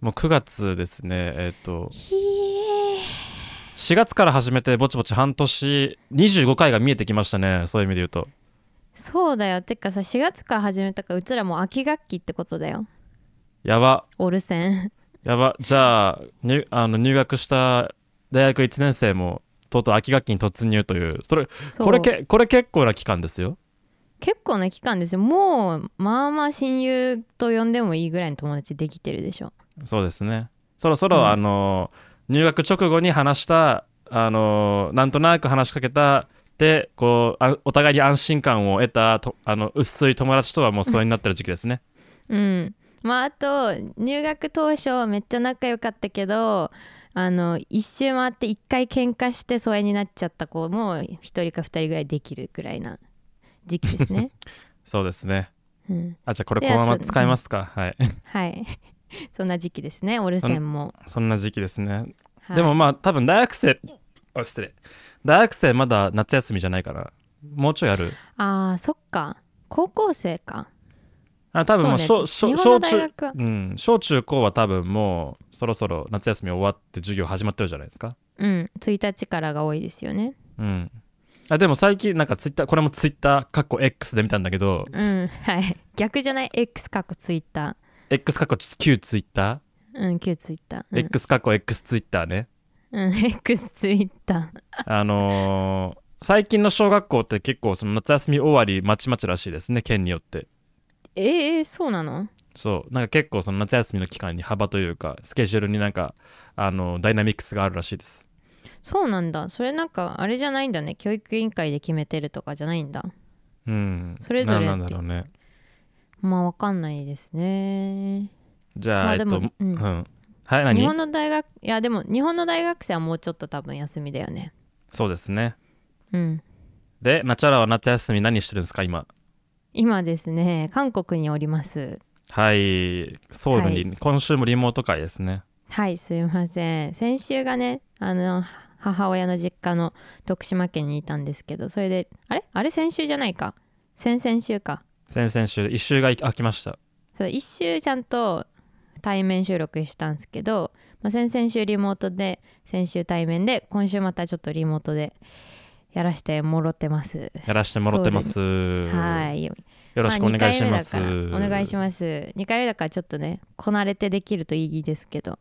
もう9月ですねえっ、とひえ4月から始めてぼちぼち半年25回が見えてきましたねそういう意味で言うとそうだよてかさ4月から始めたからうちらもう秋学期ってことだよやばオルセンやばじゃあ入あの入学した大学1年生もとうとう秋学期に突入というそれそ うこれけこれ結構な期間ですよ結構な期間ですよもうまあまあ親友と呼んでもいいぐらいの友達できてるでしょそうですねそろそろ、うんあの入学直後に話したあのなんとなく話しかけたでこうあお互いに安心感を得たとあの薄い友達とはもう疎遠になってる時期ですねうんまああと入学当初めっちゃ仲良かったけどあの一周回って一回喧嘩して疎遠になっちゃった子も一人か二人ぐらいできるぐらいな時期で すね、そうですねうん、あじゃあこれでこのまあまと使いますかはいはい そんな時期ですねオルセンも、 そんな時期ですねはいでもまあ多分大学生あ失礼大学生まだ夏休みじゃないからもうちょいあるあーそっか高校生かあ多分もうそうね小小日本小の大中学はうん小中高は多分もうそろそろ夏休み終わって授業始まってるじゃないですかうん1日からが多いですよねうんあでも最近なんかツイッターこれもツイッターかっこ X で見たんだけどうんはい逆じゃない X 過去ツイッタ X かっこ旧ツイッターうん旧ツイッター、うーん X かっこ X ツイッターねうん、X ツイッターあのー最近の小学校って結構その夏休み終わりまちまちらしいですね県によってえー、そうなのそうなんか結構その夏休みの期間に幅というかスケジュールになんかあのダイナミックスがあるらしいですそうなんだそれなんかあれじゃないんだね教育委員会で決めてるとかじゃないんだうんそれぞれなんなんだろうねまあわかんないですねじゃあ、まあえっでともうん、うんはい日何本の大学いやでも日本の大学生はもうちょっと多分休みだよねそうですねうんでナチャラは夏休み何してるんですか今今ですね韓国におりますはいソウルに、は今週もリモート会ですねはいすいません先週がねあの母親の実家の徳島県にいたんですけどそれであれあれ先週じゃないか先々週か先々週一週が空きましたそう一週ちゃんと対面収録したんですけど、まあ、先々週リモートで先週対面で今週またちょっとリモートでやらしてもろってます、やらしてもらってますはいよよろしくお願いします、あ、2回目だからお願いしまます2回目だからちょっとねこなれてできるといいですけど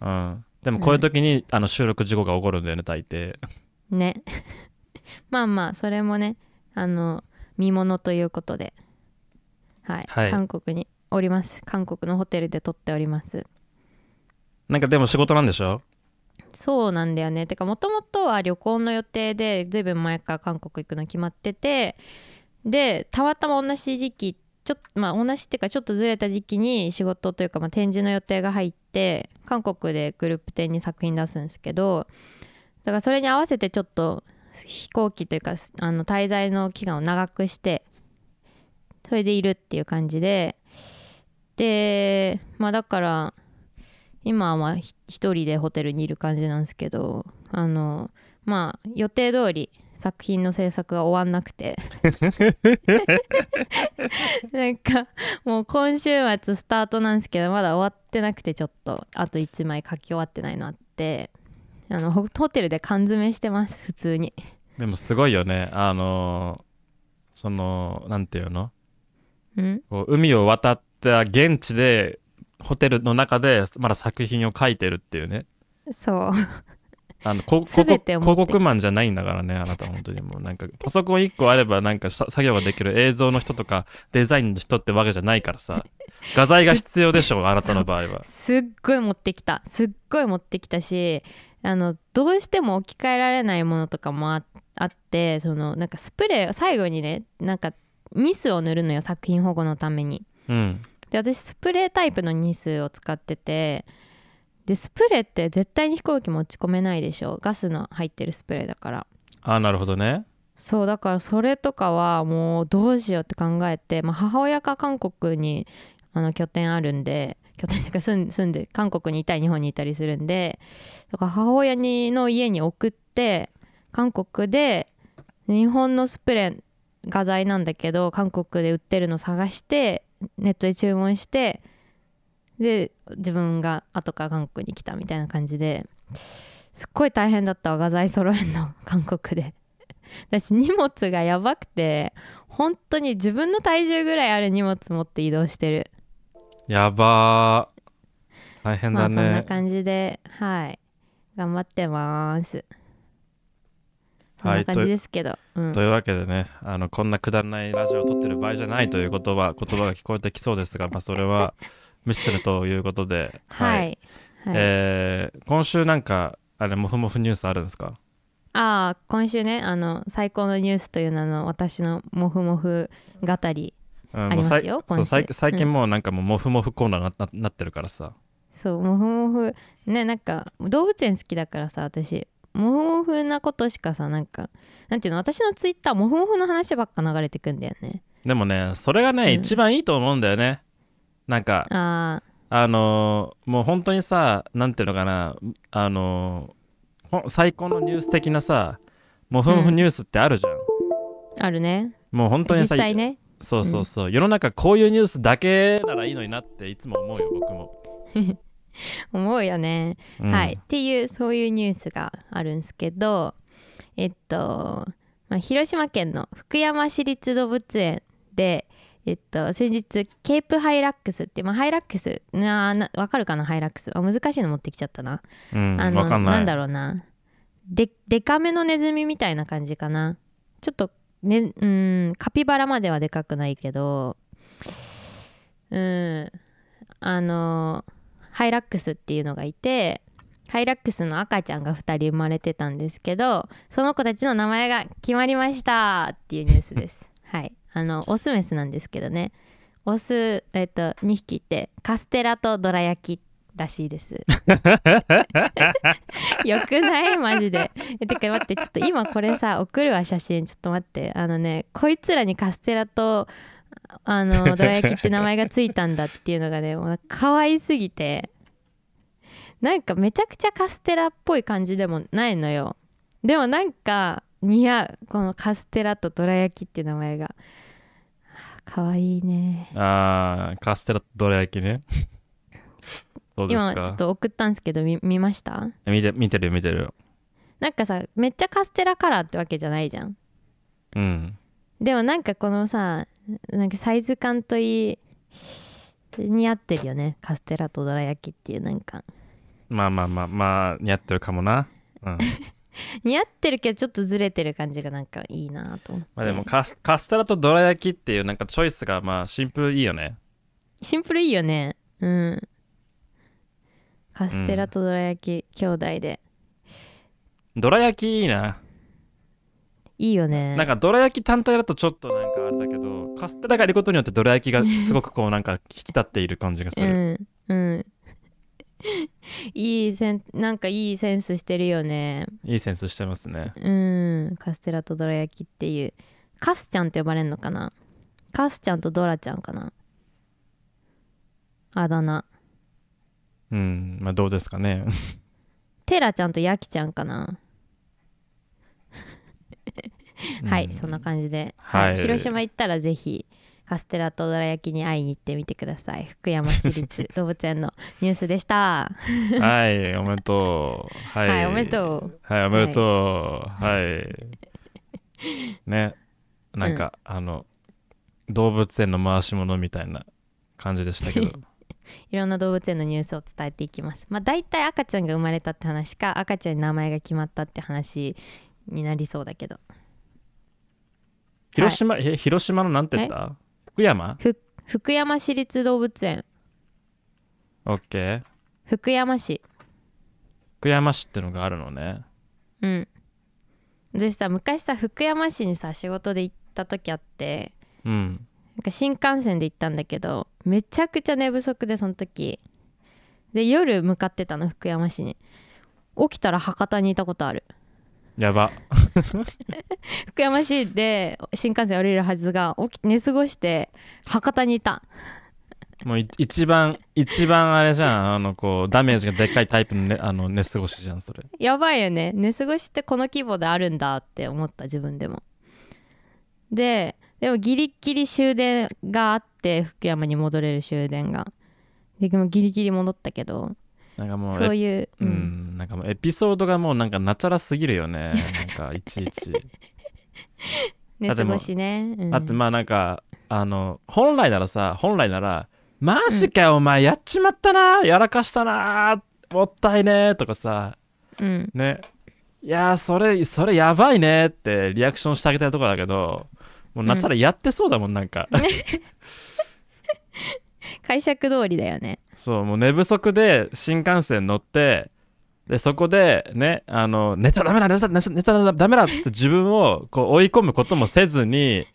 す、うん、でもこういう時に、あの収録事故が起こるんだよね大抵ね まあまあそれもねあの見ものということではい、はい韓国におります韓国のホテルで撮っておりますなんかでも仕事なんでしょそうなんだよねてかもともとは旅行の予定でずいぶん前から韓国行くの決まっててでたまたま同じ時期ちょっとまあ同じっていうかちょっとずれた時期に仕事というか、まあ、展示の予定が入って韓国でグループ展に作品出すんですけどだからそれに合わせてちょっと飛行機というかあの滞在の期間を長くしてそれでいるっていう感じででまあだから今はひ一人でホテルにいる感じなんですけどあのまあ予定通り作品の制作が終わんなくてなんかもう今週末スタートなんですけどまだ終わってなくてちょっとあと1枚書き終わってないのあってあのホホテルで缶詰してます普通にでもすごいよねあのーそのなんていうのうんこう海を渡った現地でホテルの中でまだ作品を描いてるっていうねそうあのこ全てを広持ってきた告マンじゃないんだからねあなた本当にもうなんかパソコン1個あればなんかさ作業ができる映像の人とかデザインの人ってわけじゃないからさ画材が必要でしょあなたの場合はすっごい持ってきたすっごい持ってきたしあのどうしても置き換えられないものとかもああってそのなんかスプレー最後にねなんかニスを塗るのよ作品保護のためにうんで私スプレータイプのニスを使っててでスプレーって絶対に飛行機持ち込めないでしょガスの入ってるスプレーだからああなるほどねそうだからそれとかはもうどうしようって考えて、まあ、母親が韓国にあの拠点あるんで拠点っていうか住ん住んで韓国にいたり日本にいたりするんでだから母親にの家に送って韓国で日本のスプレー画材なんだけど韓国で売ってるの探してネットで注文してで自分が後から韓国に来たみたいな感じですっごい大変だったわ画材揃えんの韓国で私荷物がやばくて本当に自分の体重ぐらいある荷物持って移動してる、やばー大変まだあそんなね、感じではい頑張ってますそんはない感じですけど、うんというわけでねあのこんなくだらないラジオを撮ってる場合じゃないという言葉言葉が聞こえてきそうですが、まあ、それ は無視するということで、はい、はいえー今週なんかあれモフモフニュースあるんですかああ今週ねあの最高のニュースという名の私のモフモフ語りうんありますよもうさいそう今週最最う近もうなんかもうモフモフコーナーなななってるからさそうモフモフねなんか動物園好きだからさ私モフモフなことしかさなんかなんていうの私のツイッターモフモフの話ばっか流れてくんだよねでもねそれがね、うん一番いいと思うんだよねなんかああのーもう本当にさなんていうのかなあのーほん最高のニュース的なさモフモフニュースってあるじゃん、ああるねもう本当に実さ際ねそうそうそう、世の中こういうニュースだけならいいのになっていつも思うよ僕も、思うよね、うんはいっていうそういうニュースがあるんですけどえっと、まあ、広島県の福山市立動物園でえっと先日ケープハイラックスって、まあ、ハイラックスななわかるかなハイラックスあ難しいの持ってきちゃったなうん、あのわかんないんだろうなででかめのネズミみたいな感じかなちょっと、ね、うーんカピバラまではでかくないけどうんあのハイラックスっていうのがいてハイラックスの赤ちゃんが2人生まれてたんですけどその子たちの名前が決まりましたっていうニュース ですはいあのオスメスなんですけどねオス、えっと、2匹いてカステラとどら焼きらしいです よくないマジで。えてか待ってちょっと今これさ送るわ写真ちょっと待ってあのねこいつらにカステラと あのどら焼きって名前がついたんだっていうのがねもう可愛すぎてなんかめちゃくちゃカステラっぽい感じでもないのよでもなんか似合うこのカステラとどら焼きって名前があ可愛いねあーカステラとどら焼きね そうです今ちょっかと送ったんですけど見見ました見て見てるよ見てるよなんかさめっちゃカステラカラーってわけじゃないじゃんうんでもなんかこのさなんかサイズ感といい似合ってるよねカステラとどら焼きっていうなんかまあまあまあまあ似合ってるかもな、 うん似合ってるけどちょっとずれてる感じがなんかいいなと思って、まあでもカスカステラとどら焼きっていうなんかチョイスがまあシンプルいいよねシンプルいいよねうんカステラとどら焼き兄弟で、どら焼きいいな、いいよねなんかどら焼き単体だとちょっとなんかあれだけどカステラがいることによってどら焼きがすごくこうなんか引き立っている感じがすうる、んうん いいセンなんかいいセンスしてるよねいいセンスしてますねうんカステラとどら焼きっていうカスちゃんって呼ばれるのかなカスちゃんとドラちゃんかなあだ名うんまあどうですか ねテラちゃんとヤキちゃんかな、はういんそんな感じで、はい広島行ったらぜひカステラとどら焼きに会いに行ってみてください福山市立動物園のニュースでしたはいおめでとうは、はいい、おめでとうはい、おめでとう。はい。 ね、なんか、あの、動物園の回し物みたいな感じでした けど。いろんな動物園のニュースを伝えていきますまあ大体赤ちゃんが生まれたって話か赤ちゃんに名前が決まったって話になりそうだけど広島、え、広島のなんて言った福山ふ福山市立動物園オッケー。福山市福山市ってのがあるのね。うん私さ昔さ福山市にさ仕事で行った時あってうん。なんか新幹線で行ったんだけどめちゃくちゃ寝不足でその時で夜向かってたの福山市に起きたら博多にいたことあるやば。福山市で新幹線降りるはずが起き寝過ごして博多にいたもうい一番、一番あれじゃん。あの、こう、ダメージがでっかいタイプの,、ね、あの寝過ごしじゃん、それ。やばいよね寝過ごしってこの規模であるんだって思った自分でもででもギリギリ終電があって福山に戻れる終電がででもギリギリ戻ったけどなんかもうそうえいう、ううんんなんかもうエピソードがもうなんかなちゃらすぎるよ ねなんかいちいちねだって過もうごしね、うんだってまあなんかあの本来ならさ本来なら「マジかよお前やっちまったなやらかしたなもったいね」とかさうんねいやーそれそれやばいねってリアクションしてあげたいところだけどもうなっちゃらやってそうだもんなんか、解釈通りだよねそうもう寝不足で新幹線乗ってでそこでねあの寝ちゃダメだ寝ちゃ寝ちゃ寝ちゃダメだって自分をこう追い込むこともせずに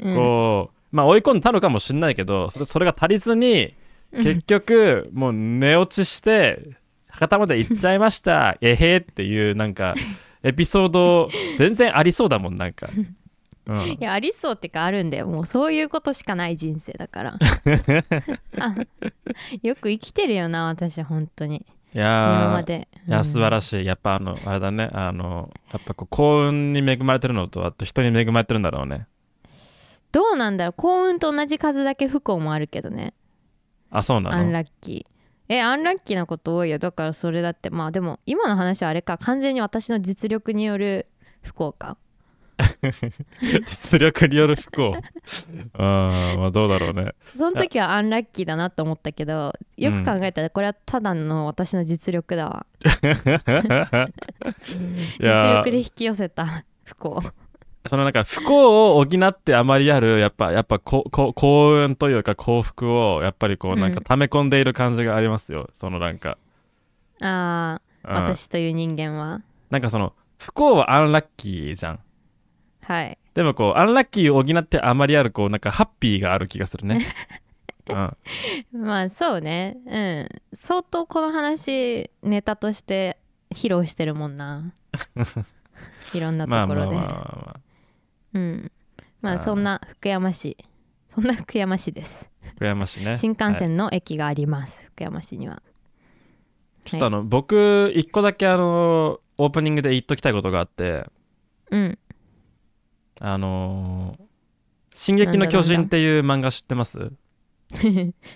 うんこう、まあ追い込んだのかもしれないけどそれそれが足りずに結局もう寝落ちして博多まで行っちゃいま したえへっていうなんかエピソード全然ありそうだもんなんか、うん、いやありそうってかあるんだよもうそういうことしかない人生だから あよく生きてるよな私本当にいや今ーまでいやうん素晴らしいやっぱあのあれだねあのやっぱこう幸運に恵まれてるのとあと人に恵まれてるんだろうねどうなんだろう幸運と同じ数だけ不幸もあるけどねあそうなアンのラッキーえアンラッキーなこと多いよだからそれだってまあでも今の話はあれか完全に私の実力による不幸か 実力による不幸う んまあどうだろうねその時はアンラッキーだなと思ったけどよく考えたらこれはただの私の実力だわ、い実や力で引き寄せた不幸そのなんか不幸を補ってあまりあるやっぱやっぱここ幸運というか幸福をやっぱりこうなんかうん溜め込んでいる感じがありますよそのなんか、あうーん私という人間はなんかその不幸はアンラッキーじゃんはいでもこうアンラッキーを補ってあまりあるこうなんかハッピーがある気がす るねうんまあそうねうん相当この話ネタとして披露してるも んないろんなところで、まあまあまあまあまあうんまあーあそんな福山市そんな福山市です福山市ね新幹はい線の駅があります、福山市にはちょっとあの、僕一個だけあのオープニングで言っときたいことがあってうんあのー進撃の巨人」っていう漫画知ってます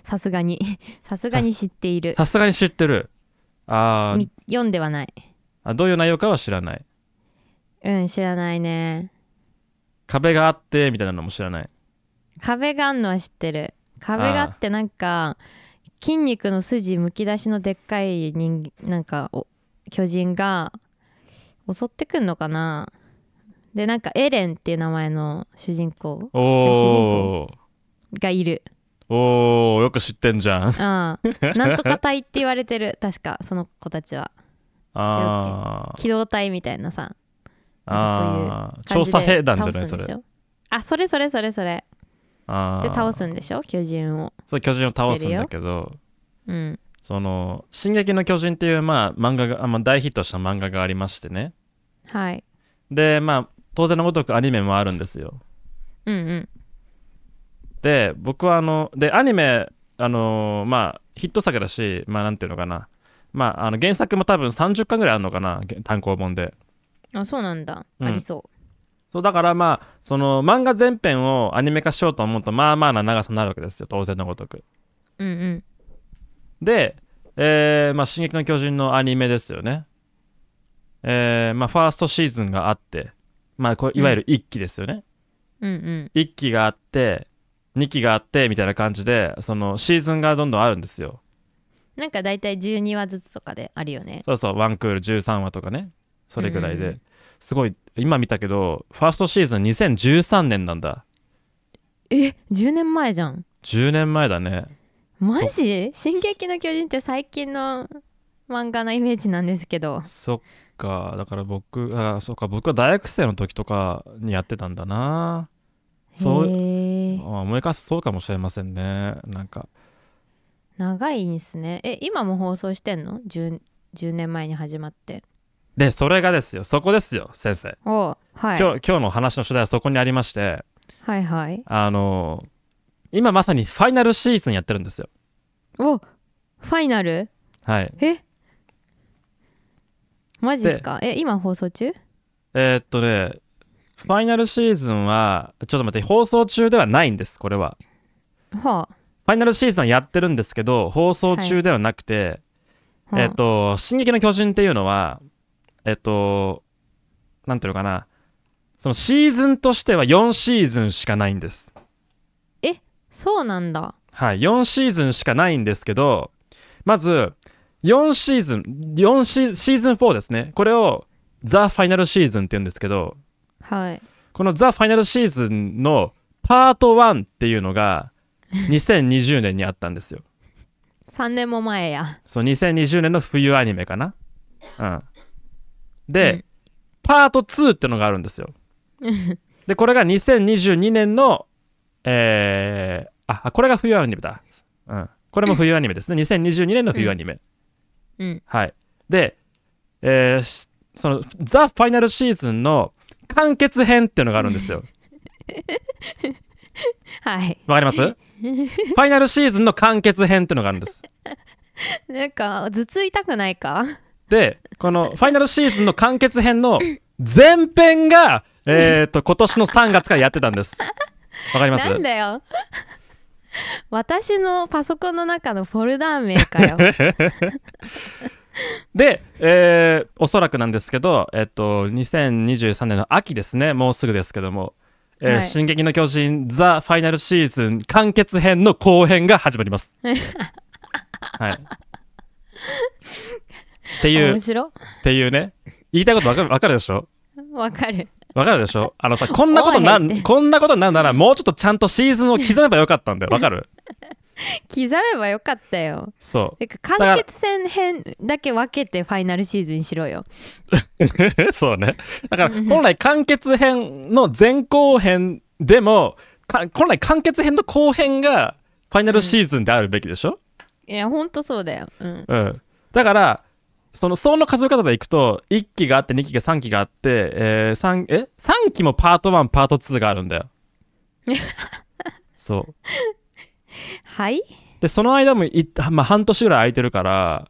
さすがにさすがに知っている さすがに知ってるあーみ読んではないあどういう内容かは知らないうん知らないね壁があってみたいなのも知らない壁があんのは知ってる壁があってなんか筋肉の筋むき出しのでっかい人なんかお巨人が襲ってくんのかなでなんかエレンっていう名前の主人公おがいるーおーよく知ってんじゃんあ あなんとか体って言われてる確かその子たちはあー機動隊みたいなさあー感調で査兵団じゃない倒すそんでしれょあそれそれそれそれあでー倒すんでしょ巨人をそう巨人を倒すんだけどうんその「進撃の巨人」っていう、まあ、漫画が、あまあ、大ヒットした漫画がありましてねはいでまあ当然のごとくアニメもあるんですようんうんで僕はあのでアニメあのまあヒット作だしまあなんていうのかなまああの原作も多分30巻ぐらいあるのかなげ単行本であそうなんだ、うんありそそうだからまあその漫画全編をアニメ化しようと思うとまあまあな長さになるわけですよ当然のごとくううんうんで、えーまあ「進撃の巨人」のアニメですよね。えーまあ、ファーストシーズンがあって、まあ、これいわゆる1期ですよね。うんうん1期があって2期があってみたいな感じでそのシーズンがどんどんあるんですよ。なんか大体12話ずつとかであるよねそうそうワンクール13話とかねそれぐらいで、うんすごい今見たけどファーストシーズン2013年なんだえ10年前じゃん10年前だね。マジ「進撃の巨人」って最近の漫画のイメージなんですけどそっかだから僕あそっか僕は大学生の時とかにやってたんだなそうへえあ思い返すそうかもしれませんねなんか長いんですねえ今も放送してんの 10, 10年前に始まってでそれがですよそこですよ先生、おうはい今日今日の話の主題はそこにありましてはいはいあの今まさにファイナルシーズンやってるんですよおファイナルはいえマジっすかえ今放送中えーっとねファイナルシーズンはちょっと待って放送中ではないんですこれははあァイナルシーズンやってるんですけど放送中ではなくて、えっ、と「進撃の巨人」っていうのはえっ、となんていうのかなそのシーズンとしては4シーズンしかないんですそうなんだはい4シーズンしかないんですけどまず4シーズン4シーシーズン4ですねこれを「ザ・ファイナルシーズン」って言うんですけどはいこの「ザ・ファイナルシーズン」のパート1っていうのが2020年にあったんですよ3年も前やそう2020年の冬アニメかなうんで、うんパート2ってのがあるん ですよでこれが2022年のえーああこれが冬アニメだ、うん、これも冬アニメですね2022年の冬アニメ、うんはいで、えーしそのザ・ファイナルシーズンの完結編っていうのがあるんですよはいわかり ますファイナルシーズンの完結編っていうのがあるんですなんか頭痛痛くないかでこのファイナルシーズンの完結編の前編が、えー、と今年の3月からやってたんですわかりますなんだよ 私のパソコンの中のフォルダー名かよで、えーおそらくなんですけど、えっと、2023年の秋ですねもうすぐですけども「えーはい進撃の巨人ザ・ファイナルシーズン完結編」の後編が始まり ます。はい、って いう面っ白ていうね言いたいことわかるわかるでしょわかるわかるでしょあのさこんなことなおいってこんなことになるならもうちょっとちゃんとシーズンを刻めばよかったんだよわかる刻めばよかったよそてか完結戦編だけ分けてファイナルシーズンにしろよう そうねだから本来完結編の前後編でもか本来完結編の後編がファイナルシーズンであるべきでしょ、いやほんとそうだようんうんだからそのその数え方でいくと1期があって2期が3期があって、えー、3, え3期もパート1パート2があるんだ よそうはいでその間もい、まあ、半年ぐらい空いてるから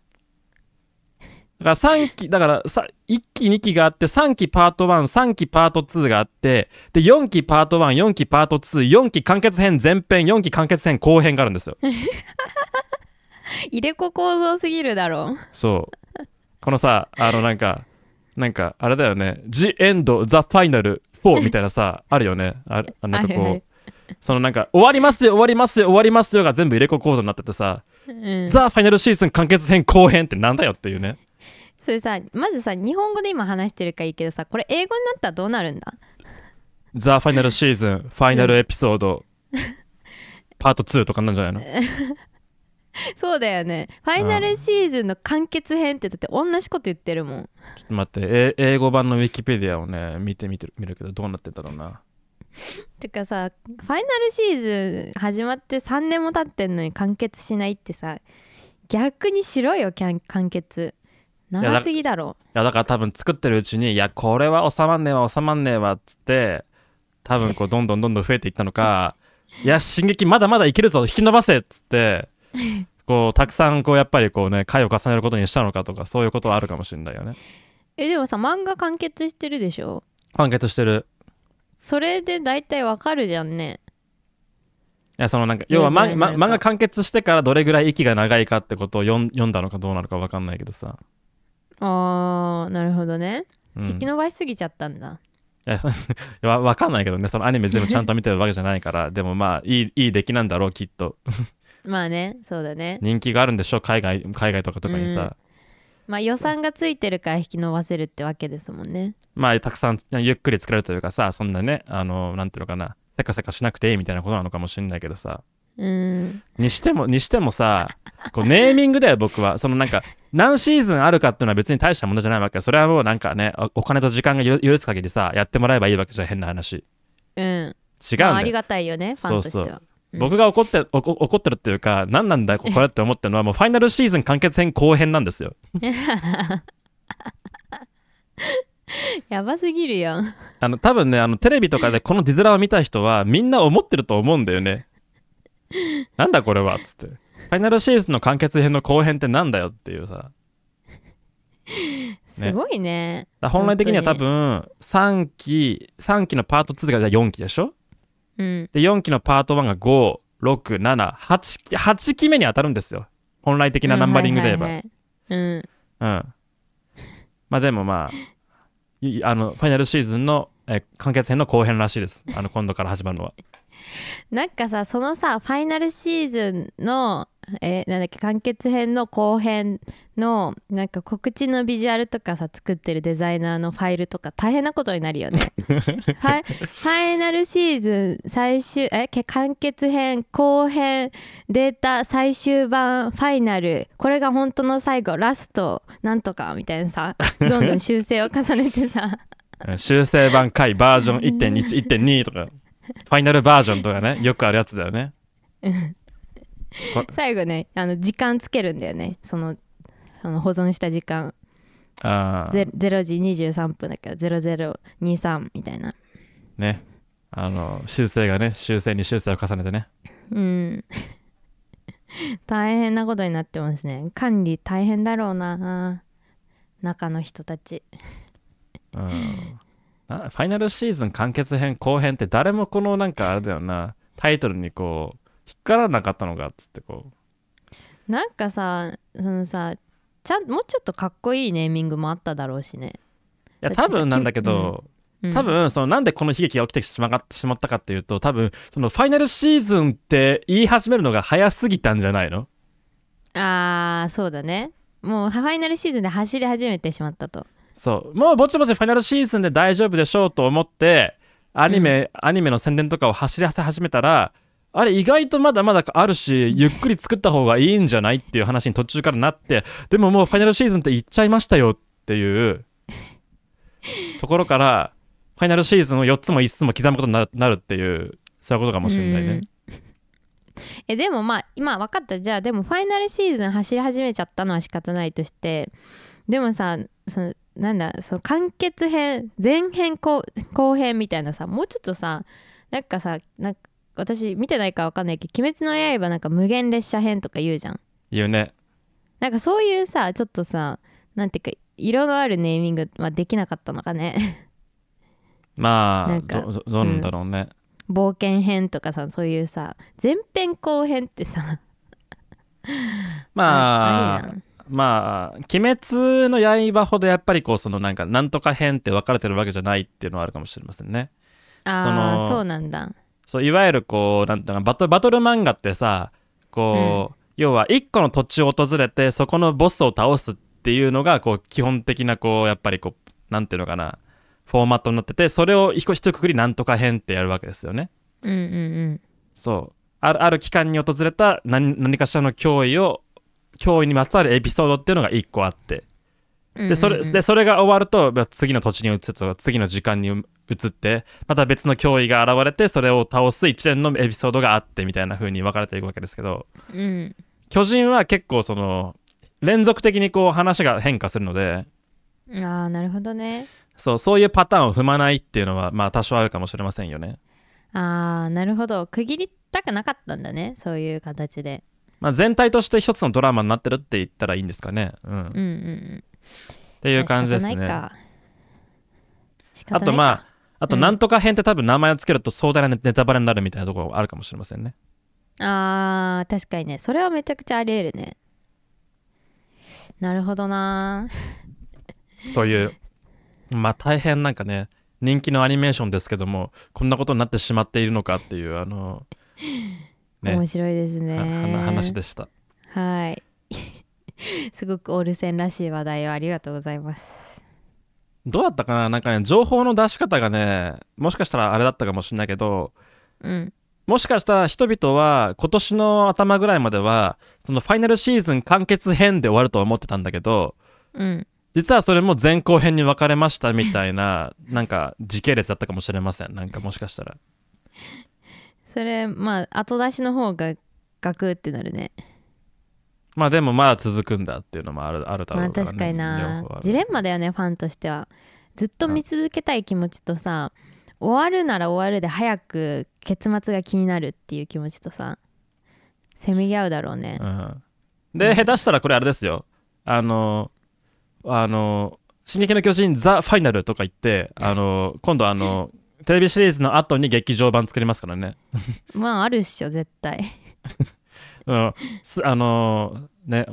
だから3期だからさ1期2期があって3期パート13期パート2があってで4期パート14期パート24期完結編前編4期完結編後編があるん ですよ入れ子構造すぎるだろそうこのさあのなんかなんかあれだよね「The End The Final 4」みたいなさあるよねあるあなんかこうあるあるそのなんか「終わりますよ終わりますよ終わりますよ」が全部入れ子構造になっててさう、「うん、ザ・ファイナルシーズン完結編後編」ってなんだよっていうねそれさまずさ日本語で今話してるからいいけどさこれ英語になったらどうなるんだザ・ファイナルシーズン、ファイナルエピソード、パート2とかなんじゃないのそうだよねファイナルシーズンの完結編ってだって同じこと言ってるもんちょっと待って、え英語版のウィキペディアをね、見てみて見るけど、どうなってんだろうな。てかさファイナルシーズン始まって3年も経ってんのに完結しないってさ逆にしろよキャン完結や長だすぎだろいや、だから多分作ってるうちに、いや、これは収まんねえわ、収まんねえわっつって、多分こう、どんどんどんどん増えていったのか、いや、進撃まだまだいけるぞ、引き伸ばせっつって、こう、たくさん、こう、やっぱりこうね、回を重ねることにしたのかとか、そういうことはあるかもしれないよね。えでもさ漫画完結してるでしょ完結してる。それで大体わかるじゃんねいやそのなんか要は、ま、どれぐまらいになるか漫画完結してからどれぐらい息が長いかってことを読ん読んだのかどうなのか分かんないけどさ、あーなるほどねうん、引きい延ばしすぎちゃったんだ、や そいや分かんないけどねそのアニメ全部ちゃんと見てるわけじゃないからでもまあいいいい出来なんだろうきっとまあねそうだね人気があるんでしょ海外海外とか特にさ、まあ予算がついてるから引き延ばせるってわけですもんねまあたくさんゆっくり作れるというかさそんなねあのなんていうのかなせかせかしなくていいみたいなことなのかもしれないけどさうんにしてもにしてもさこうネーミングだよ僕はそのなんか何シーズンあるかっていうのは別に大したものじゃないわけよそれはもうなんかねおお金と時間がゆ許す限りさやってもらえばいいわけじゃん変な話違ううんんまあだありよがたいよねファンとしてはそう僕が怒っておこ怒ってるっていうか何なんだよここれって思ってる のはもうファイナルシーズン完結編後編なんですよやばすぎるやんあの多分ねあのテレビとかでこの字面を見た人はみんな思ってると思うんだよねなんだこれはっつってファイナルシーズンの完結編の後編ってなんだよっていうさすごいねだから本来的には多本当分3期3期のパート2がじゃあ4期でしょうんで4期のパート1が5 5678 8期目に当たるんですよ本来的なナンバリングで言えば、うんはいはいはいうんうんまあでもまあいあのファイナルシーズンのえ完結編の後編らしいですあの今度から始まるのはなんかさそのさファイナルシーズンのえーなんだっけ完結編の後編のなんか告知のビジュアルとかさ作ってるデザイナーのファイルとか大変なことになる よねファイファイナルシーズン最終えけ完結編後編データ最終版ファイナルこれが本当の最後ラストなんとかみたいなさどんどん修正を重ねてさうん修正版回バージョン1.11.2とかファイナルバージョンとかねよくあるやつだよね 最後ねあの時間つけるんだよねそのその保存した時間あーゼ0時23分だから0023みたいなねあの修正がね修正に修正を重ねてねうん 大変なことになってますね管理大変だろうな中の人たちうんあファイナルシーズン完結編後編って誰もこのなんかあれだよなタイトルにこう引っからなかったのかっつってこなんかさそのさちゃんもうちょっとかっこいいネーミングもあっただろうしね、ういやだって多さ分なんだけど、うん多分そのなんでこの悲劇が起きてしまがしまったかっていうと多分そのファイナルシーズンって言い始めるのが早すぎたんじゃないのあーそうだねもうファイナルシーズンで走り始めてしまったとそうもうぼちぼちファイナルシーズンで大丈夫でしょうと思ってアニメ、アニメの宣伝とかを走らせ始めたらあれ意外とまだまだあるしゆっくり作った方がいいんじゃないっていう話に途中からなってでももうファイナルシーズンって言っちゃいましたよっていうところからファイナルシーズンを4つも5つも刻むことになるなるっていうそういうことかもしれないね。うんえでもまあ今分かったじゃあでもファイナルシーズン走り始めちゃったのは仕方ないとしてでもさそのなんだその完結編前編後後編みたいなさもうちょっとさなんかさなんか私見てないから分かんないけど「鬼滅の刃」なんか無限列車編とか言うじゃん言うね。なんかそういうさちょっとさなんていうか色のあるネーミングはできなかったのかね まなあんかどどどうなんだろうね。冒険編とかさそういうさ前編後編ってさまありなまあ「鬼滅の刃」ほどやっぱりこうそのなんかなんとか編って分かれてるわけじゃないっていうのはあるかもしれませんね。ああそそのうなんだそういわゆるこうなんていうのかバトバトル漫画ってさこう、要は一個の土地を訪れてそこのボスを倒すっていうのがこう基本的なこうやっぱりこうなんていうのかなフォーマットになっててそれを一個一括りなんとか編ってやるわけですよね。うんうんうんそうあるある期間に訪れた何何かしらの脅威を脅威にまつわるエピソードっていうのが1個あってうんうんうでんそれでそれが終わるとまあ次の土地に移って次の時間に移ってまた別の脅威が現れてそれを倒す一連のエピソードがあってみたいな風に分かれていくわけですけどうん巨人は結構その連続的にこう話が変化するのでああなるほどねそうそういうパターンを踏まないっていうのはまあ多少あるかもしれませんよね。ああなるほど区切りたくなかったんだねそういう形でまあ、全体として一つのドラマになってるって言ったらいいんですかね。うん、っうんうんうんっていう感じですね。仕あ方ないかとまああとうんなんとか編って多分名前をつけると壮大なネタバレになるみたいなところがあるかもしれませんね。ああー確かにねそれはめちゃくちゃあり得るねなるほどなというまあ大変なんかね人気のアニメーションですけどもこんなことになってしまっているのかっていうあ の、ね面白いですはねは話でした。はい すごくオールセンらしい話題をありがとうございますどうだったかななんかね情報の出し方がねもしかしたらあれだったかもしれないけどうんもしかしたら人々は今年の頭ぐらいまではそのファイナルシーズン完結編で終わると思ってたんだけどうん実はそれも前後編に分かれましたみたいななんか時系列だったかもしれませんなんかもしかしたらそれまあ後出しの方がガクってなるねまあでもまあ続くんだっていうのもあるあるだろまあうから、ね、確かにな両方あるジレンマだよねファンとしてはずっと見続けたい気持ちとさ終わるなら終わるで早く結末が気になるっていう気持ちとさせめぎ合うだろうねうん、で下手したらこれあれですよあのあの「進撃の巨人ザ・ファイナル」とか言ってあの今度あのテレビシリーズの後に劇場版作りますからね。まああるっしょ絶対 うん、すあのーね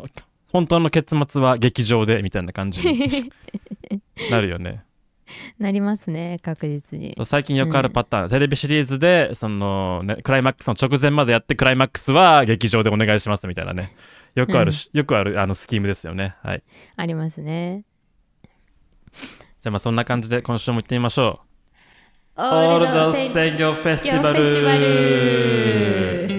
本当の結末は劇場でみたいな感じに なるよね。なりますね確実に最近よくあるパターン、テレビシリーズでその、ね、クライマックスの直前までやってクライマックスは劇場でお願いしますみたいなねよくあるし、よくあるあのスキームですよねはいありますねじゃあまあそんな感じで今週も行ってみましょオうオールドセステ業フェステティィババルル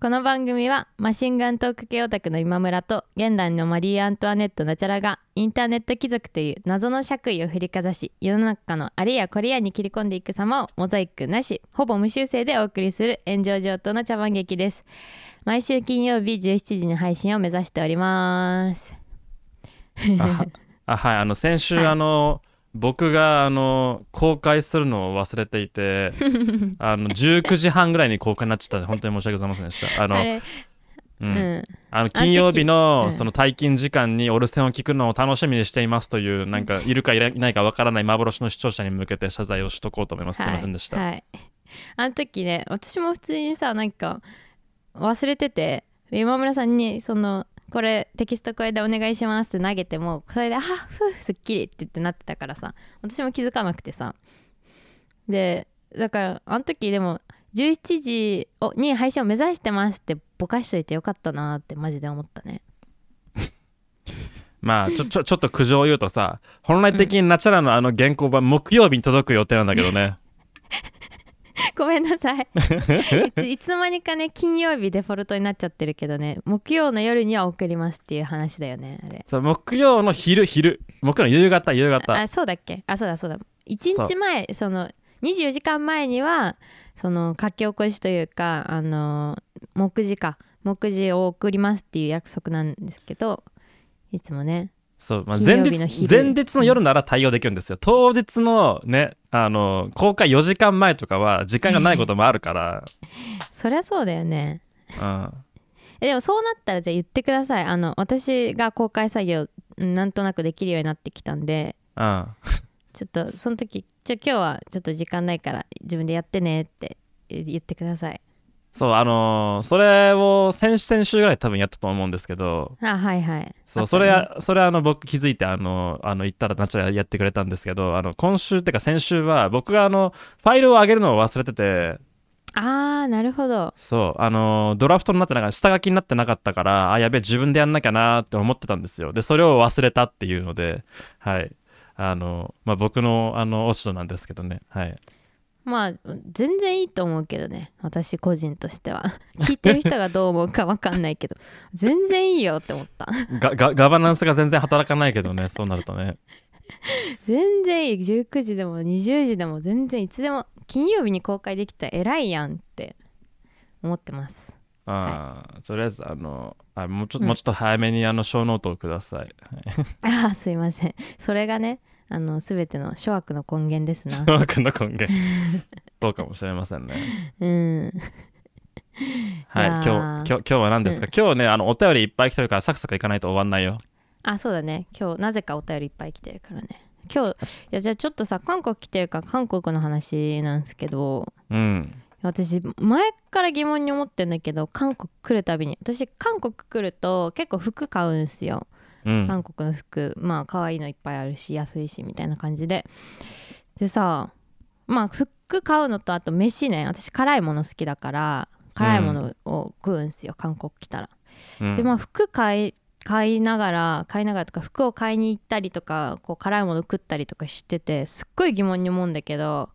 この番組はマシンガントーク系オタクの今村と現代のマリー・アントワネット・ナチャラがインターネット貴族という謎の爵位を振りかざし世の中のあれやこれやに切り込んでいく様をモザイクなしほぼ無修正でお送りする炎上上等の茶番劇です毎週金曜日17時に配信を目指しておりますあはあはいあの先週、はいあの僕があの公開するのを忘れてい てあの19時半ぐらいに公開になっちゃったんで本当に申し訳ございませんでしたあのあれううんんあの金曜日のうんその退勤時間にオルセンを聞くのを楽しみにしていますというなんかいるかいらいないかわからない幻の視聴者に向けて謝罪をしとこうと思います。すみませんでした。はい、はいあの時ね私も普通にさなんか忘れてて今村さんにそのこれテキストこれでお願いしますって投げてもそれで「あふうすっきり」って言ってなってたからさ私も気づかなくてさでだからあの時でも17時をに配信を目指してますってぼかしといてよかったなってマジで思ったねまあちょちょ ちょっと苦情を言うとさ、本来的にナチュラのあの原稿版木曜日に届く予定なんだけどね。 ごめんなさいいついつの間にかね金曜日デフォルトになっちゃってるけどね木曜の夜には送りますっていう話だよねあれそう木曜の昼昼木曜の夕方夕方あそうだっけあそうだそうだ1日前その24時間前にはその書き起こしというかあの目次か目次を送りますっていう約束なんですけどいつもねそう、まあ、金前曜日日の昼前日の夜なら対応できるんですよ。当日のねあの公開4時間前とかは時間がないこともあるから。そりゃそうだよねうんえでもそうなったらじゃあ言ってくださいあの私が公開作業うんなんとなくできるようになってきたんでうんちょっとその時ちょ今日はちょっと時間ないから自分でやってねって言ってくださいそうあのーそれを先々週ぐらい多分やったと思うんですけどあはいはいそうあそれねやそれあの僕気づいてあのあの行ったらナチュラやってくれたんですけどあの今週っていうか先週は僕があのファイルを上げるのを忘れててあーなるほどそうあのードラフトになってなかった下書きになってなかったからあやべえ自分でやんなきゃなーって思ってたんですよでそれを忘れたっていうのではいあのまあ僕のあの落ち度なんですけどねはいまあ全然いいと思うけどね私個人としては 聞いてる人がどう思うか分かんないけど全然いいよって思ったががガバナンスが全然働かないけどねそうなるとね全然いい19時でも20時でも全然いつでも金曜日に公開できたら偉いやんって思ってますあーとりあえずあのあもうちょっと、うんもうちょっと早めにあの小ノートをください。ああすいませんそれがねあの全ての諸悪の根源で すな小学の根源そうかもしれませ んね。うんはいいや今ー日今日今日は何ですか、今日ねあのお便りいっぱい来てるからサクサクいかないと終わんないよ。あそうだね今日なぜかお便りいっぱい来てるからね今日いやじゃあちょっとさ韓国来てるから韓国の話なんですけどうん。私前から疑問に思ってんだけど韓国来るたびに私韓国来ると結構服買うんですよ、うん、韓国の服まあ可愛いのいっぱいあるし安いしみたいな感じででさまあ服買うのとあと飯ね私辛いもの好きだから辛いものを食うんですよ、韓国来たらうんでまあ服買い買いながら買いながらとか服を買いに行ったりとかこう辛いもの食ったりとかしててすっごい疑問に思うんだけど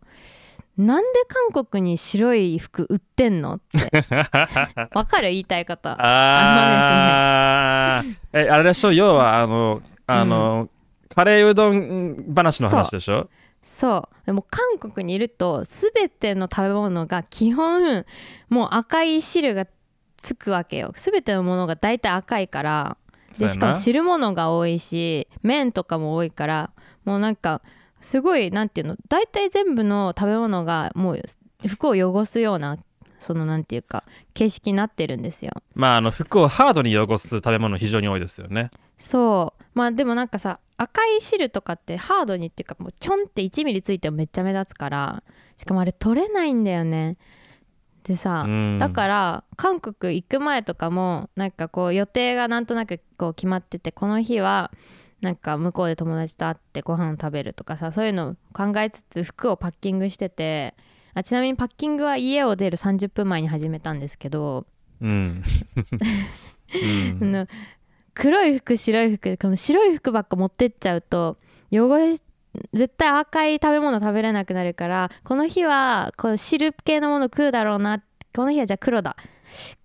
なんで韓国に白い服売ってんのって わかる言いたいことああーえあれでしょ要はあのあの、カレーうどん話の話でしょそうでも韓国にいると全ての食べ物が基本もう赤い汁がつくわけよ全てのものが大体赤いからそうでやしかなも汁物が多いし麺とかも多いからもうなんかすごいなんていうの大体全部の食べ物がもう服を汚すようなそのなんていうか形式になってるんですよまああの服をハードに汚す食べ物非常に多いですよね。そうまあでもなんかさ赤い汁とかってハードにっていうかもうちょんって1ミリついてもめっちゃ目立つからしかもあれ取れないんだよねでさ、うんだから韓国行く前とかもなんかこう予定がなんとなくこう決まっててこの日はなんか向こうで友達と会ってご飯を食べるとかさそういうのを考えつつ服をパッキングしててあちなみにパッキングは家を出る30分前に始めたんですけど、うん、うん あの黒い服白い服この白い服ばっか持ってっちゃうと汚れ絶対赤い食べ物食べれなくなるからこの日はこう汁系のもの食うだろうなこの日はじゃあ黒だ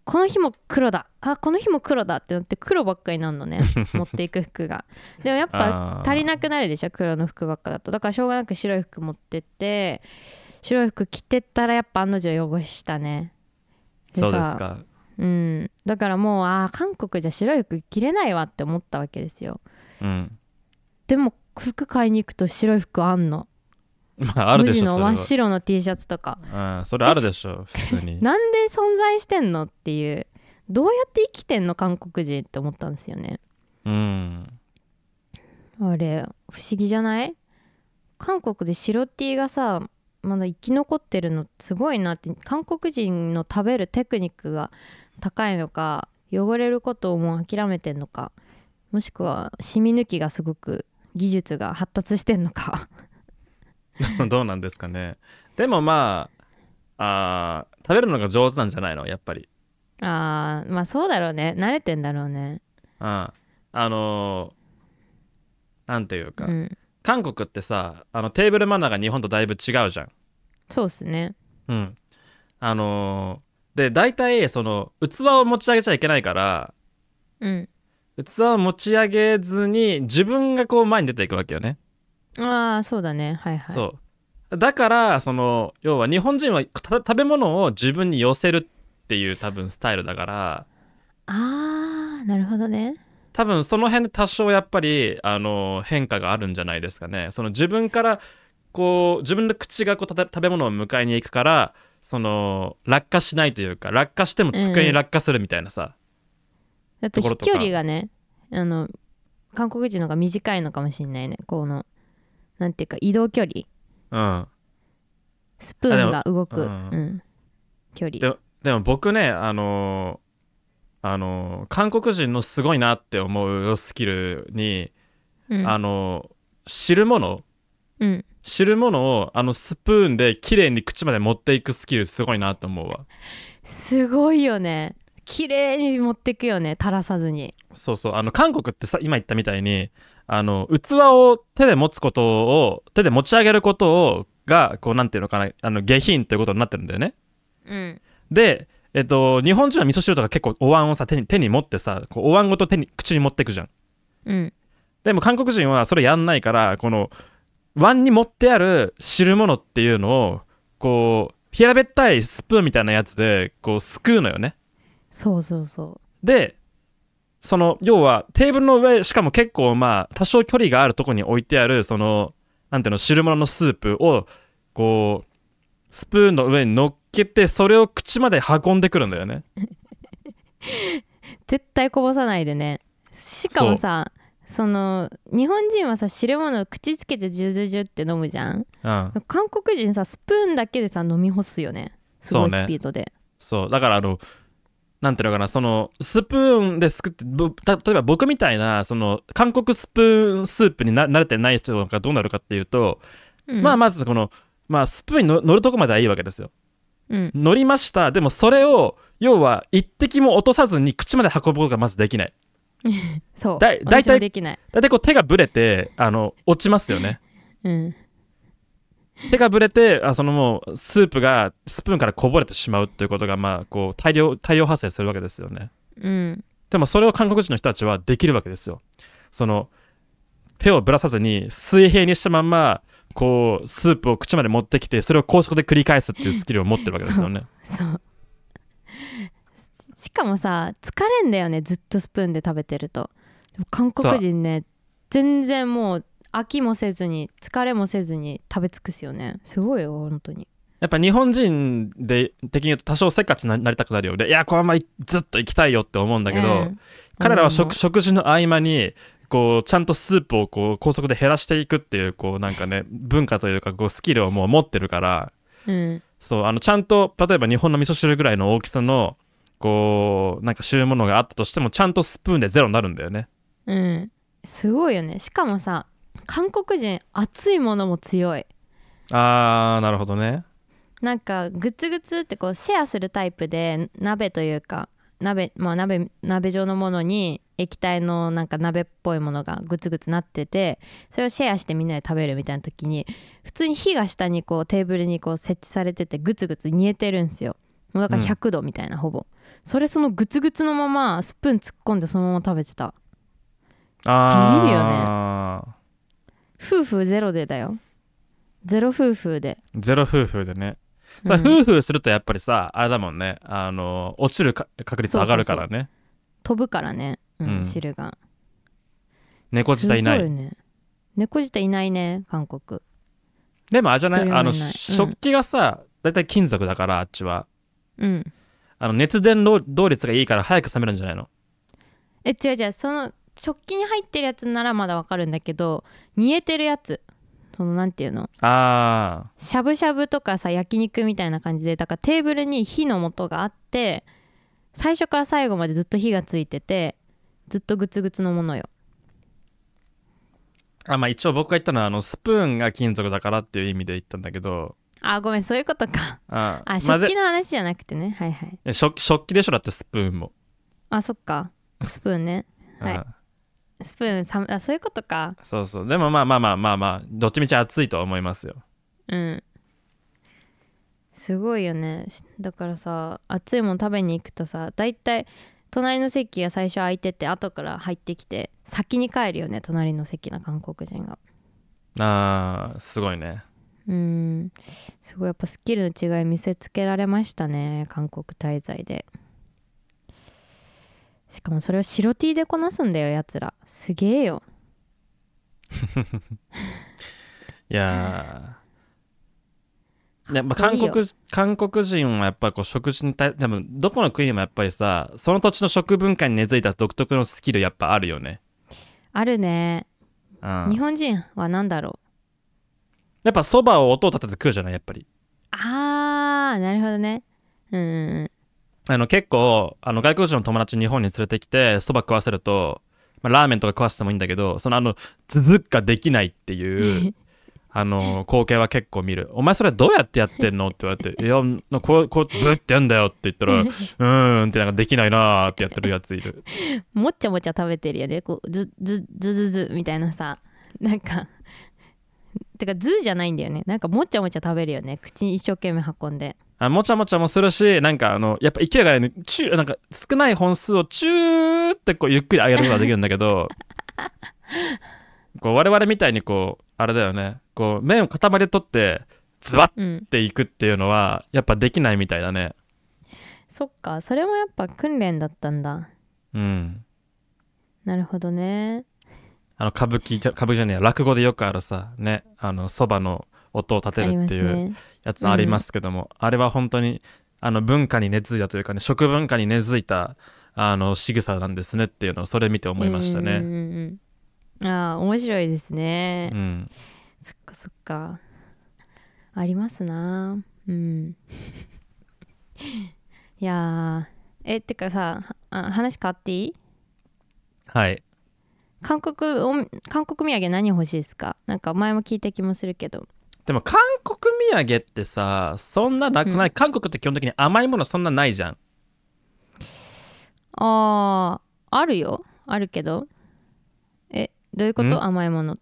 この日も黒だあこの日も黒だってなって黒ばっかになる のね持っていく服がでもやっぱあー足りなくなるでしょ黒の服ばっかだとだからしょうがなく白い服持ってって白い服着てったらやっぱ案の定汚したねそうですさかうん、だからもうああ韓国じゃ白い服着れないわって思ったわけですようん でも服買いに行くと白い服あんのまあある無でし地ょそのれ真はっ白の T シャツとかうん、それあるでしょ普通になんで存在してんのっていうどうやって生きてんの韓国人って思ったんですよねうん あれ不思議じゃない韓国で白 T がさまだ生き残ってるのすごいなって韓国人の食べるテクニックが高いのか汚れることをもう諦めてんのかもしくは染み抜きがすごく技術が発達してんのか どうなんですかねでもまああー食べるのが上手なんじゃないのやっぱりあーまあそうだろうね慣れてんだろうねうんあのーなんていううか、ん韓国ってさあのテーブルマナーが日本とだいぶ違うじゃんそうっすねうん、あのーで大体その器を持ち上げちゃいけないからうん器を持ち上げずに自分がこう前に出ていくわけよね、ああそうだねはいはいそうだからその要は日本人はた食べ物を自分に寄せるっていう多分スタイルだからああなるほどね多分その辺で多少やっぱり、あのー変化があるんじゃないですかねその自分からこう自分の口がこうた食べ物を迎えに行くからその落下しないというか落下しても机に落下するみたいなさ、だってところ飛と距か離がねあの韓国人の方が短いのかもしれないねこのなんていうか移動距離うん、スプーンが動く、ううんん距離ででも僕ねあのーあのー韓国人のすごいなって思うスキルに、うんあのー汁物うん、汁物をあのスプーンで綺麗に口まで持っていくスキルすごいなと思うわすごいよね綺麗に持ってくよね垂らさずにそうそうあの韓国ってさ今言ったみたいにあの器を手で持つことを手で持ち上げることをがこうなんていうのかなあの下品ということになってるんだよねうんでえっと日本人は味噌汁とか結構お椀をさ手に手に持ってさこうお椀ごと手に口に持っていくじゃんうんでも韓国人はそれやんないからこの碗に持ってある汁物っていうのをこう平べったいスプーンみたいなやつでこうすくうのよねそうそうそでその要はテーブルの上しかも結構まあ多少距離があるとこに置いてあるそのなんていうの汁物のスープをこうスプーンの上に乗っけてそれを口まで運んでくるんだよねう絶対こぼさないでねしかもさその日本人はさ汁物を口つけてジュジュジュって飲むじゃんうん韓国人さスプーンだけでさ飲み干すよねすごいそスうねピードで、そうだからあのなんていうのかなそのスプーンですくってぶた例えば僕みたいなその韓国スプーンスープにな慣れてない人がどうなるかっていうと、うんまあまずこの、まあ、スプーンにの乗るとこまではいいわけですようん乗りましたでもそれを要は一滴も落とさずに口まで運ぶことがまずできないそうだい私も大体できないだいたいこう手がぶれてあの落ちますよねうん手がぶれてあそのもうスープがスプーンからこぼれてしまうということがまあこう大量大量発生するわけですよねうんでもそれを韓国人の人たちはできるわけですよ。その手をぶらさずに水平にしたまんまこうスープを口まで持ってきてそれを高速で繰り返すっていうスキルを持ってるわけですよね。そう しかもさ疲れんだよねずっとスプーンで食べてるとでも韓国人ね全然もう飽きもせずに疲れもせずに食べ尽くすよねすごいよ本当にやっぱ日本人で的に言うと多少せっかちにななりたくなるようでいやこのままずっと行きたいよって思うんだけど、うん彼らは食うん食事の合間にこうちゃんとスープをこう高速で減らしていくっていうこうなんかね文化というかこうスキルをもう持ってるからうんそうあのちゃんと例えば日本の味噌汁ぐらいの大きさのこうなんか汁物があったとしてもちゃんとスプーンでゼロになるんだよねうんすごいよねしかもさ韓国人熱いものも強いあーなるほどねなんかグツグツってこうシェアするタイプで鍋というか鍋まあ鍋鍋状のものに液体のなんか鍋っぽいものがグツグツなっててそれをシェアしてみんなで食べるみたいな時に普通に火が下にこうテーブルにこう設置されててグツグツ煮えてるんですよもうだからうん100度みたいな、ほぼそれそのグツグツのままスプーン突っ込んでそのまま食べてたあービビるよ夫婦ゼロでだよゼロ夫婦で、ゼロ夫婦でねうさ ん夫婦するとやっぱりさあれだもんねあの落ちるか確率上がるからね飛ぶからね、うんうん汁が猫自体いなすいごね、猫自体いないね韓国でもあれじゃな一い人もあのいない食器がさ大体金属だからあっちはうんあの熱伝導動率がいいから早く冷めるんじゃないのえ違う違うその食器に入ってるやつならまだわかるんだけど煮えてるやつそのなんていうのあしゃぶしゃぶとかさ焼肉みたいな感じでだからテーブルに火の元があって最初から最後までずっと火がついててずっとグツグツのものよーあまあ一応僕が言ったのはあのスプーンが金属だからっていう意味で言ったんだけどあごめんそういうことかああまあ食で器の話じゃなくてねはいはいえ食食器でしょだってスプーンも、あそっかスプーンねはいうんスプーンさあそういうことかそうそうでもまあまあまあまあまあどっちみち暑いとは思いますようんすごいよねしだからさ熱いもの食べに行くとさだいたい隣の席が最初空いてて後から入ってきて先に帰るよね隣の席の韓国人があーすごいねうんすごいやっぱスキルの違い見せつけられましたね韓国滞在でしかもそれを白 T でこなすんだよやつらすげえよいや ーやっぱかっ韓こいいよ国韓国人はやっぱこう食事に対多分どこの国でもやっぱりさその土地の食文化に根付いた独特のスキルやっぱあるよね、あるねうん、日本人は何だろうやっぱそばを音を立てて食うじゃないやっぱりあーなるほどねうんうんうんあの結構あの外国人の友達日本に連れてきてそば食わせると、まあ、ラーメンとか食わせてもいいんだけどそのあの続くかできないっていうあの光景は結構見る「お前それどうやってやってんの?」って言われて「いやこうこうブってやんだよ」って言ったら「うーん」ってなんかできないなーってやってるやついるもっちゃもちゃ食べてるよねこうズズズズズみたいなさなんかてかズじゃないんだよねなんかもっちゃもちゃ食べるよね口に一生懸命運んであもちゃもちゃもするしなんかあのやっぱ勢いがねチューなんか少ない本数をチューってこうゆっくり上げることができるんだけどこう我々みたいにこうあれだよねこう麺を塊で取ってズバッうんていくっていうのはやっぱできないみたいだねそっかそれもやっぱ訓練だったんだうんなるほどねあの歌舞伎じゃ歌舞伎じゃねえや落語でよくあるさねあのそばの音を立あてりるっまてすいうねやつありますけども、あれは本当にあの文化に根付いたというかね食文化に根付いたあの仕草なんですねっていうのをそれ見て思いましたうんね。うんうんああ面白いですねう、ん、そっかそっかありますなうん いやーえてかさあ話変わっていいはい韓国お韓国土産何欲しいですかなんか前も聞いた気もするけどでも韓国土産ってさそんななくない、韓国って基本的に甘いものそんなないじゃんあーあるよあるけどえどういうこんと甘いものい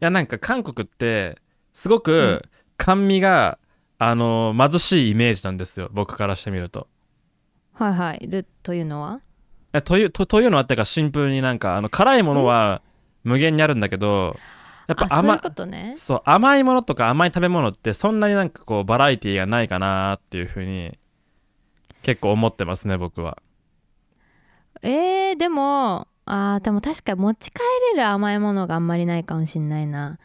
やなんか韓国ってすごうく甘味が、あの貧しいイメージなんですよ僕からしてみると。はいはいでというのはえというとというのはってかシンプルになんかあの辛いものは無限にあるんだけどやっぱあそうい甘うことねそう甘いものとか甘い食べ物ってそんなになんかこうバラエティーがないかなっていうふうに結構思ってますね僕はえー、でもあーでも確かに持ち帰れる甘いものがあんまりないかもしんないな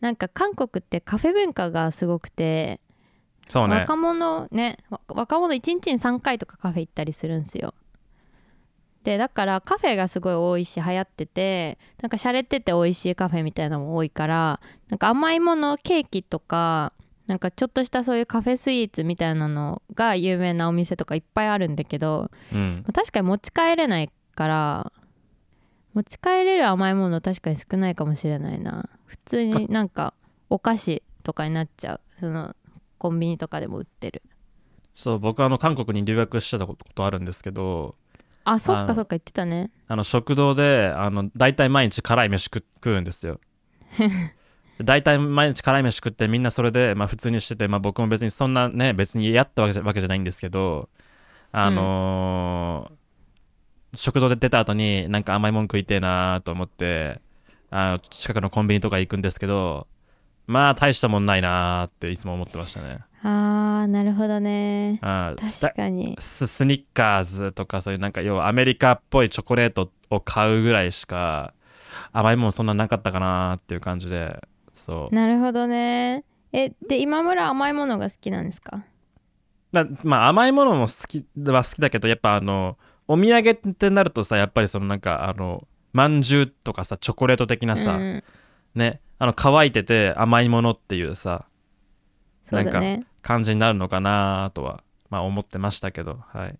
なんか韓国ってカフェ文化がすごくて、そうね若者ねわ若者1日に3回とかカフェ行ったりするんすよでだからカフェがすごい多いし流行っててなんか洒落てて美味しいカフェみたいなのも多いからなんか甘いものケーキとかなんかちょっとしたそういうカフェスイーツみたいなのが有名なお店とかいっぱいあるんだけどうんまあ確かに持ち帰れないから持ち帰れる甘いもの確かに少ないかもしれないな普通になんかお菓子とかになっちゃうそのコンビニとかでも売ってるそう僕はあの韓国に留学してたことあるんですけどあそっあかのそっか言ってたねあの食堂であの大体毎日辛い飯食食うんですよ で大体毎日辛い飯食ってみんなそれで、まあ、普通にしてて、まあ、僕も別にそんなね別にやったわけじゃわけじゃないんですけどあのー食堂で出た後になんか甘いもん食いてえなと思ってあの近くのコンビニとか行くんですけどまあ大したもんないなっていつも思ってましたねあーなるほどねあーだ確かにススニッカーズとかそういうなんか要はアメリカっぽいチョコレートを買うぐらいしか甘いもんそんななかったかなっていう感じでそうなるほどねえで今村甘いものが好きなんですかなまあ甘いものも好きは好きだけどやっぱあのお土産ってなるとさやっぱりそのなんかあのまんじゅうとかさチョコレート的なさ、うん、ねあの乾いてて甘いものっていうさそうだね感じになるのかなとは、まあ、思ってましたけど、はい、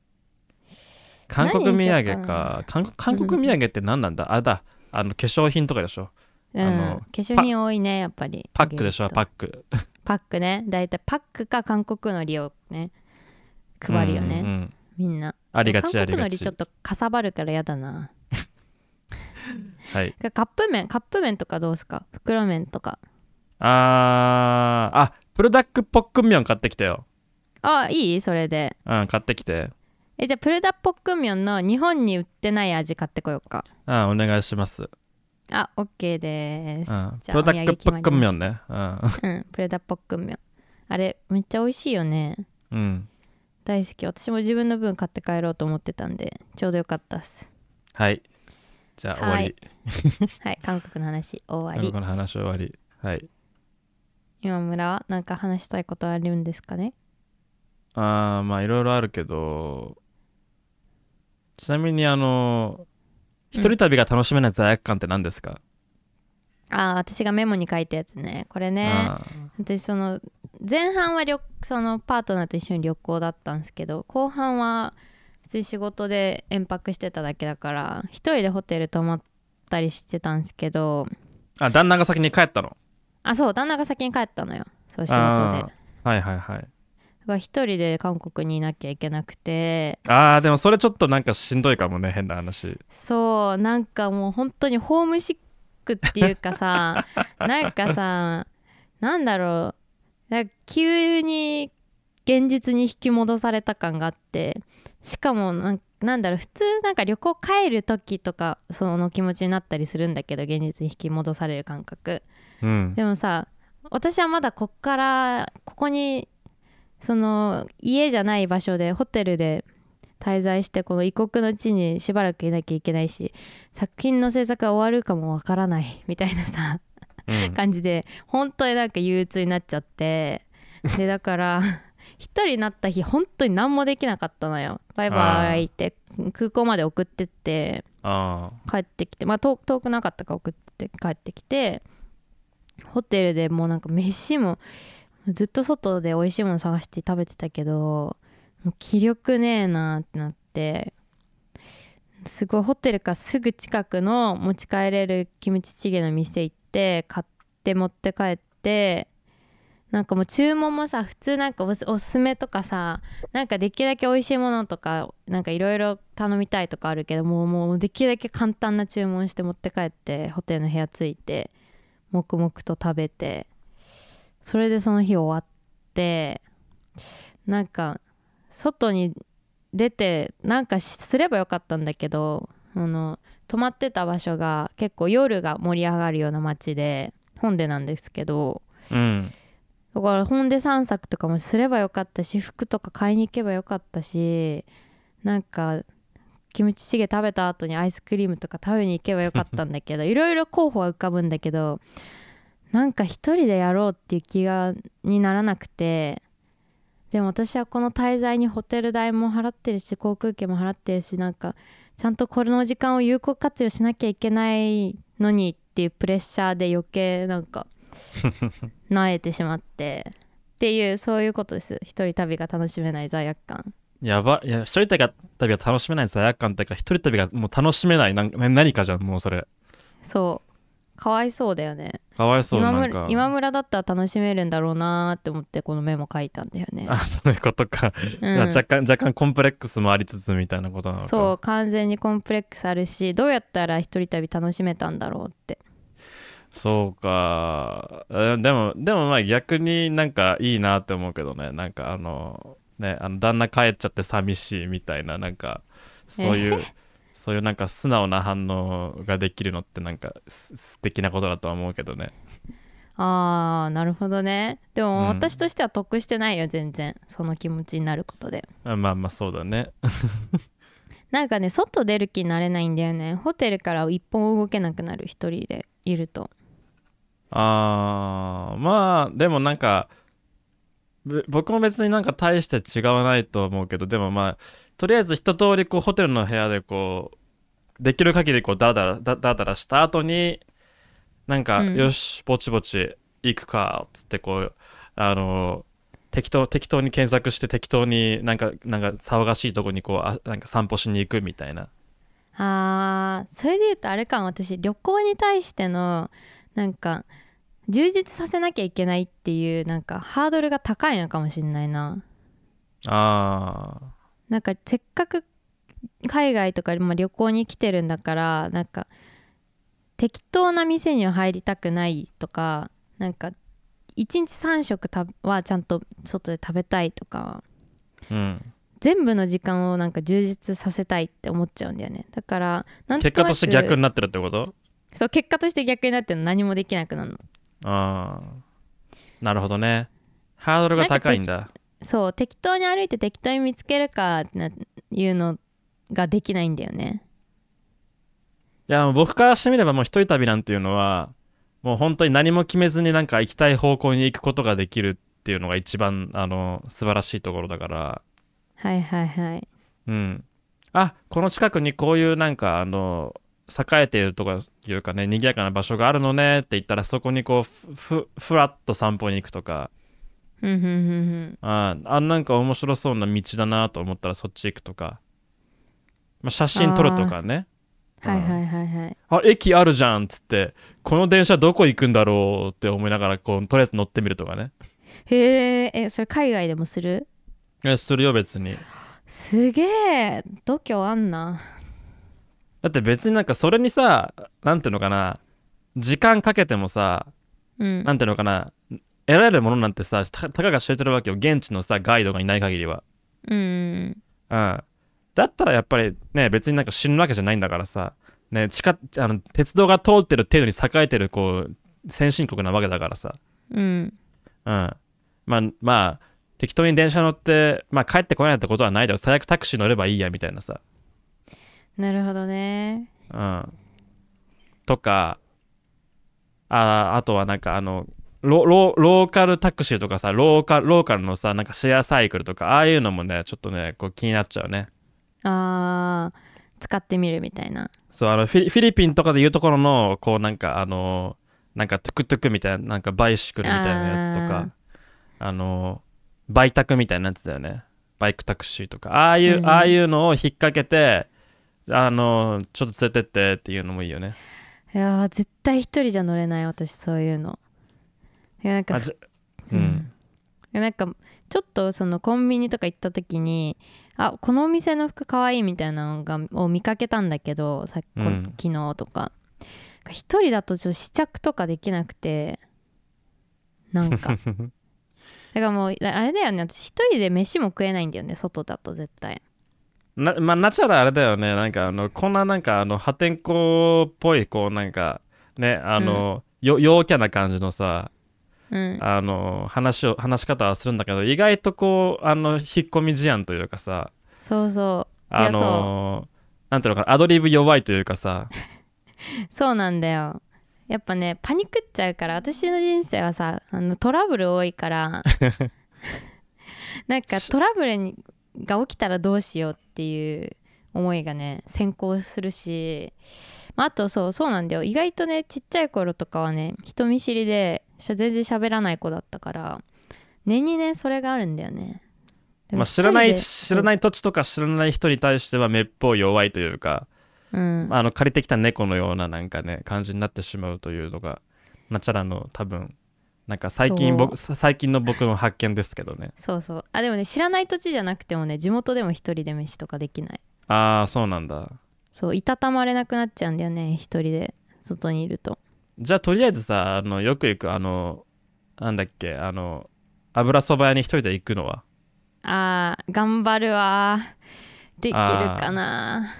韓国何土産にしようかか韓国韓国土産って何なんだ、あれだあの化粧品とかでしょうん、あの化粧品多いねやっぱりパックでしょパパッッククね大体パックか韓国のりをね配るよね、うんうんうんみんなありがちあ韓り国のがりちちょっとかさばるからやだなはい カップ麺カップ麺とかどうすか袋麺とかあーあプルダックポックンミョン買ってきてよあいいそれでうん買ってきてえじゃあプルダッポックンミョンの日本に売ってない味買ってこようかうんお願いします、うん、あオッケーです、プルダックポックンミョンねうん、プレダポックンミョンあれめっちゃ美味しいよねうん、うん、大好き私も自分の分買って帰ろうと思ってたんでちょうどよかったっすはいじゃあ終わり、はいはい韓国の話終わ韓り国の話終わりはい今村はなんか話したいことあるんですかねああまあいろいろあるけどちなみにあのう一ん人旅が楽しめない罪悪感って何ですか、ああ私がメモに書いたやつねこれねあー私その前半は旅そのパートナーと一緒に旅行だったんですけど後半は普通に仕事で遠泊してただけだから一人でホテル泊まったりしてたんですけどあ旦那が先に帰ったのあそう旦那が先に帰ったのよそう仕事であーはいはいはいが一人で韓国にいなきゃいけなくてあーでもそれちょっとなんかしんどいかもね変な話そうなんかもう本当にホームシックっていうかさなんかさなんだろうなんか急に現実に引き戻された感があってしかもなんなんだろう普通なんか旅行帰る時とかその気持ちになったりするんだけど現実に引き戻される感覚うんでもさ私はまだこっからここにその家じゃない場所でホテルで滞在してこの異国の地にしばらくいなきゃいけないし作品の制作が終わるかもわからないみた いなさうん感じで本当になんか憂鬱になっちゃってでだから一人になった日本当に何もできなかったのよバイバイって空港まで送ってってあ帰ってきてまあ遠遠くなかったから送って帰ってきてホテルでもうなんか飯もずっと外で美味しいもの探して食べてたけどもう気力ねえなってなってすごいホテルからすぐ近くの持ち帰れるキムチチゲの店行って買って持って帰ってなんかもう注文もさ普通なんかおすおすすめとかさなんかできるだけ美味しいものとかなんかいろいろ頼みたいとかあるけどもうもうできるだけ簡単な注文して持って帰ってホテルの部屋着いて黙々と食べてそれでその日終わってなんか外に出てなんかしすればよかったんだけどあの泊まってた場所が結構夜が盛り上がるような街で本でなんですけどーうんだから本で散策とかもすればよかったし服とか買いに行けばよかったしなんかキムチチゲ食べた後にアイスクリームとか食べに行けばよかったんだけどいろいろ候補は浮かぶんだけどなんか一人でやろうっていう気がにならなくてでも私はこの滞在にホテル代も払ってるし航空券も払ってるしなんかちゃんとこの時間を有効活用しなきゃいけないのにっていうプレッシャーで余計なんか萎えてしまってっていうそういうことです一人旅が楽しめない罪悪感やばいや一人旅が旅が楽しめない罪悪感っていうか一人旅がもう楽しめないなんな何かじゃんもうそれそうかわいそうだよねかわいそう今な村んか今村だったら楽しめるんだろうなーって思ってこのメモ書いたんだよね あ、そういうことか、うん若干若干コンプレックスもありつつみたいなことなのかそう完全にコンプレックスあるしどうやったら一人旅楽しめたんだろうってそうかえでもでもまあ逆になんかいいなって思うけどねなんかあのねあの旦那帰っちゃって寂しいみたいななんかそういうそういうなんか素直な反応ができるのってなんかす素敵なことだとは思うけどねあーなるほどねでうんも私としては得してないよ全然その気持ちになることであまあまあそうだねなんかね外出る気になれないんだよねホテルから一歩も動けなくなる一人でいるとあーまあでもなんかぶ僕も別になんか大して違わないと思うけどでもまあとりあえず一通りこうホテルの部屋でこうできる限りこうダラダラダダラダラした後になんか、うんよしぼちぼち行くかっつってこうあの適当適当に検索して適当になんかなんか騒がしいとこにこうあなんか散歩しに行くみたいなあーそれで言うとあれかも私旅行に対してのなんか充実させなきゃいけないっていうなんかハードルが高いのかもしんないなあーなんかせっかく海外とか、まあ、旅行に来てるんだからなんか適当な店には入りたくないとかなんか1日3食たはちゃんと外で食べたいとかうん全部の時間をなんか充実させたいって思っちゃうんだよねだからなん結なく果として逆になってるってことそう結果として逆になってるの何もできなくなるのああなるほどねハードルが高いんだそう適当に歩いて適当に見つけるかってないうのができないんだよねいやもう僕からしてみればもう一人旅なんていうのはもう本当に何も決めずになんか行きたい方向に行くことができるっていうのが一番あの素晴らしいところだからはいはいはいうんあこの近くにこういうなんかあの栄えているとかいうかね賑やかな場所があるのねって言ったらそこにこうふふふらっと散歩に行くとかうんうんうんうんあーあなんか面白そうな道だなと思ったらそっち行くとか、まあ、写真撮るとかねはいはいはいはいあ駅あるじゃんっつってこの電車どこ行くんだろうって思いながらこうとりあえず乗ってみるとかねへーえそれ海外でもするえするよ別にすげえ度胸あんなだって別になんかそれにさなんていうのかな時間かけてもさうんなんていうのかな得られるものなんてさたたかが知れてるわけよ現地のさガイドがいない限りはうんうん、だったらやっぱりね別になんか死ぬわけじゃないんだからさ、ね、地下あの鉄道が通ってる程度に栄えてるこう先進国なわけだからさ、うんうん、まあまあ適当に電車乗って、まあ、帰ってこないってことはないだろ最悪タクシー乗ればいいやみたいなさ、なるほどねうん、とかああとはなんかあのロロローカルタクシーとかさローカローカルのさなんかシェアサイクルとかああいうのもねちょっとねこう気になっちゃうねあー使ってみるみたいなそうあのフィリフィリピンとかでいうところのこうなんかあのなんかトゥクトゥクみたいななんかバイシクルみたいなやつとかあのバイタクみたいなやつだよねバイクタクシーとかああいう、うんああいうのを引っ掛けてあのちょっと連れてってっていうのもいいよねいやー絶対一人じゃ乗れない私そういうのいやなんかあじゃうんいやなんかちょっとそのコンビニとか行った時にあこのお店の服かわいいみたいなのがを見かけたんだけどさっき、うん昨日とか一人だとちょっと試着とかできなくてな んかだからもうだあれだよね私一人で飯も食えないんだよね外だと絶対なまあナチュラルあれだよねなんかあのこんななんかあの破天荒っぽいこうなんかねあの、よ陽キャな感じのさうんあの話を話し方はするんだけど意外とこうあの引っ込み思案というかさそうそいやあのなんていうのかなアドリブ弱いというかさうそうなんだよやっぱねパ ニクっちゃうから私の人生はさあのトラブル多いからなんかトラブルにが起きたらどうしようっていう思いがね先行するし、まあ、あとそうそうなんだよ意外とねちっちゃい頃とかはね人見知りでしゃ全然喋らない子だったから年にねそれがあるんだよね。でもまあ、知らない一人で知らない土地とか知らない人に対しては滅法弱いというか、うんまあ、あの借りてきた猫のようななんかね感じになってしまうというのがナチャラの多分なんか最近僕最近の僕の発見ですけどねそうそうあでもね知らない土地じゃなくてもね地元でも一人で飯とかできないああそうなんだそういたたまれなくなっちゃうんだよね一人で外にいるとじゃあとりあえずさあのよく行くあのなんだっけあの油そば屋に一人で行くのはあー頑張るわーできるかな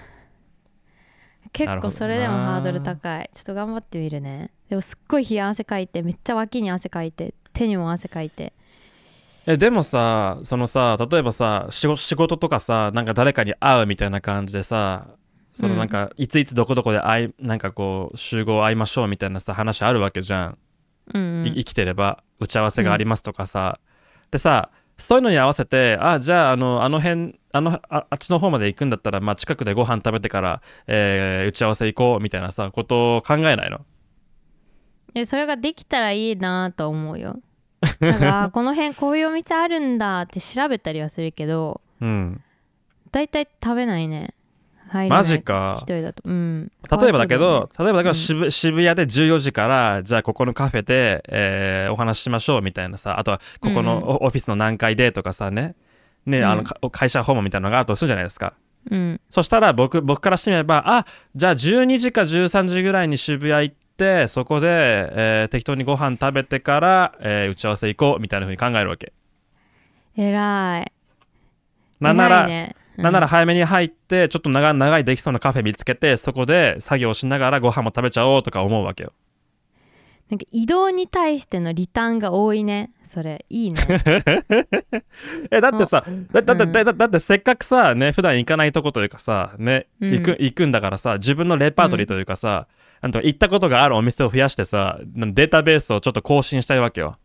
結なるほど構なそれでもハードル高いちょっと頑張ってみるねでもすっごい冷や汗かいてめっちゃ脇に汗かいて手にも汗かいてえでもさそのさ例えばさ仕事仕事とかさなんか誰かに会うみたいな感じでさそのうんなんか、いついつどこどこで会いなんかこう集合会いましょうみたいなさ話あるわけじゃん、うんういん生きてれば打ち合わせがありますとかさ、でさそういうのに合わせてあじゃああのあの辺あのああっちの方まで行くんだったら、まあ、近くでご飯食べてから、えー打ち合わせ行こうみたいなさことを考えないのでそれができたらいいなとは思 うよなんかあーこの辺こういうお店あるんだって調べたりはするけどうん大体食べないね入れないマジか一人だとうん例えばだけど、例えばだかうらん渋,、渋谷で14時からじゃあここのカフェで、えーお話ししましょうみたいなさあとはここうんのオオフィスの何階でとかさねねあうのんか会社訪問みたいなのがあるとするじゃないですかうんそしたら僕僕からしてみればあじゃあ12時か13時ぐらいに渋谷行ってそこで、えー適当にご飯食べてから、えー打ち合わせ行こうみたいな風に考えるわけえらいなんな偉ら、いねうんなんなら早めに入ってちょっと長長いできそうなカフェ見つけてそこで作業しながらご飯も食べちゃおうとか思うわけよなんか移動に対してのリターンが多いねそれいいね えだってさだだってうんだだだってせっかくさね普段行かないとこというかさねうん行く,、行くんだからさ自分のレパートリーというかさ、なんと行ったことがあるお店を増やしてさなんデータベースをちょっと更新したいわけよ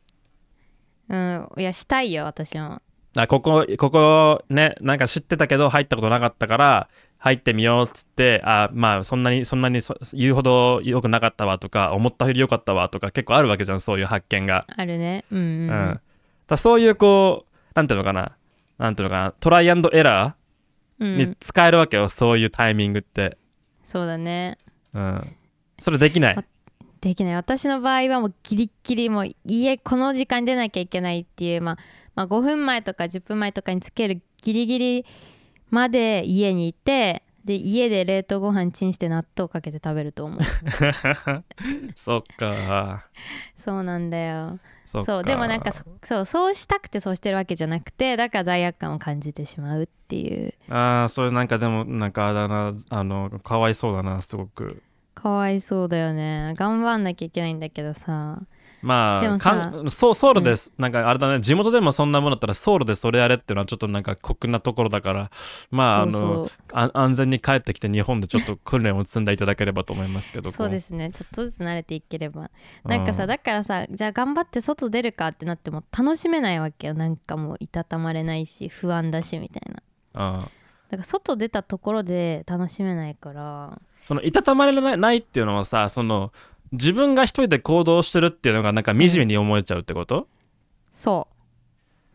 うんいやしたいよ私もあここここねなんか知ってたけど入ったことなかったから入ってみようっつってあまあそんなにそんなにそ言うほど良くなかったわとか思ったより良かったわとか結構あるわけじゃんそういう発見があるねうんうん、うん、だからそういうこうなんていうのかななんていうのかなトライアンドエラーうんに使えるわけよ、そういうタイミングって、そうだねうん、それできないあできない私の場合はもうギリッギリもう家この時間に出なきゃいけないっていう、まあ、まあ5分前とか10分前とかにつけるギリギリまで家にいてで家で冷凍ご飯チンして納豆かけて食べる と思う そっかそうなんだよそっかそうでもなんかそそうそうしたくてそうしてるわけじゃなくてだから罪悪感を感じてしまうっていうああそれなんかでもなんかあだなあのかわいそうだなすごくかわいそうだよね頑張んなきゃいけないんだけどさまであもさかんそうソウルです、なんかあれだね地元でもそんなもんだったらソウルでそれやれっていうのはちょっとなんか酷なところだからまああそうのそうあ安全に帰ってきて日本でちょっと訓練を積んでいただければと思いますけどそうですすねちょっとずつ慣れていければなんかさ、うんだからさじゃあ頑張って外出るかってなっても楽しめないわけよなんかもういたたまれないし不安だしみたいなうんだから外出たところで楽しめないからそのいたたまれないないっていうのはさその自分が一人で行動してるっていうのがなんか惨めに思えちゃうってこと、そ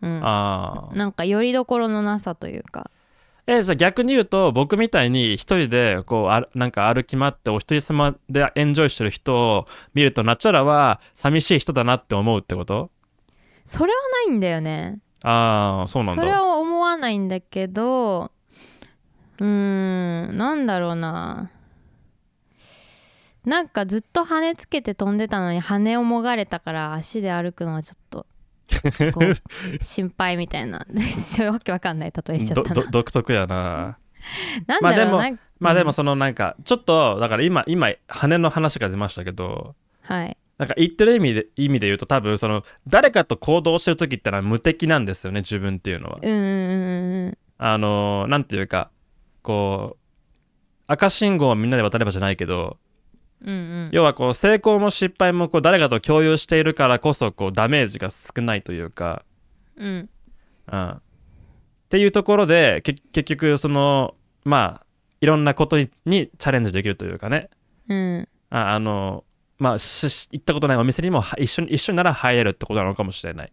ううんああなんかよりどころのなさというかえじゃあ逆に言うと僕みたいに一人でこうあなんか歩き回ってお一人様でエンジョイしてる人を見るとナチャラは寂しい人だなって思うってことそれはないんだよねああそうなんそれだは思わないんだけどうーんなんだろうななんかずっと羽つけて飛んでたのに羽をもがれたから足で歩くのはちょっとこ う心配みたいな わけわかんない例えしちゃどったどな独特やななんだろうな、まあでまあでもそのなんかちょっとだから今今羽の話が出ましたけどはいなんか言ってる意味で意味で言うと多分その誰かと行動してる時ってのは無敵なんですよね自分っていうのは。うんうんうんあのーなんていうかこう赤信号をみんなで渡ればじゃないけどうんうんうん要はこう成功も失敗もこう誰かと共有しているからこそこうダメージが少ないというかうんうん、っていうところでけ結局そのまあいろんなことににチャレンジできるというかねうんああのまあしし行ったことないお店にもは一緒に一緒になら入れるってことなのかもしれない、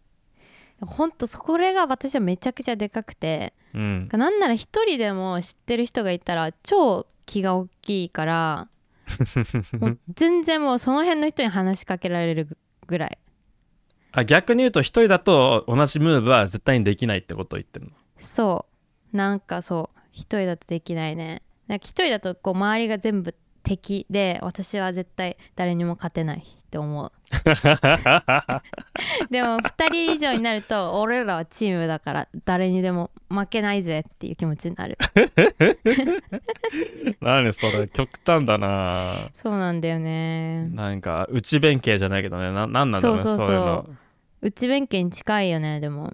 ほんとそこれが私はめちゃくちゃでかくてうん、なんなら一人でも知ってる人がいたら超気が大きいからもう全然もうその辺の人に話しかけられるぐらいあ逆に言うと一人だと同じムーブは絶対にできないってことを言ってるのそうなんかそう一人だとできないねなんか一人だとこう周りが全部敵で私は絶対誰にも勝てないって思うでも2人以上になると俺らはチームだから誰にでも負けないぜっていう気持ちになる何それ極端だなそうなんだよねなんか内弁慶じゃないけどねななんなんだろうねそそううそうそういうの内弁慶に近いよねでも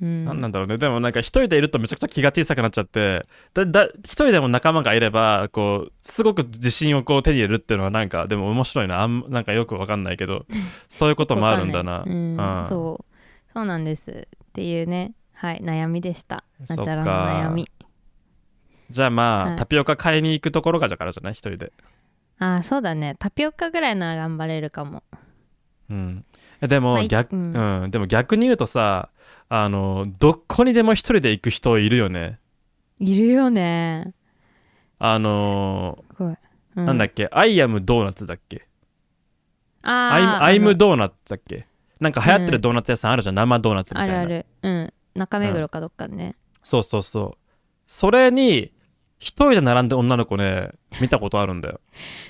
うんなんなんだろうねでもなんか一人でいるとめちゃくちゃ気が小さくなっちゃってだだ一人でも仲間がいればこうすごく自信をこう手に入れるっていうのはなんかでも面白いなあんなんかよくわかんないけどそういうこともあるんだなわかんないうんうんそうそうなんですっていうねはい悩みでしたそなっかちゃらの悩みじゃあまあ、はいタピオカ買いに行くところがだからじゃない一人で、ああそうだねタピオカぐらいなら頑張れるかもうん、えでも、まあい逆、ううんんでも逆に言うとさあのどこにでも一人で行く人いるよねいるよねあのすごい、うなんだっっけアイアムドーナツだっけけアイムあアイムドドーナツだっけなんか流行ってうるんドーナツ屋さんあるじゃん、生ドーナツみたあいるなあるうん中目黒かどっかね、そうそうそうそれに一人で並んで女の子ね見たことあるんだよ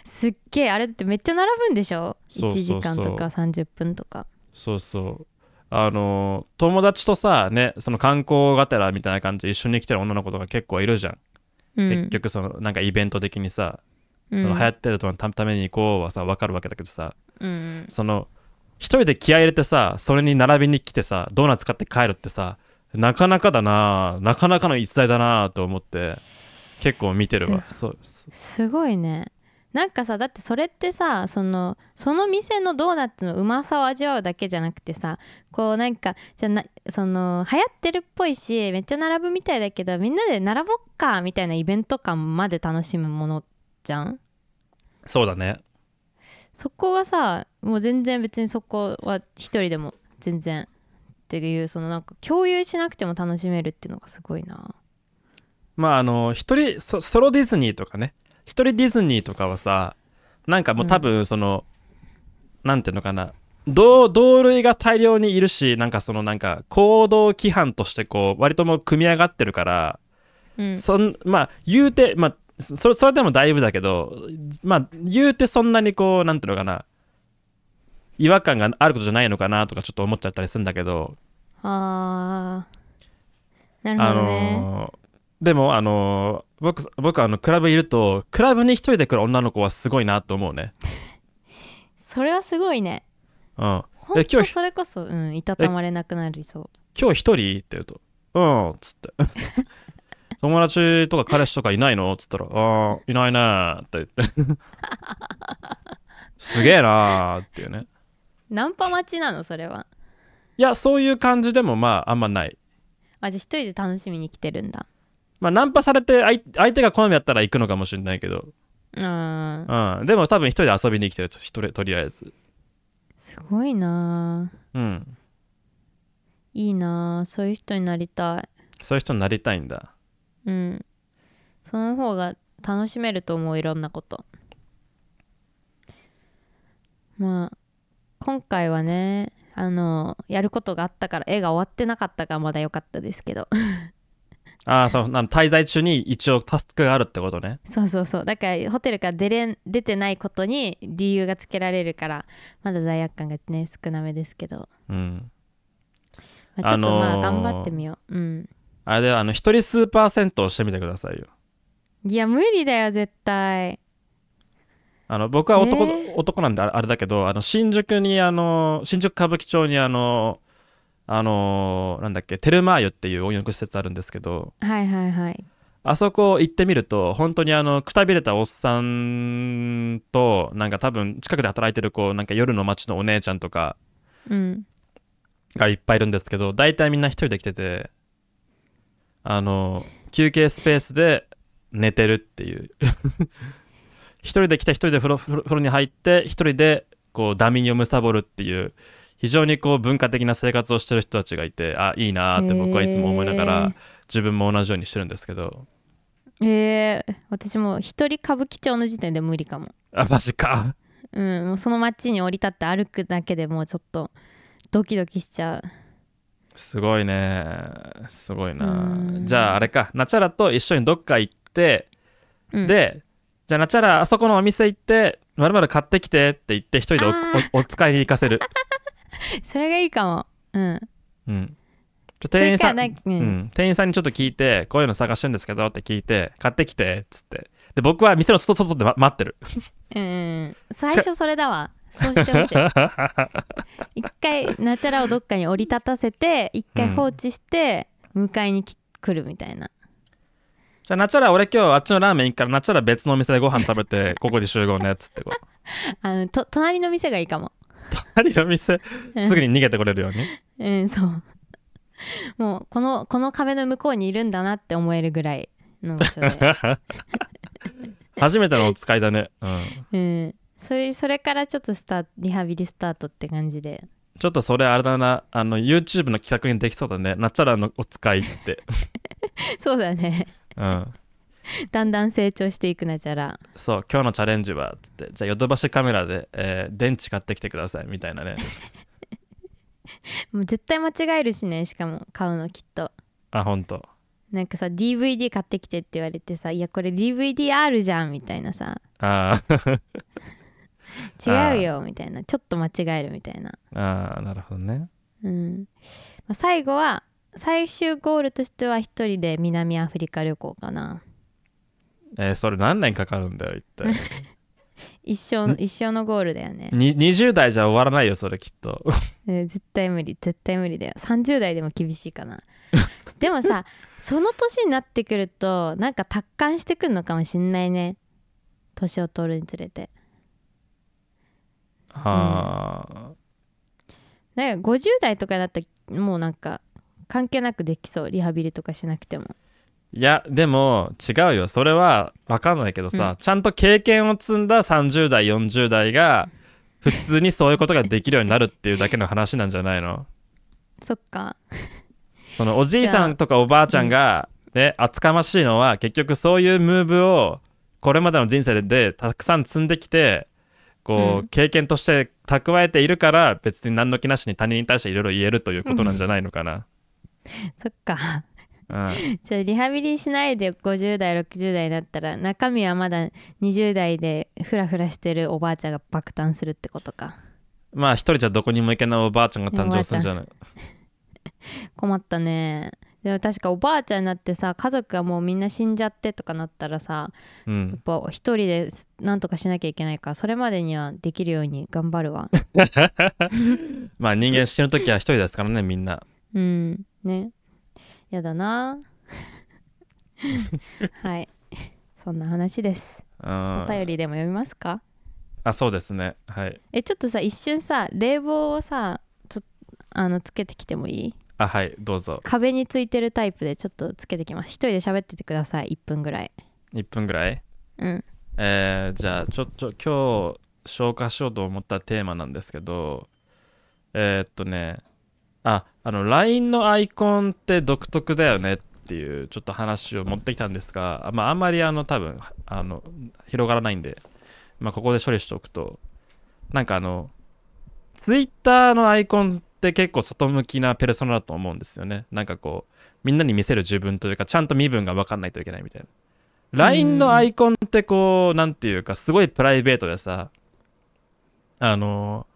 すっげえあれだってめっちゃ並ぶんでしょそうそうそう1時間とか30分とかそうそうあの友達とさねその観光がてらみたいな感じで一緒に来てる女の子とか結構いるじゃん、うん結局そのなんかイベント的にさ、うんその流行ってるのために行こうはさ分かるわけだけどさうんその一人で気合い入れてさそれに並びに来てさドーナツ買って帰るってさなかなかだななかなかの逸材だなと思って結構見てるわそうそうすごいねなんかさだってそれってさそのその店のドーナツのうまさを味わうだけじゃなくてさこうなんかじゃなその流行ってるっぽいしめっちゃ並ぶみたいだけどみんなで並ぼっかみたいなイベント感まで楽しむものじゃんそうだねそこがさもう全然別にそこは一人でも全然っていうそのなんか共有しなくても楽しめるっていうのがすごいなまああの一人ソソロディズニーとかね一人ディズニーとかはさなんかもう多分その、なんていうのかな同同類が大量にいるしなんかそのなんか行動規範としてこう割ともう組み上がってるから、うんそんまあ言うてまあそそれでもだいぶだけどまあ言うてそんなにこうなんていうのかな違和感があることじゃないのかなとかちょっと思っちゃったりするんだけどあーなるあほどね、のーでもあのー僕僕あのクラブいるとクラブに一人で来る女の子はすごいなと思うね。それはすごいねうん。本今当日それこそ、うん、いたたまれなくなりそう。今日一人って言うと、うんっつって。 友達とか彼氏とかいないのっつったら、あーいないねーって言って。 すげえなーっていうね。ナンパ待ちなのそれは。いやそういう感じでもまああんまない。あじゃあ一人で楽しみに来てるんだ。まあナンパされて相相手が好みだったら行くのかもしれないけど、うーんうん。でも多分一人で遊びに来てると一人とりあえず。すごいなあうん。いいなあそういう人になりたい。そういう人になりたいんだ。うん。その方が楽しめると思ういろんなこと。まあ今回はねあのやることがあったから絵が終わってなかったからまだ良かったですけどああ、そう、なん滞在中に一応タスクがあるってことね。そうそうそうだからホテルから出れん出てないことに理由がつけられるからまだ罪悪感がね少なめですけどうん。まあ、ちょっとまああのー頑張ってみよう、うんあれでは、あの、一人スーパー銭湯をしてみてくださいよ。いや無理だよ絶対あの、僕は男、え男なんであれあれだけど、あの、新宿に、あの、新宿歌舞伎町に、あの、あの、なんだっけ、テルマーユっていう温浴施設あるんですけど、はいはいはいあそこ行ってみると、本当にあの、くたびれたおっさんと、なんか多分、近くで働いてる子、なんか夜の街のお姉ちゃんとかうんがいっぱいいるんですけど、大体みんな一人で来てて、あの休憩スペースで寝てるっていう 一人で来て一人で風呂風呂風呂に入って一人でこうダミーを貪るっていう非常にこう文化的な生活をしてる人たちがいてあいいなーって僕はいつも思いながへーら自分も同じようにしてるんですけどえー、私もう一人歌舞伎町の時点で無理かも,、あマジかうん、もうその街に降り立って歩くだけでもうちょっとドキドキしちゃうすごいねすごいうなんじゃああれかナチャラと一緒にどっか行ってうん、でじゃあナチャラあそこのお店行ってまるまる買ってきてって言って一人でおあおお使いに行かせる、それがいいかも、うん、うん、ちょ店員さそん、れかうなんん、店員さんにちょっと聞いてこういうの探してるんですけどって聞いて買ってきてっつってで僕は店の外外で、ま待ってる うんうん、最初それだわそうしてほしい一回ナチャラをどっかに降り立たせて一回放置して迎えにき来るみたいなじゃあナチャラ俺今日あっちのラーメン行くからナチャラ別のお店でご飯食べてここで集合ねっつってこうあのと隣の店がいいかも隣の店すぐに逃げてこれるようにうんそうもうこのこの壁の向こうにいるんだなって思えるぐらいの場 所で、初めてのお使いだね、うん、うん、それそれからちょっとスタートリハビリスタートって感じでちょっとそれあれだなあの YouTube の企画にできそうだねナチャラのお使いって、 そうだねうん、だんだん成長していくナチャラそう今日のチャレンジはつってじゃあヨドバシカメラで、えー電池買ってきてくださいみたいなねもう絶対間違えるしねしかも買うのきっとあ本当なんかさ DVD 買ってきてって言われてさ「いやこれ DVDR じゃん」みたいなさあー 「違うよ」みたいなちょっと間違えるみたいな、あーなるほどねうんまあ、最後は最終ゴールとしては一人で南アフリカ旅行かなえーそれ何年かかるんだよ一体一生の一生のゴールだよね、に20代じゃ終わらないよそれきっとえー絶対無理絶対無理だよ30代でも厳しいかなでもさその年になってくるとなんか達観してくるのかもしんないね年を取るにつれてあー、なんか50代とかだったらもうなんか関係なくできそうリハビリとかしなくてもいやでも違うよそれは分かんないけどさ、ちゃんと経験を積んだ30代40代が普通にそういうことができるようになるっていうだけの話なんじゃないのそっかそのおじいさんとかおばあちゃんが、ね、厚かましいのは結局そういうムーブをこれまでの人生でたくさん積んできてこう、うん経験として蓄えているから別に何の気なしに他人に対していろいろ言えるということなんじゃないのかな。そっかうんじゃあリハビリしないで50代60代になったら中身はまだ20代でフラフラしてるおばあちゃんが爆誕するってことかまあ一人じゃどこにも行けないおばあちゃんが誕生するんじゃない困ったねでも確かおばあちゃんになってさ家族がもうみんな死んじゃってとかなったらさうやっん、ぱ一人でなんとかしなきゃいけないからそれまでにはできるように頑張 るわまあ人間死ぬ時は一人ですからねみんな。うんねや だなはいそんな話ですうおん、便りでも読みますかあそうですねはいえちょっとさ一瞬さ冷房をさちょっとあのつけてきてもいいあはいどうぞ壁についてるタイプでちょっとつけてきます一人で喋っててください1分ぐらい1分ぐらいうんえーじゃあちょちょ今日消化しようと思ったテーマなんですけどえーっとねああの LINE のアイコンって独特だよねっていうちょっと話を持ってきたんですが、あまあ、あんまりあの多分あの広がらないんで、まあ、ここで処理しておくとなんかあの Twitter のアイコンって結構外向きなペルソナだと思うんですよねなんかこうみんなに見せる自分というかちゃんと身分が分かんないといけないみたいな LINE のアイコンってこうなんていうかすごいプライベートでさあの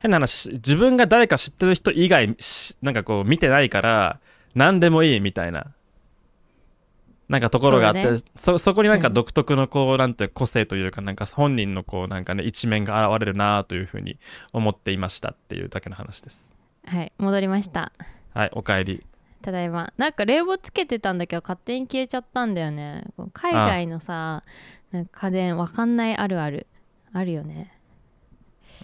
変な話自分が誰か知ってる人以外しなんかこう見てないから何でもいいみたいななんかところがあってそうそ,、だねそこになんかうん独特のこうなんて個性というかなんか本人のこうなんかね一面が現れるなというふうに思っていましたっていうだけの話ですはい戻りましたはいおかえりただいまなんか冷房つけてたんだけど勝手に消えちゃったんだよねこう海外のさなんか家電わかんないあるあるあるよね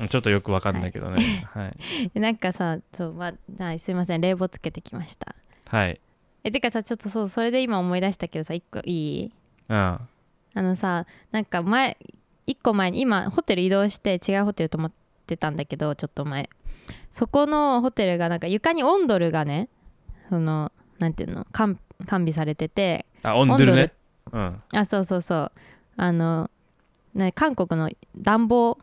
うんちょっとよくわかんないけどねはい、なんかさそう、まあ、はいすいません冷房つけてきましたはい、えてかさちょっとそうそれで今思い出したけどさ一個いいうんあのさなんか前一個前に今ホテル移動して違うホテル泊まってたんだけどちょっと前そこのホテルがなんか床にオンドルがねそのなんていうの完完備されててあオンドルねうんあそうそうそうあの、ね、韓国の暖房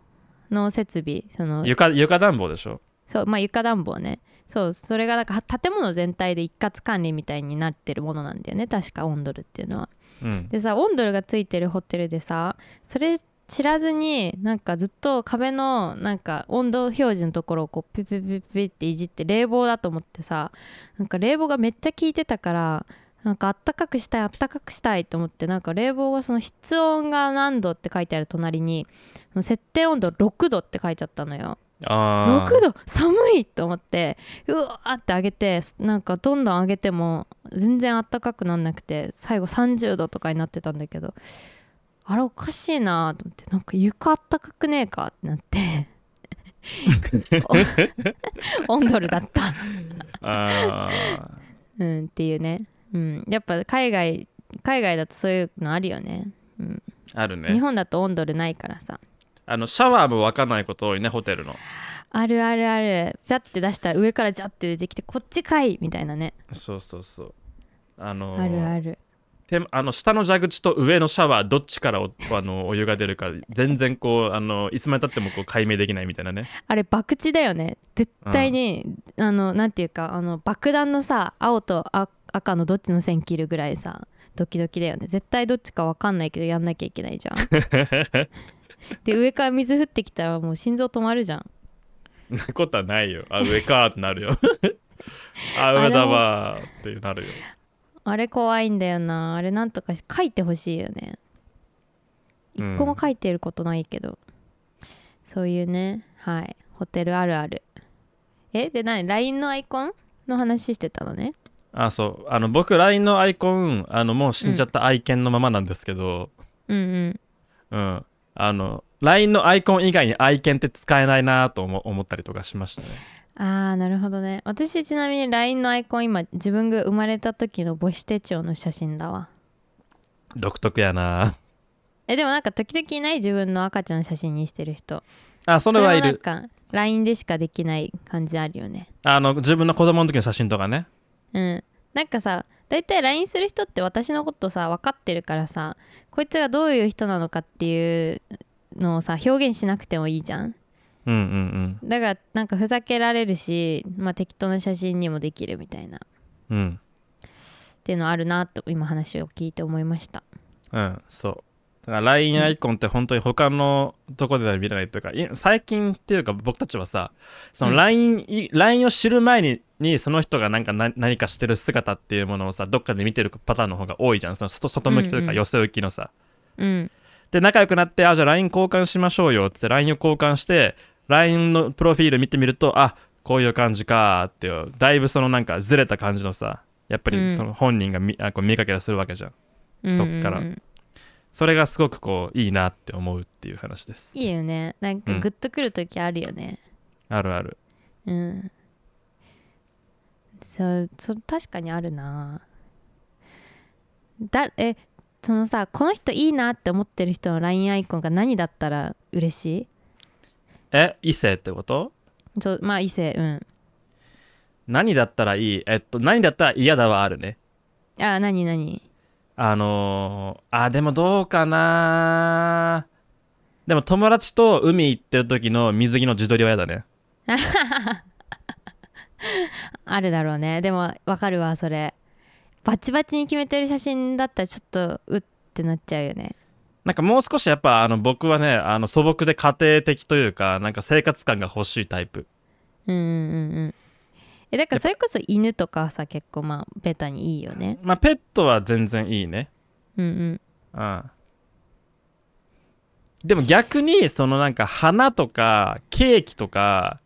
の設備その床床暖房でしょそうまあ床暖房ねそうそれがなんかは建物全体で一括管理みたいになってるものなんだよね確かオンドルっていうのはうんでさオンドルがついてるホテルでさそれ知らずになんかずっと壁のなんか温度表示のところをこうピピピピピっていじって冷房だと思ってさなんか冷房がめっちゃ効いてたからなんかあったかくしたいあったかくしたいと思ってなんか冷房がその室温が何度って書いてある隣に設定温度6度って書いてあったのよああ6度寒いと思ってうわーって上げてなんかどんどん上げても全然暖かくなんなくて最後30度とかになってたんだけどあれおかしいなと思ってなんか床あったかくねえかってなって お オンドルだった、あうん、っていうね、うん、やっぱ海外海外だとそういうのあるよねーある日ね本だとオンドルないからさあのシャワーも沸かないこと多いねホテルのあるあるあるピャって出したら上からジャッて出てきてこっちかいみたいなねそうそうそうあのーあるある手あの下の蛇口と上のシャワーどっちから おあのお湯が出るか全然こうあのいつまでたってもこう解明できないみたいなね あれ博打だよね絶対に、あのなんていうかあの爆弾のさ青とあ赤のどっちの線切るぐらいさドキドキだよね絶対どっちか分かんないけどやんなきゃいけないじゃんで上から水降ってきたらもう心臓止まるじゃんなことはないよあ上かーってなるよ あ上だわーってなるよあれ怖いんだよなあれなんとかし書いてほしいよねうんここも書いてることないけど、そういうねはいホテルあるあるえで何 LINE のアイコンの話してたのねあそうあの僕 LINE のアイコンあのもう死んじゃった愛犬のままなんですけど、うんうんうんあの LINE のアイコン以外に愛犬って使えないなと思思ったりとかしましたねあーなるほどね私ちなみに LINE のアイコン今自分が生まれた時の母子手帳の写真だわ独特やなえでもなんか時々いない自分の赤ちゃんの写真にしてる人あそれはいそれもるなんか LINE でしかできない感じあるよねあの自分の子供の時の写真とかねうんなんかさ大体 LINE する人って私のことさ分かってるからさこいつがどういう人なのかっていうのをさ表現しなくてもいいじゃんうんうんうんだからなんかふざけられるし、まあ、適当な写真にもできるみたいなっうんていうのあるなと今話を聞いて思いましたうんそうだから LINE アイコンって本当に他のとこでは見れないというか、い最近っていうか僕たちはさそのうん LINE,、い LINE を知る前ににその人がなんか何何かしてる姿っていうものをさどっかで見てるパターンの方が多いじゃんその外外向きといううんうかん寄せ向きのさ、うんで仲良くなってあじゃあ LINE 交換しましょうよっつって LINE を交換して LINE のプロフィール見てみるとあこういう感じかーっていうだいぶそのなんかずれた感じのさやっぱうんりその本人が見,、あこう見かけがするわけじゃんうんうんうんそっからそれがすごくこういいなって思うっていう話ですいいよねなんうかんグッとくる時あるよねあるあるうん、そうそ確かにあるなだえそのさこの人いいなって思ってる人の LINE アイコンが何だったら嬉しえ異性ってこといそうまあ異性う何だったらいいえっと何だったら嫌だはあるねんあ何何あのー、あでもどうかなでも友達と海行ってる時の水着の自撮りは嫌だねあるだろうねでもわかるわそれバチバチに決めてる写真だったらちょっとうってなっちゃうよねなんかもう少しやっぱあの僕はねあの素朴で家庭的というかなんか生活感が欲しいタイプうんうんうんうんえだからそれこそ犬とかはさ結構まあベタにいいよねまあペットは全然いいねうんうんうんでも逆にそのなんか花とかケーキとか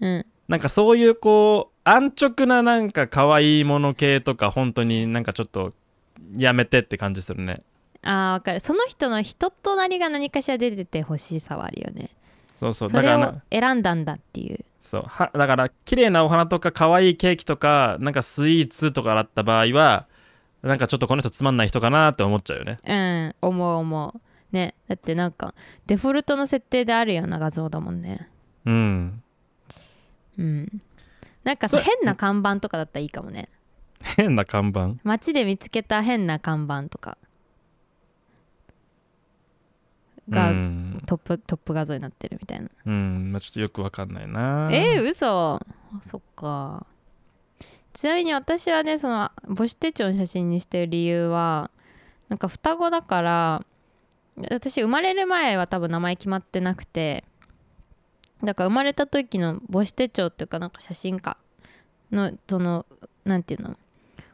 うんなんかそういうこう安直ななんか可愛いもの系とか本当になんかちょっとやめてって感じするねあーわかるその人の人となりが何かしら出ててほしさはあるよねそうそうそだかれらをな選んだんだっていうそうはだから綺麗なお花とか可愛いケーキとかなんかスイーツとかだった場合はなんかちょっとこの人つまんない人かなって思っちゃうよねうん思う思うねだってなんかデフォルトの設定であるような画像だもんねうん うんなんかそされ変な看板とかだったらいいかもね変な看板街で見つけた変な看板とかが、うん、トップトップ画像になってるみたいなうんまあ、ちょっとよくわかんないなえー、嘘あそっかちなみに私はねその母子手帳の写真にしてる理由はなんか双子だから私生まれる前は多分名前決まってなくてだから生まれた時の母子手帳っていうかなんか写真かのそのなんていうの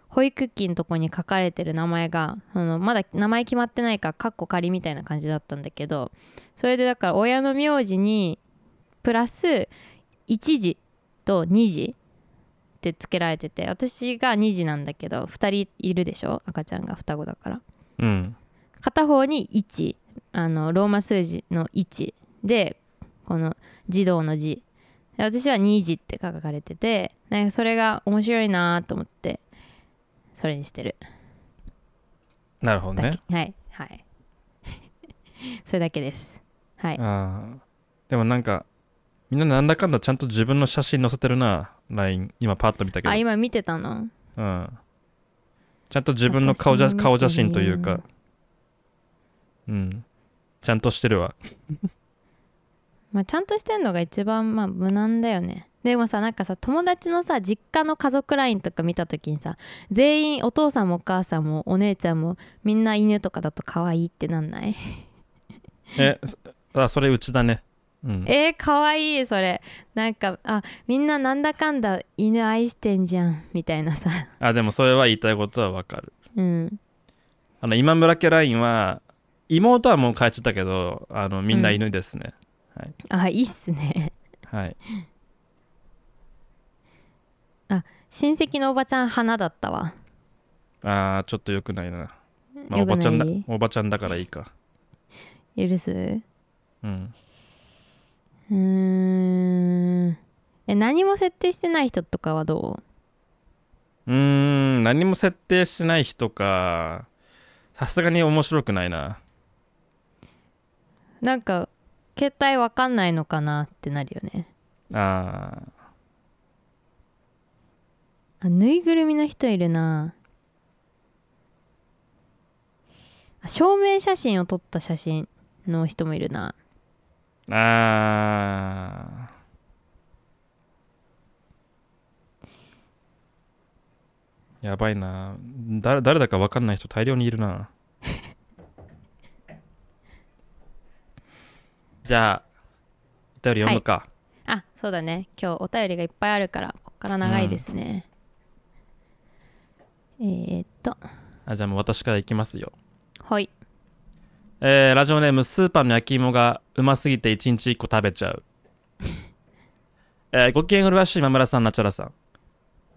保育器のとこに書かれてる名前がそのまだ名前決まってないからカッコ仮みたいな感じだったんだけどそれでだから親の名字にプラス1時と2時ってつけられてて私が2時なんだけど2人いるでしょ赤ちゃんが双子だからうん片方に1あのローマ数字の1でこの児童の字で私は2時って書かれててなんかそれが面白いなと思ってそれにしてるなるほどだねけ、はいはい それだけですはいあーでもなんかみんななんだかんだちゃんと自分の写真載せてるな LINE 今パッと見たけどあ今見てたのうん、ちゃんと自分の顔じゃ私も見てね顔写真というかうんちゃんとしてるわまあ、ちゃんとしてんのが一番まあ無難だよねでもさなんかさ友達のさ実家の家族ラインとか見た時にさ全員お父さんもお母さんもお姉ちゃんもみんな犬とかだと可愛いってなんないえそあそれうちだねうんえー、可愛いそれなんかあみんななんだかんだ犬愛してんじゃんみたいなさあでもそれは言いたいことはわかるうんあの今村家 LINE は妹はもう変えちゃったけどあのみんな犬ですね、あいいっすねはい親戚のおばちゃん花だったわあーちょっとよくないな、まあ、およくばちゃんだないおばちゃんだからいいか許すうんうーんえ何も設定してない人とかはどうーん何も設定しない人かさすがに面白くないなうなんか携帯わかんないのかなってなるよねあーあぬいぐるみの人いるなあ証明写真を撮った写真の人もいるなあーやばいなだ誰だか分かんない人大量にいるな じゃあお便り読むか、あそうだね今日お便りがいっぱいあるからこっから長いですね、えー、っとあじゃあもう私からいきますよほいえーラジオネームスーパーの焼き芋がうますぎて1日1個食べちゃう、えーご機嫌うるわしい今村さんなちゃらさん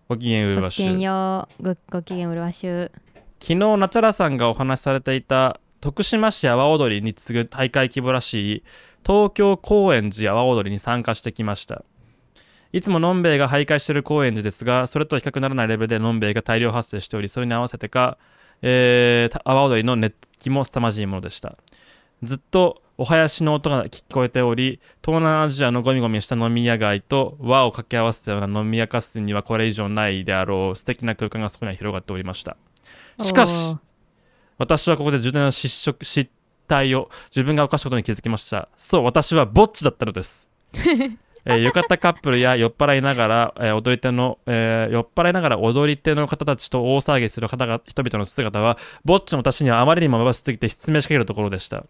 ご機嫌うるごわきしげんいようごごきげんうるわしゅう昨日なちゃらさんがお話しされていた徳島市阿波踊りに次ぐ大会規模らしい東京高円寺阿波踊りに参加してきましたいつものんべえが徘徊している高円寺ですがそれとは比較ならないレベルでのんべえが大量発生しておりそれに合わせてかえーた阿波、踊りの熱気も凄まじいものでしたずっとお囃子の音が聞こえており東南アジアのゴミゴミした飲み屋街と和を掛け合わせたような飲み屋かすにはこれ以上ないであろう素敵な空間がそこには広がっておりましたしかしおー私はここで重大な失職失態を自分が犯したことに気づきましたそう私はぼっちだったのです、えー、浴衣カップルや酔っ払いながら、えー踊り手の、えー酔っ払いながら踊り手の方たちと大騒ぎする方が人々の姿はぼっちの私にはあまりにもまばしすぎて失明しかけるところでした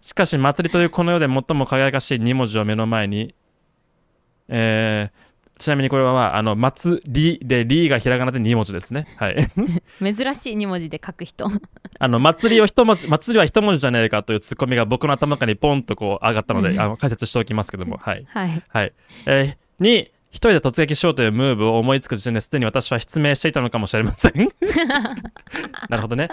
しかし祭りというこの世で最も輝かしい2文字を目の前に、えーちなみにこれは、まあ、あの祭りで「り」がひらがなで2文字ですねはい珍しい2文字で書く人 あの祭りを一文字祭りは一文字じゃねえかというツッコミが僕の頭の中にポンとこう上がったので、あの解説しておきますけども、はいはいはいえー、に一人で突撃しようというムーブを思いつく時点ですでに私は失明していたのかもしれませんなるほどね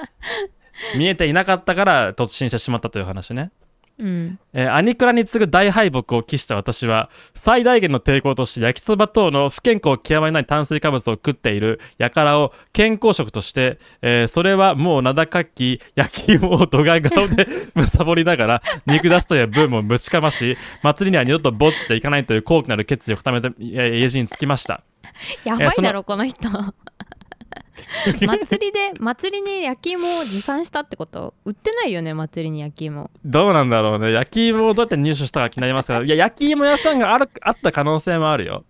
見えていなかったから突進してしまったという話ねうんえーアニクラに次ぐ大敗北を期した私は最大限の抵抗として焼きそば等の不健康極まりない炭水化物を食っている輩を健康食として、えーそれはもう名高き焼き芋をドガ顔で 貪りながら肉出すというブームをぶちかまし祭りには二度とぼっちでいかないという高貴なる決意を固めたえー家路につきましたやばいだろこ の人祭りで祭りに焼き芋を持参したってこと売ってないよね祭りに焼き芋どうなんだろうね焼き芋をどうやって入手したか気になりますがいや焼き芋屋さんがあるあった可能性もあるよ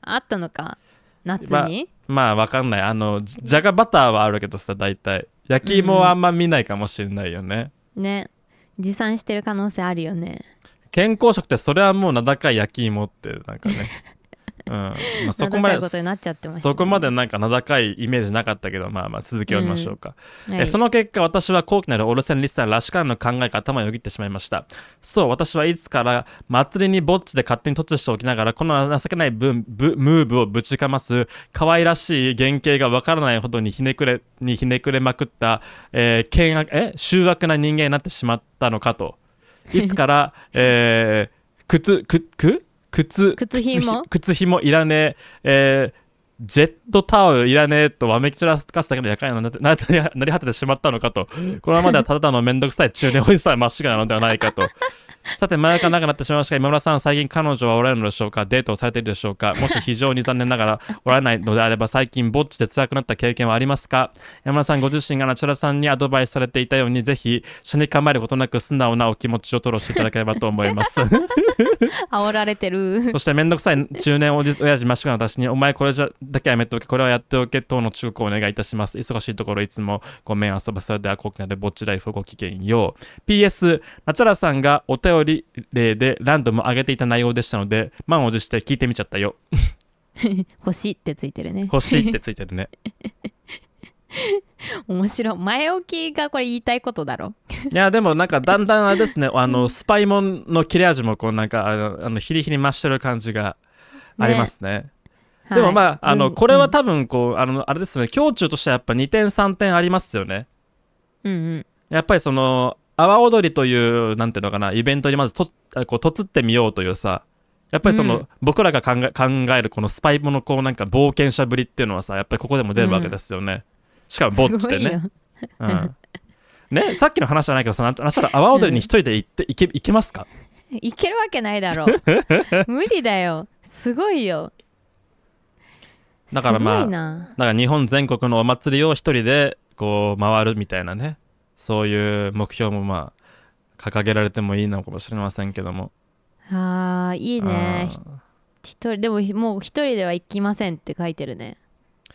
あったのか夏まあに、まあわかんないあのじじゃがバターはあるけどさ大体焼き芋はあんま見ないかもしれないよね、ね持参してる可能性あるよね健康食ってそれはもう名高い焼き芋ってなんかね うん、まあ、そこま名高いことになっちゃってましでたそねこまでなんか名高いイメージなかったけどまあまあ続きを見ましょうか、はいえその結果私は高貴なるオルセンリスターらしからぬ考えが頭をよぎってしまいましたそう私はいつから祭りにぼっちで勝手に突如しておきながらこの情けないブンブムーブをぶちかます可愛らしい原型がわからないほどにひねくれにひねくれまくった、えー、険悪え醜悪な人間になってしまったのかといつから、えー、靴くく靴靴紐 靴紐いらねええージェットタオルいらねえとわめき散らかすだけの厄介ななってなななり果ててしまったのかとこれまではただの面倒くさい中年おじさんまっしぐらなのではないかとさて前から長くなってしまいましたが今村さん最近彼女はおられるのでしょうかデートをされているでしょうかもし非常に残念ながらおられないのであれば最近ぼっちで辛くなった経験はありますか山村さんご自身がナチュラさんにアドバイスされていたようにぜひ初に構えることなく素直なお気持ちを吐露していただければと思います煽られてるそして面倒くさい中年おじ親父まっしぐらの私にお前これじゃだけはやめておけこれはやっておけ等の忠告をお願いいたします忙しいところいつもごめん遊ばそれでは高貴なるぼっちライフをごきげんよう PS ナチュラさんがお便り例で何度も上げていた内容でしたので満を持して聞いてみちゃったよ欲しいってついてるね欲しいってついてるね面白い前置きがこれ言いたいことだろいやでもなんかだんだんあれですねあのスパイモンの切れ味もこうなんかあのあのヒリヒリ増してる感じがありますねでもまあ,、あのこれは、多分こうあのあれですね胸中としてはやっぱ2点3点ありますよねいうんうんうんやっぱりその阿波踊りというなんていうのかなイベントにまずとあこうとつってみようというさやっぱりその、うん僕らが考え考えるこのスパイものこうなんか冒険者ぶりっていうのはさやっぱりここでも出るわけですよね、しかもぼっちすごでいねようん、ねさっきの話じゃないけどさななしたら阿波踊りに一人で行って、行け行けますかいけるわけない だろ無理だよすごいよだからますあごいなだから日本全国のお祭りを一人でこう回るみたいなねそういう目標もまあ掲げられてもいいのかもしれませんけどもあーいいいねひ一人でもひもう一人では行きませんって書いてるね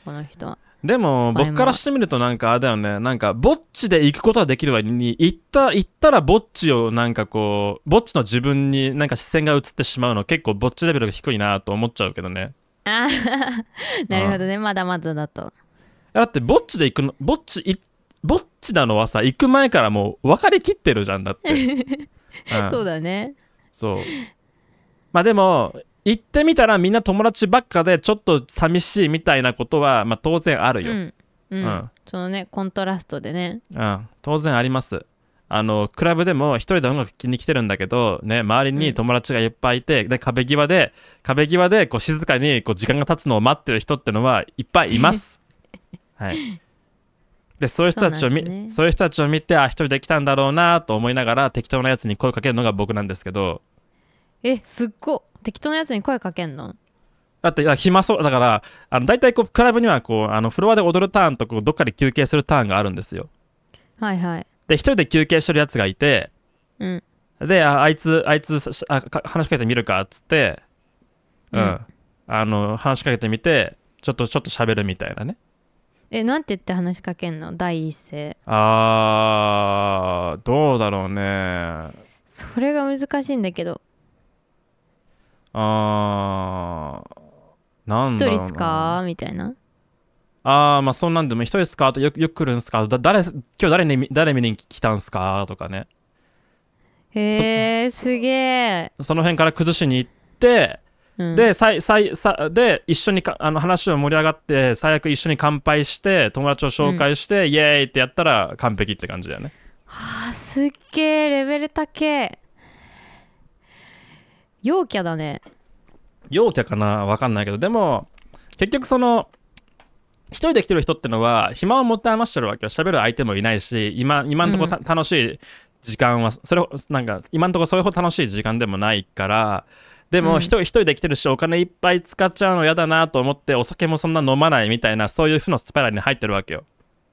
この人はでもスパイも僕からしてみるとなんかあれだよねなんかぼっちで行くことはできるわに行った行ったらぼっちをなんかこうぼっちの自分になんか視線が移ってしまうの結構ぼっちレベルが低いなと思っちゃうけどねあーなるほどねまだまだだとだってぼっちで行くのぼっちいぼっちなのはさ行く前からもう分かりきってるじゃんだ って、うんそうだねそうまあでも行ってみたらみんな友達ばっかでちょっと寂しいみたいなことは、まあ、当然あるよ、うんうん、うんそのねコントラストでねうん、当然ありますあのクラブでも一人で音楽聴きに来てるんだけど、ね、周りうにん友達がいっぱいいて、で壁際で壁際でこう静かにこう時間が経つのを待ってる人ってのはいっぱいい ます、はい、でそういう人たちを見そうなんですねそういう人たちを見てあ一人で来たんだろうなと思いながら適当なやつに声かけるのが僕なんですけどえすっごい適当なやつに声かけんのだっていや暇そうだからあの大体こうクラブにはこうあのフロアで踊るターンとこうどっかで休憩するターンがあるんですよはいはいで一人で休憩してるやつがいてうんでああいつあいつさあか話しかけてみるかっつってうん、うんあの話しかけてみてちょっとちょっと喋るみたいなねえなんて言って話しかけんの第一声あーどうだろうねそれが難しいんだけどあーな「一んだろうな人っすか?」みたいなあーまあそんなんでも一人っすかとよくよく来るんすかだ誰今日誰に誰見に来たんすかとかねへえすげえ、その辺から崩しに行って、うん、でさいさいさで一緒にかあの話を盛り上がって最悪一緒に乾杯して友達を紹介して、イエーイってやったら完璧って感じだよねはあすっげえレベル高え陽キャだね陽キャかなわかんないけどでも結局その一人で来てる人ってのは暇を持って余してるわけよ喋る相手もいないし今今んとこた、楽しい時間はそれほなんか今んとこそれほど楽しい時間でもないからでうもん一人一人で来てるしお金いっぱい使っちゃうの嫌だなと思ってお酒もそんな飲まないみたいなそういう負のスパイラルに入ってるわけよ。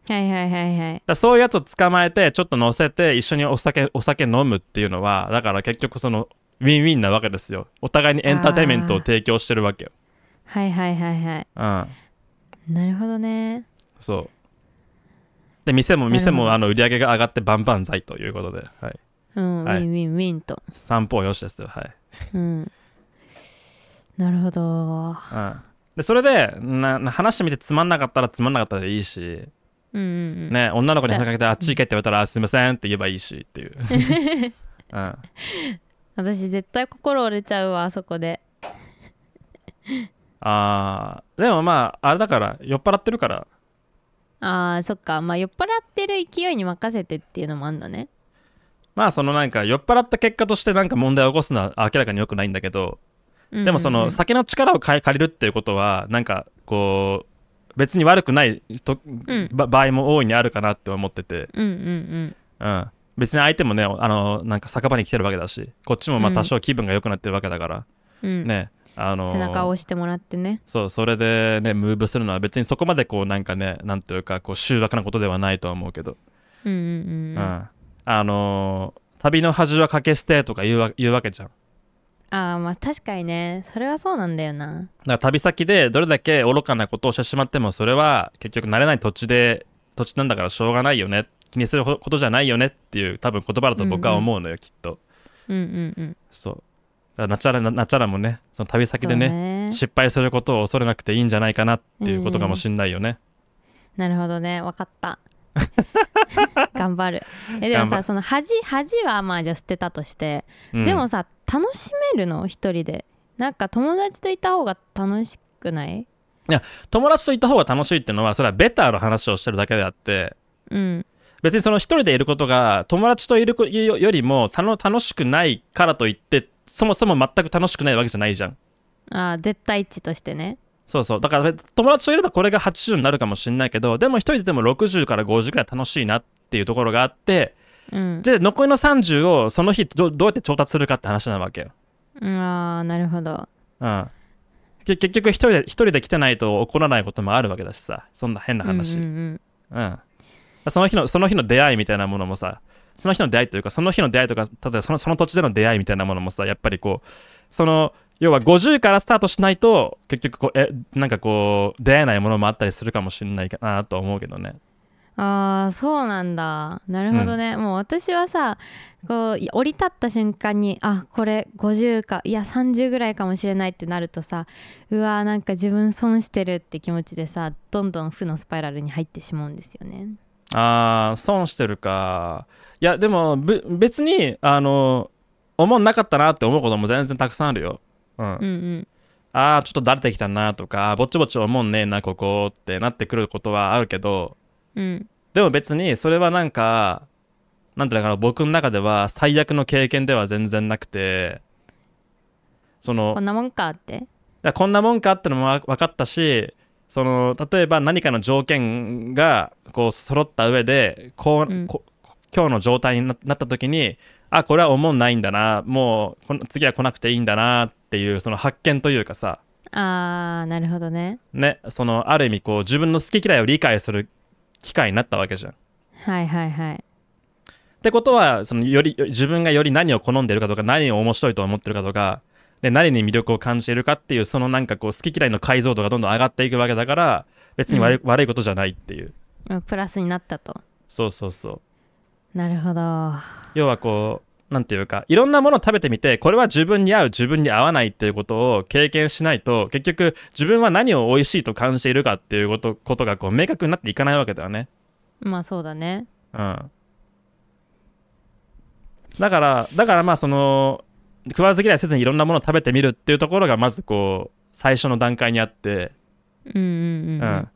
はいはいはいはいだからそういうやつを捕まえてちょっと乗せて一緒にお酒お酒飲むっていうのはだから結局そのウィンウィンなわけですよお互いにエンターテインメントを提供してるわけよ、はいはいはいはいうん、なるほどねそうで店もなるほど店もあの売り上げが上がってバンバン財ということで、はい、うん、はいウィンウィンウィンと散歩よしですよはい、うんなるほどうん、でそれでなな話してみてつまんなかったらつまんなかったでいいし、うんうんうんね、女の子に話しかけてあっち行けって言われたらあすいませんって言えばいいしっていう、うん、私絶対心折れちゃうわあそこであーでもまああれだから酔っ払ってるからあーそっかまあ酔っ払ってる勢いに任せてっていうのもあんだねまあそのなんか酔っ払った結果としてなんか問題を起こすのは明らかに良くないんだけどでもそうんうんうのん酒の力を借り借りるっていうことはなんかこう別に悪くないと、んば場合も大いにあるかなって思ってて、うんうんうんうん、別に相手もねあのなんか酒場に来てるわけだしこっちもまあうん多少気分が良くなってるわけだから、うん、ねあの背中を押してもらってねそうそれでねムーブするのは別にそこまでこうなんかねなんというかこう醜悪なことではないとは思うけどうんううんうん、あんあのー旅の恥は掛け捨てとか言うわ言うわけじゃん。あーまあ確かにねそれはそうなんだよなだから旅先でどれだけ愚かなことをしてしまってもそれは結局慣れない土地で土地なんだからしょうがないよね気にするほことじゃないよねっていう多分言葉だと僕は思うのよ、きっとうんうんうんそうだからナチャラナチャラもねその旅先でそうね失敗することを恐れなくていいんじゃないかなっていうことかもしんないよね、なるほどね分かった 頑張るえでも頑張さその恥恥はまあじゃあ捨てたとして、うんでもさ楽しめるの一人でなんか友達といた方が楽しくない友達といた方が楽しいっていうのはそれはベターの話をしてるだけであってうん別にその一人でいることが友達といるこよよりもたの楽しくないからといってそもそも全く楽しくないわけじゃないじゃんあー絶対一致としてねそうそうだから友達といればこれが80になるかもしれないけどでも一人でも60から50ぐらい楽しいなっていうところがあってうんじゃあ残りの30をその日どどうやって調達するかって話なわけよ、うんあーなるほどうん、け結局一人で一人で来てないと起こらないこともあるわけだしさそんな変な話、ううんうんんうんその日のその日の出会いみたいなものもさその日の出会いというかその日の出会いとか例えばそのその土地での出会いみたいなものもさやっぱりこうその要は50からスタートしないと結局こうえなんかこう出会えないものもあったりするかもしれないかなと思うけどねああそうなんだなるほどね、もう私はさこうい降り立った瞬間にあこれ50かいや30ぐらいかもしれないってなるとさうわーなんか自分損してるって気持ちでさどんどん負のスパイラルに入ってしまうんですよねあー損してるかいやでもぶ別にあの思んなかったなって思うことも全然たくさんあるよ、うん、うんうんああちょっとだれてきたなとかぼちぼち思んねえなここってなってくることはあるけどうんでも別にそれはなんかなんていうのかな僕の中では最悪の経験では全然なくてそのこんなもんかっていやこんなもんかってのもわ分かったしその例えば何かの条件がこう揃った上でこう、うんこ今日の状態にななった時にあこれは思んないんだなもうこの次は来なくていいんだなっていうその発見というかさあーなるほどねねそのある意味こう自分の好き嫌いを理解する機会になったわけじゃん。っはいはいはいてことはそのよりよ自分がより何を好んでいるかとか何を面白いと思ってるかとかで何に魅力を感じているかっていうそのなんかこう好き嫌いの解像度がどんどん上がっていくわけだから別に悪,、い悪いことじゃないっていうまあプラスになったとそうそうそうなるほど要はこうなんていうかいろんなものを食べてみてこれは自分に合う自分に合わないっていうことを経験しないと結局自分は何を美味しいと感じているかっていうことことがこう明確になっていかないわけだよね。まあそうだねうん、だからだからまあその食わず嫌いせずにいろんなものを食べてみるっていうところがまずこう最初の段階にあって、うんうんうんうん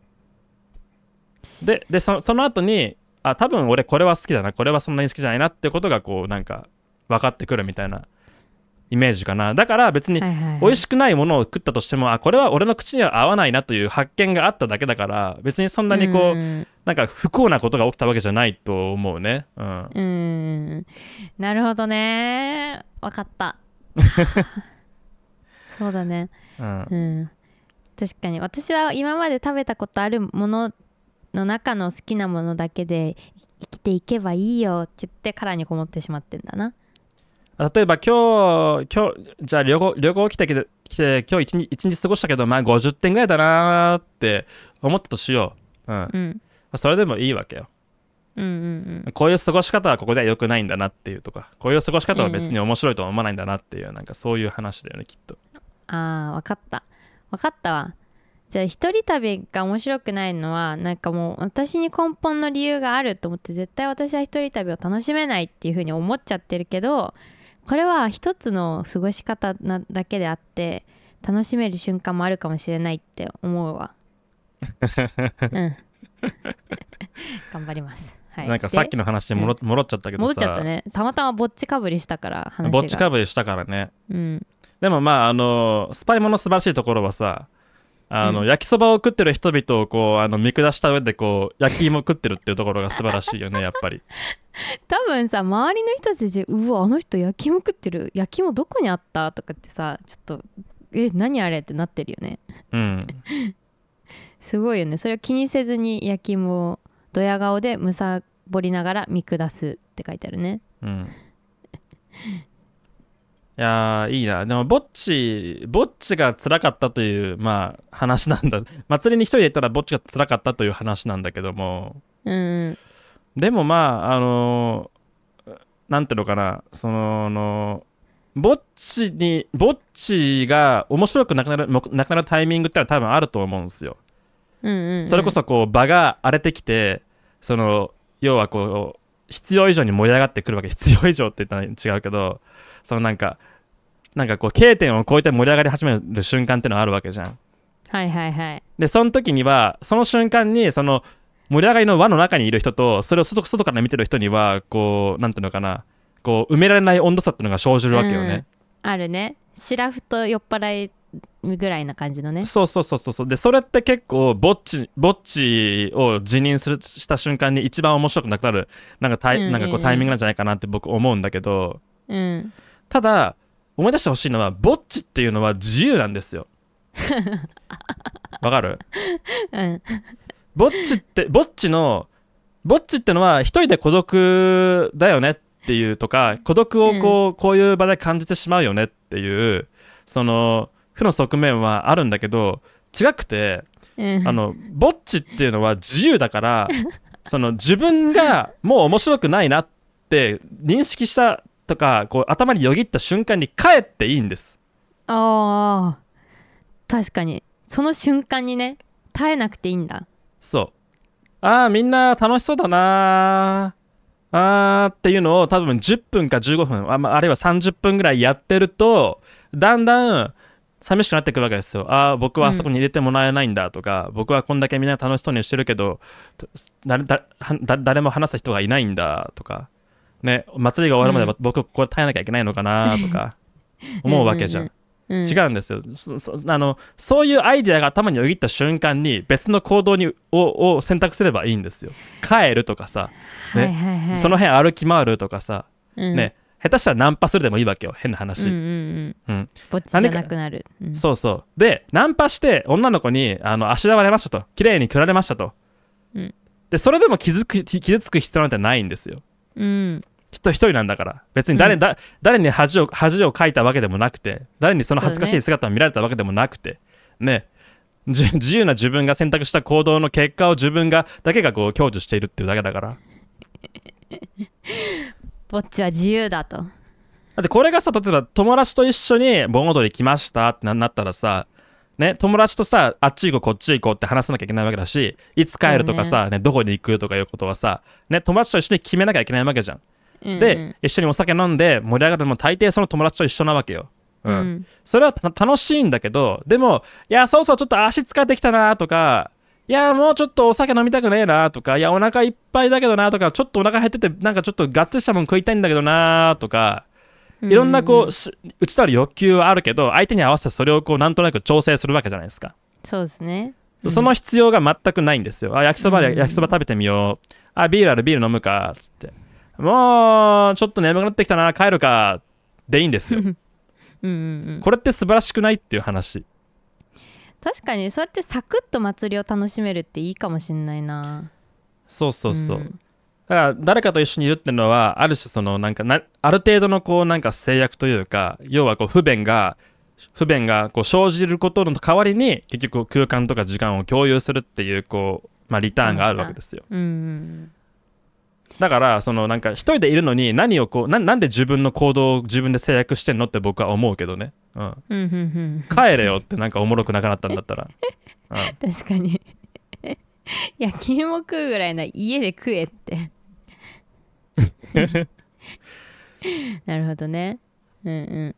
ででそその後にあ多分俺これは好きだなこれはそんなに好きじゃないなってことがこうなんか分かってくるみたいなイメージかなだから別にはいはいはい美味しくないものを食ったとしてもあこれは俺の口には合わないなという発見があっただけだから別にそんなにこう、んなんか不幸なことが起きたわけじゃないと思うねうんうんなるほどねわかった そうだねうんうん確かに私は今まで食べたことあるものの中の好きなものだけで生きていけばいいよって言って殻にこもってしまってんだな例えば今日今日じゃあ旅行旅行来てきて来て今日一日一日過ごしたけどまあ50点ぐらいだなーって思ったとしよう、うん、うんそれでもいいわけようんうんこういう過ごし方はここでは良くないんだなっていうとかこういう過ごし方は別に面白いとは思わないんだなっていう、なんかそういう話だよねきっとうんあーわかったわかったわじゃあ一人旅が面白くないのはなんかもう私に根本の理由があると思って絶対私は一人旅を楽しめないっていうふうに思っちゃってるけどこれは一つの過ごし方なだけであって楽しめる瞬間もあるかもしれないって思 うわうん頑張ります、はい、なんかさっきのの話に戻っ戻っちゃったけどさ戻っちゃったねたまたまぼっちかぶりしたから話がぼっちかぶぶりしたからねうんでもまああのスパイモの素晴らしいところはさあの、うん焼きそばを食ってる人々をこうあの見下した上でこう焼き芋食ってるっていうところが素晴らしいよねやっぱり多分さ周りの人たちで「うわあの人焼き芋食ってる焼き芋どこにあった?」とかってさちょっと「え何あれ?」ってなってるよねうんすごいよねそれを気にせずに焼き芋をドヤ顔でむさぼりながら見下すって書いてあるねうんいやーいいなでもぼっちぼっちが辛かったというまあ話なんだ祭りに一人で行ったらぼっちが辛かったという話なんだけどもうんでもまああのーなんていうのかなそののぼっちにぼっちが面白くなくなるもなくなるタイミングってのは多分あると思うんですようんうん、うん、それこそこう場が荒れてきてその要はこう必要以上に盛り上がってくるわけ必要以上って言ったら違うけどそのなんかなんかこう K 点を超えて盛り上がり始める瞬間ってのはあるわけじゃんはいはいはいでその時にはその瞬間にその盛り上がりの輪の中にいる人とそれを外外から見てる人にはこうなんていうのかなこう埋められない温度差っていうのが生じるわけよね、あるねシラフと酔っ払いぐらいな感じのねそうそうそうそうそうでそれって結構ぼっちぼっちを辞任するした瞬間に一番面白くなくなるなんかタイ、うんうんうんなんかこうタイミングなんじゃないかなって僕思うんだけどうんただ思い出してほしいのはぼっちっていうのは自由なんです よわかるうんぼっちってぼっちのぼっちってのは一人で孤独だよねっていうとか孤独をこう,、こういう場で感じてしまうよねっていうその負の側面はあるんだけど違くてうんあのぼっちっていうのは自由だから その自分がもう面白くないなって認識したとかこう頭によぎった瞬間に帰っていいんですあー確かにその瞬間にね耐えなくていいんだそうああみんな楽しそうだなーあーっていうのを多分10分か15分あ,、まああるいは30分ぐらいやってるとだんだん寂しくなってくるわけですよああ僕はあそこに入れてもらえないんだとか、僕はこんだけみんな楽しそうにしてるけどと誰だはだ誰も話す人がいないんだとかね祭りが終わるまで僕ここで耐えなきゃいけないのかなとか思うわけじゃんんうんうん、違うんですよ、そそあのそういうアイデアが頭によぎった瞬間に別の行動にをを選択すればいいんですよ帰るとかさ、ねはいはいはい、その辺歩き回るとかさ、うんね下手したらナンパするでもいいわけよ変なうん話、うんうんうんぼっちじゃなくなる、うんそうそうでナンパして女の子にあのあしらわれましたと綺麗にくられましたと、うんでそれでも傷つく傷つく必要なんてないんですようん人一人なんだから別に誰,、うんだ誰に恥を恥をかいたわけでもなくて誰にその恥ずかしい姿を見られたわけでもなくてねじ自由な自分が選択した行動の結果を自分がだけがこう享受しているっていうだけだからぼっちは自由だとだってこれがさ例えば友達と一緒に盆踊り来ましたってななったらさね、友達とさあっち行こうこっち行こうって話さなきゃいけないわけだしいつ帰るとかさ、ねどこに行くとかいうことはさ、ね、友達と一緒に決めなきゃいけないわけじゃん。で、一緒にお酒飲んで盛り上がるのも大抵その友達と一緒なわけよ。うんうん、それはた楽しいんだけどでもいやそうそうちょっと足疲れてきたなとかいやもうちょっとお酒飲みたくねえなとかいやお腹いっぱいだけどなとかちょっとお腹減っててなんかちょっとガッツしたもん食いたいんだけどなとかいろんなこうし内たる欲求はあるけど相手に合わせてそれをこうなんとなく調整するわけじゃないですかそうですねそその必要が全くないんですよあ焼きそばうでん焼きそば食べてみようあビールあるビール飲むかつってもうちょっと眠くなってきたな帰るかでいいん ですようんうんうんこれって素晴らしくないっていう話確かにそうやってサクッと祭りを楽しめるっていいかもしんないなそうそうそう、んだから誰かと一緒にいるっていうのはある種そのなんかなある程度のこうなんか制約というか要はこう不便が不便がこう生じることの代わりに結局空間とか時間を共有するっていうこう、まあ、リターンがあるわけですようんうんだからそのなんか一人でいるのに何をこうななんで自分の行動を自分で制約してんのって僕は思うけどね、うん、うんうんうん帰れよってなんかおもろくなくなったんだったら、 うん、確かに 焼き芋食うぐらいなら家で食えって なるほどねうんう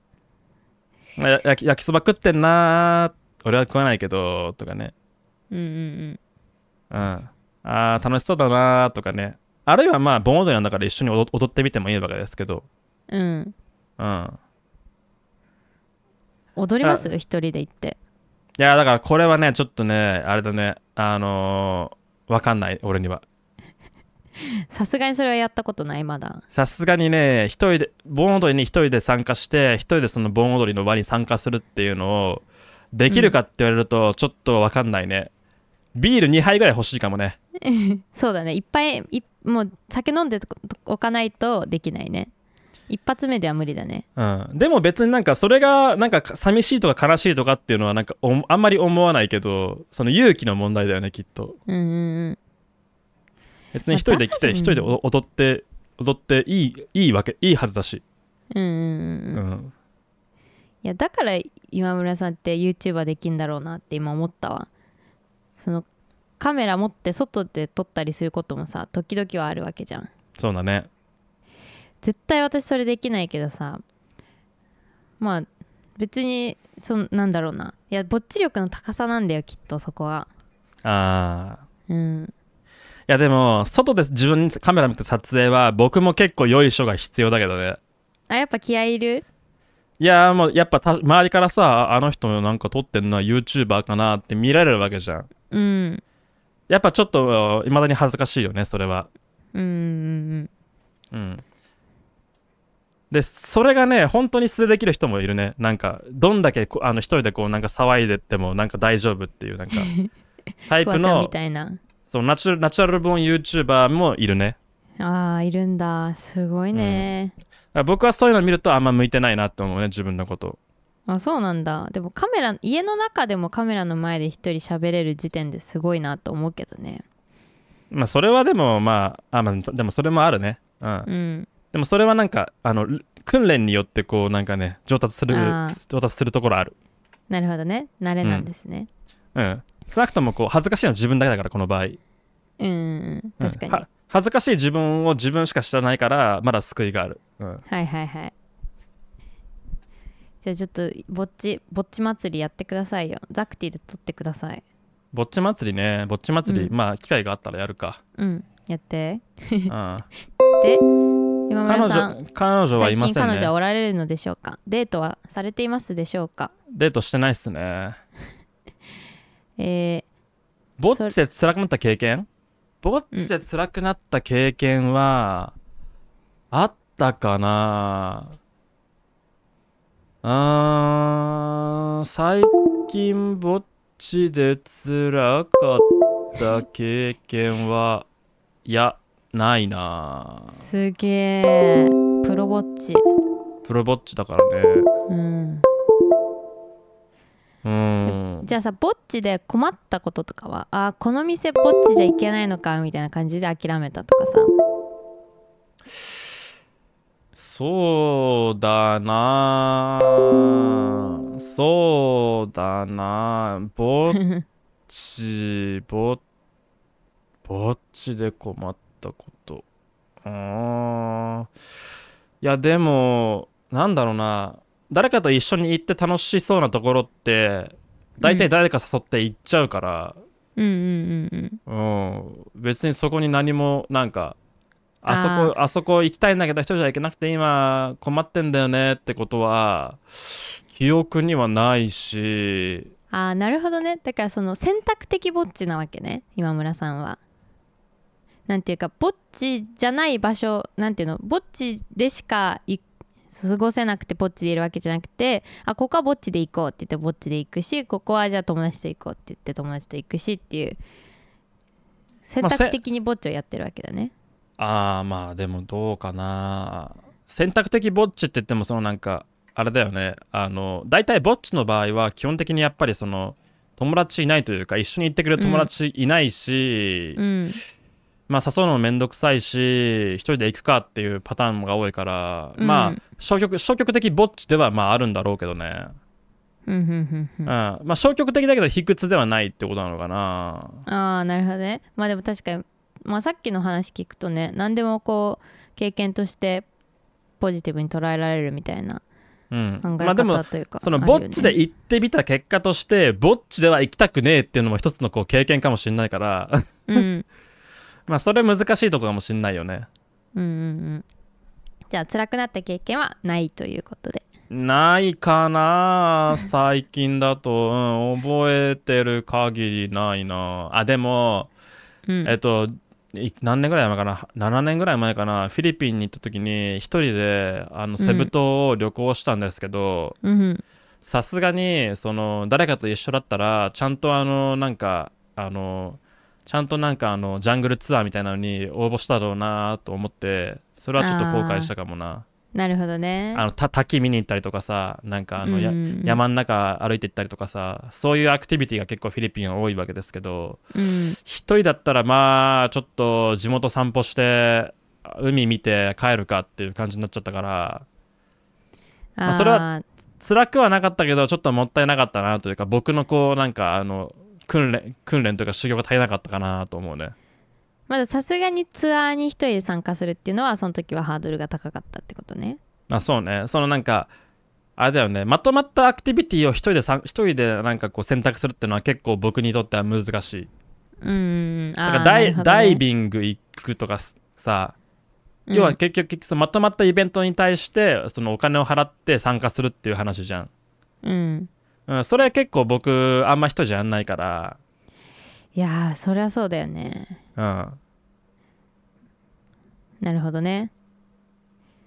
んまあや焼き焼きそば食ってんなー俺は食わないけどとかねうんうんうん、あー楽しそうだなーとかねあるいはまあ盆踊りなんだから一緒に踊踊ってみてもいいわけですけど、うんうんうん、踊ります一人で行っていやだからこれはねちょっとねあれだねあのー、わかんない俺にはさすがにそれはやったことないまださすがにね一人で盆踊りに一人で参加して一人でその盆踊りの場に参加するっていうのをできるかって言われるとちょっとわかんないね、ビール2杯ぐらい欲しいかもねそうだねいっぱいいもう酒飲んでおかないとできないね一発目では無理だねうん、でも別になんかそれがなんか寂しいとか悲しいとかっていうのはなんかおあんまり思わないけどその勇気の問題だよねきっとうんうん別に一人で来てまあ一人で踊踊って踊っていいいいわけいいはずだし、うんうんうんううんんうんいやだから今村さんって YouTuber できんだろうなって今思ったわそのカメラ持って外で撮ったりすることもさ時々はあるわけじゃんそうだね絶対私それできないけどさまあ別にそのなんだろうないやぼっち力の高さなんだよきっとそこはああうんいやでも外で自分にカメラ向けて撮影は僕も結構よいしょが必要だけどねあやっぱ気合いいるいやーもうやっぱた周りからさあの人なんか撮ってんのは YouTuber かなって見られるわけじゃんうんやっぱちょっといまだに恥ずかしいよねそれはうんううんん、でそれがね本当に素でできる人もいるねなんかどんだけこうあの一人でこうなんか騒いでてもなんか大丈夫っていう なんかタうんイフプワちゃんみのたいなそうナチュラルナチュラルボーン YouTuber もいるねあーいるんだすごいね、だから僕はそういうの見るとあんま向いてないなって思うね自分のことあそうなんだでもカメラ家の中でもカメラの前で一人喋れる時点ですごいなと思うけどねまあそれはでもまああ、まあ、でもそれもあるねうんうんでもそれはなんかあの訓練によってこうなんかね上達するあー上達するところあるなるほどね慣れなんですねうん少なくともこう恥ずかしいのは自分だけだからこの場合うんううんん確かに、は恥ずかしい自分を自分しか知らないからまだ救いがある、うん、はいはいはいじゃあちょっとぼっちぼっち祭りやってくださいよザクティで撮ってくださいぼっち祭りねぼっち祭り、うんまあ機会があったらやるか、うんやってうん、 今彼村さん女彼女はい最ま近せん彼女はねおられるのでしょうかデートはされていますでしょうかデートしてないっすねえぼっちで辛くなった経験ぼっちで辛くなった経験は、あったかなあー最近ぼっちで辛かった経験はいやないなー、すげえプロぼっちプロぼっちだからねうんうーんじゃあさぼっちで困ったこととかはあーこの店ぼっちじゃいけないのかみたいな感じで諦めたと かさそうだなそうだなぼっちぼっぼっちで困ったことうーんいやでもなんだろうな誰かと一緒に行って楽しそうなところって大体誰か誘って行っちゃうから、うんうんうんうん、別にそこに何もなんかあそこあそこ行きたいんだけど一人じゃ行けなくて今困ってんだよねってことは記憶にはないしうんああなるほどねだからその選択的ぼっちなわけね今村さんはなんていうかぼっちじゃない場所なんていうのぼっちでしかい過ごせなくてぼっちでいるわけじゃなくてあここはぼっちで行こうって言ってぼっちで行くしここはじゃあ友達と行こうって言って友達と行くしっていう選まあせ択的にぼっちをやってるわけだね、ああまあでもどうかな選択的ぼっちって言ってもそのなんかあれだよねあの大体ぼっちの場合は基本的にやっぱりその友達いないというか一緒に行ってくれる友達いないし、うんまあ誘うのもめんどくさいし一人で行くかっていうパターンが多いから、うんまあ消極消極的ぼっちではまああるんだろうけどね、うんうんうんううんんまあ消極的だけど卑屈ではないってことなのかなああなるほどねまあでも確かに、まあ、さっきの話聞くとね何でもこう経験としてポジティブに捉えられるみたいなうん考えまあでも方というか、そのぼっちでい行ってみた結果としてぼっちでは行きたくねえっていうのも一つのこう経験かもしれないから うんまあそれ難しいとこかもしれないよねうんうんうんじゃあ辛くなった経験はないということでないかな最近だと、うん、覚えてる限りないなあでもうんえっと、い何年ぐらい前かな、7年ぐらい前かな、フィリピンに行った時に、一人であのセブ島を旅行したんですけど、うんうんさすがにその誰かと一緒だったら、ちゃんとあの、なんか、あの、ちゃんとなんかあのジャングルツアーみたいなのに応募したろうなと思って、それはちょっと後悔したかもな。なるほどねあのた滝見に行ったりとかさ、なんかあのや、うんうんうん山の中歩いて行ったりとかさ、そういうアクティビティが結構フィリピンは多いわけですけど、うん一人だったらまあちょっと地元散歩して海見て帰るかっていう感じになっちゃったからああそれは辛くはなかったけどちょっともったいなかったなというか僕のこうなんかあの訓練訓練というか修行が足りなかったかなと思うねーまださすがにツアーに一人で参加するっていうのはその時はハードルが高かったってことねあそうねそのなんかあれだよねまとまったアクティビティを一人でさん一人でなんかこう選択するっていうのは結構僕にとっては難しいうんうんだあからーダイ,、なるほどねダイビング行くとかさうん要は結局結局そのまとまったイベントに対してそのお金を払って参加するっていう話じゃん、うんうん、それ結構僕あんま人じゃやんないから、いやーそりゃそうだよねうん、なるほどね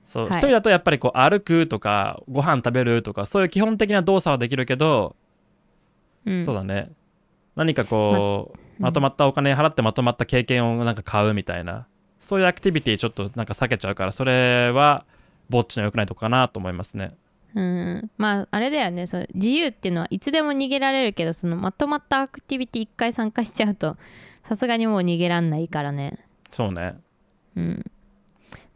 そう、はい一人だとやっぱりこう歩くとかご飯食べるとかそういう基本的な動作はできるけど、うんそうだね何かこう、うんまとまったお金払ってまとまった経験をなんか買うみたいなそういうアクティビティちょっとなんか避けちゃうからそれはぼっちの良くないとこかなと思いますねうん、まああれだよねその自由っていうのはいつでも逃げられるけどそのまとまったアクティビティ一回参加しちゃうとさすがにもう逃げらんないからねそうねうん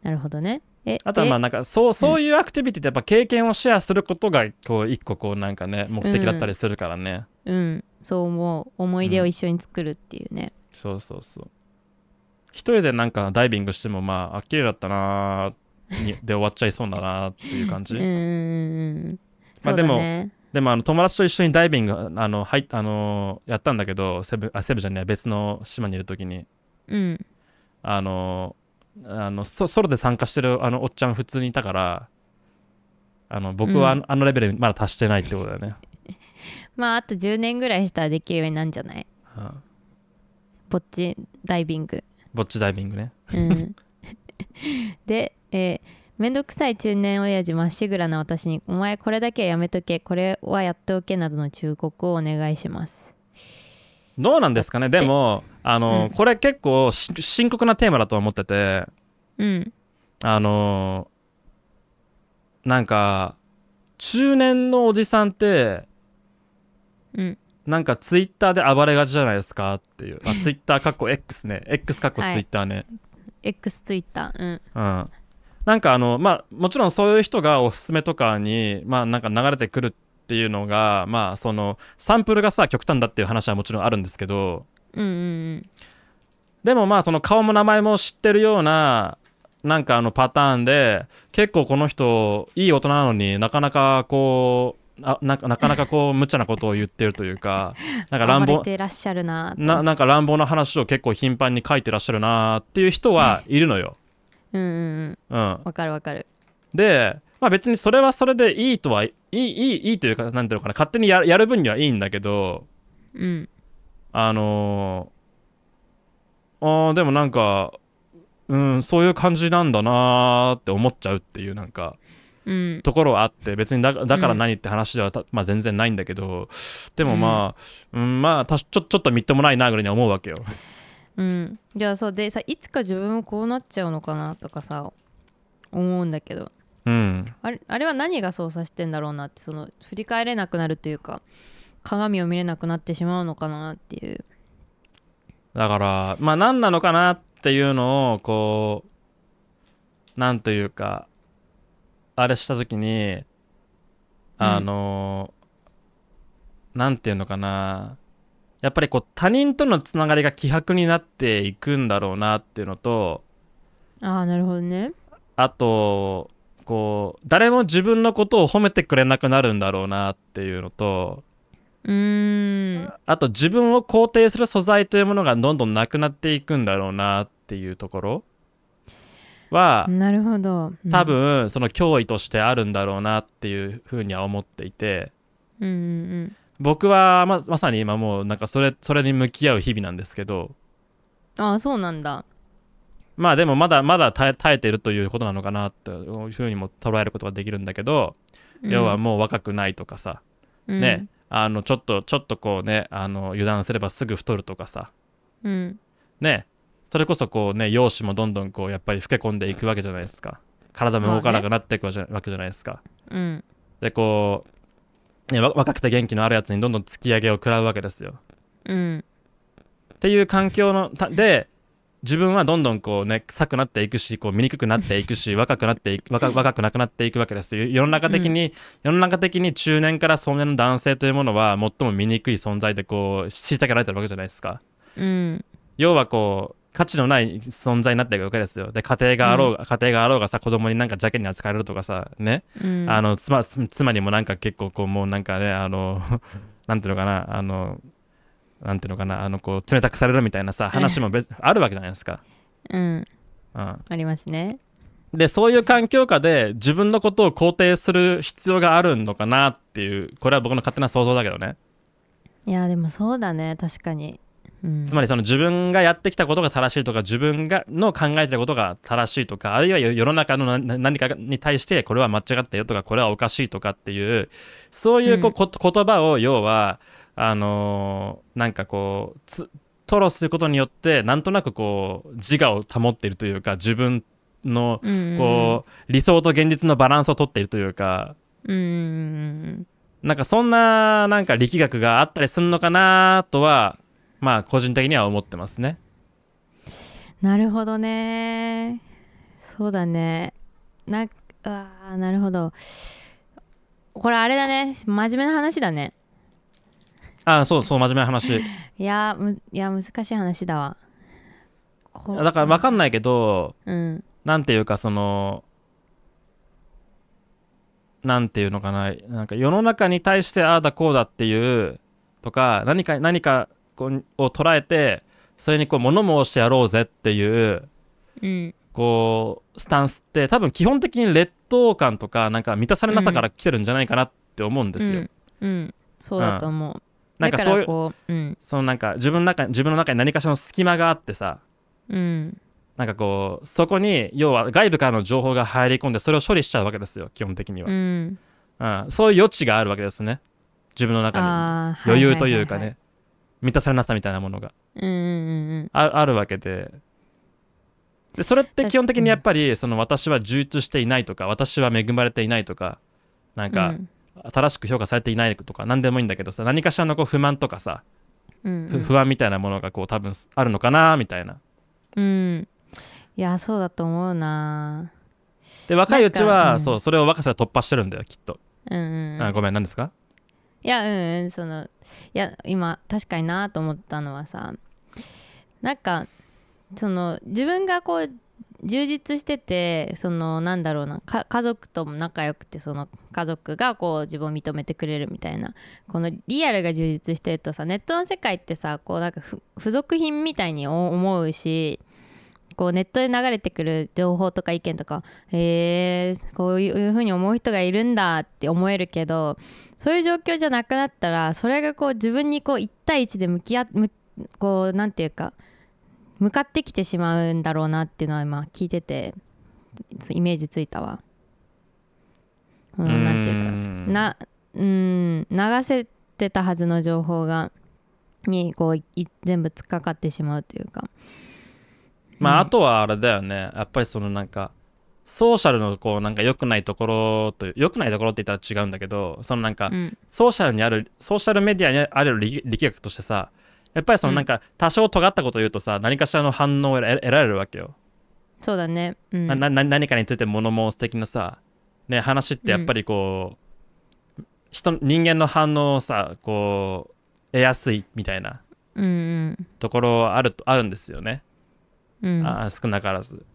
なるほどねえあとはまあでなんかそうそういうアクティビティってやっぱ経験をシェアすることがこう一個こうなんかね目的だったりするからね、うんそう思う思い出を一緒に作るっていうね、そうそうそう一人でなんかダイビングしてもまああ綺麗だったなーにで終わっちゃいそうだなーっていう感じ、うん、うんうんうんまそあうだね、でもあの友達と一緒にダイビングあの、はいあのやったんだけどセブあセブじゃねえ別の島にいる時にうんあのあのソソロで参加してるあのおっちゃん普通にいたからあの僕はあの,、あのレベルにまだ達してないってことだよね、まああと10年ぐらいしたらできるようになるんじゃないうんぼっちダイビングぼっちダイビングねうん、 で、えーめんどくさい中年親父まっしぐらな私に「お前これだけはやめとけこれはやっておけ」などの忠告をお願いしますどうなんですかねでもあの、うんこれ結構し深刻なテーマだと思っててうんあのなんか中年のおじさんってうんなんかツイッターで暴れがちじゃないですかっていうあツイッターかっこ X ね X かっこツイはいッターね、 X ツイッターうんうんなんかあのまあもちろんそういう人がおすすめとかにまあなんか流れてくるっていうのがまあそのサンプルがさ極端だっていう話はもちろんあるんですけどうんうんでもまあその顔も名前も知ってるようななんかあのパターンで結構この人いい大人なのになかなかこうあななかなかこう無茶なことを言ってるというか なんか乱暴れ暴てらっしゃるなとななんか乱暴な話を結構頻繁に書いてらっしゃるなーっていう人 はいるのよ。うんうんううんん、わかるわかるで、まあ、別にそれはそれでいいとはいいいいいいというかなんていうのかな勝手にややる分にはいいんだけどうんあのーあーでもなんか、うん、そういう感じなんだなーって思っちゃうっていうなんかうんところはあって別にだだから何って話ではた、まあ、全然ないんだけどでもまあ、うんまあたしちょちょっとみっともないなぐらいには思うわけよ。うんじゃあそうでさいつか自分もこうなっちゃうのかなとかさ思うんだけどうん、あれあれは何が操作してんだろうなってその振り返れなくなるというか鏡を見れなくなってしまうのかなっていうだからまあ何なのかなっていうのをこうなんというかあれした時にあの、なんていうのかなやっぱりこう他人とのつながりが希薄になっていくんだろうなっていうのとああなるほどねあとこう誰も自分のことを褒めてくれなくなるんだろうなっていうのとうーんあと自分を肯定する素材というものがどんどんなくなっていくんだろうなっていうところはなるほどうん多分その脅威としてあるんだろうなっていうふうには思っていてうんうん僕はままさに今もうなんかそれそれに向き合う日々なんですけどうんああそうなんだまあでもまだまだ耐え耐えてるということなのかなというふうにも捉えることができるんだけど、うん要はもう若くないとかさ、うんねあのちょっとちょっとこうねあの油断すればすぐ太るとかさうんねそれこそこうね容姿もどんどんこうやっぱり老け込んでいくわけじゃないですか体も動かなくなっていくわじゃわけじゃないですかうんでこう、ね、わ若くて元気のあるやつにどんどん突き上げを食らうわけですようんっていう環境のたで自分はどんどんこうね臭くなっていくしこう醜くなっていくし 若くなっていく若若くなくなっていくわけですよ世の中的に、世の中的に中年から壮年の男性というものは最も醜い存在でこう虐げられてるわけじゃないですかうん要はこう価値のない存在になっていくわけですよで家庭があろうが、家庭があろうがさ子供になんか邪気に扱われるとかさね、うんあの妻妻妻にもなんか結構こうもうなんかねあの なんていうのかなあのなんていうのかなあのこう冷たくされるみたいなさ話も別あるわけじゃないですか、うんうん、ありますねでそういう環境下で自分のことを肯定する必要があるのかなっていうこれは僕の勝手な想像だけどねいやでもそうだね確かにうんつまりその自分がやってきたことが正しいとか自分がの考えてることが正しいとかあるいは世世の中のなな何かに対してこれは間違ってるとかこれはおかしいとかっていうそういうこううんこと言葉を要はあのーなんかこうつ吐露することによってなんとなくこう自我を保っているというか自分のうんうんうんこう理想と現実のバランスをとっているというかうんうんなんかそんななんか力学があったりするのかなとはまあ個人的には思ってますね。なるほどねそうだねなうわーなるほどこれあれだね真面目な話だねあそうそう真面目な 話いやーむいや難しい話だわこだから分かんないけどうんなんていうかそのなんていうのかななんか世の中に対してああだこうだっていうとか何か何かこうを捉えてそれにこう物申してやろうぜっていううんこうスタンスって多分基本的に劣等感とかなんか満たされなさから来てるんじゃないかなって思うんですよ。うん、うん、そうだと思う、なんだかかそういらうこううんそのなんか自分の中自分の中に何かしらの隙間があってさうんなんかこうそこに要は外部からの情報が入り込んでそれを処理しちゃうわけですよ基本的には、ううんんそういう余地があるわけですね自分の中にあー余裕というかね、ははは満たされなさみたいなものがいうんうんうんああるわけででそれって基本的にやっぱりその私は充実していないとか私は恵まれていないとかなんうかん新しく評価されていないとか何でもいいんだけどさ何かしらのこう不満とかさうんうふん不安みたいなものがこう多分あるのかなみたいなうんいやそうだと思うなで若いうちなんは、かうんそうそれを若さで突破してるんだよきっと、うんうんうあんごめん何ですかいやうんうんそのいや今確かになと思ったのはさなんかその自分がこう充実しててそのなんだろうなか家族とも仲良くてその家族がこう自分を認めてくれるみたいなこのリアルが充実してるとさネットの世界ってさこうなんかふ付属品みたいにお思うしこうネットで流れてくる情報とか意見とかへえー、こういうふうに思う人がいるんだって思えるけどそういう状況じゃなくなったらそれがこう自分にこう1対1で向き合むこうなんていうか向かってきてしまうんだろうなっていうのは今聞いててイメージついたわ。う、うんなんていうかんなうん流せてたはずの情報がにこうい全部突っかかってしまうというかまあうあんとはあれだよねやっぱりそのなんかソーシャルのこうなんか良くないところと良くないところって言ったら違うんだけどそのなんかうんソーシャルにあるソーシャルメディアにある力力学としてさやっぱりそのなんか多少尖ったことを言うとさ何かしらの反応を得ら得られるわけよ、そうだねうんななな何かについて物申す的なさ、ね、話ってやっぱりこう、人人間の反応をさこう得やすいみたいなうんところあるとあるんですよね、うんうんあ少なからずだか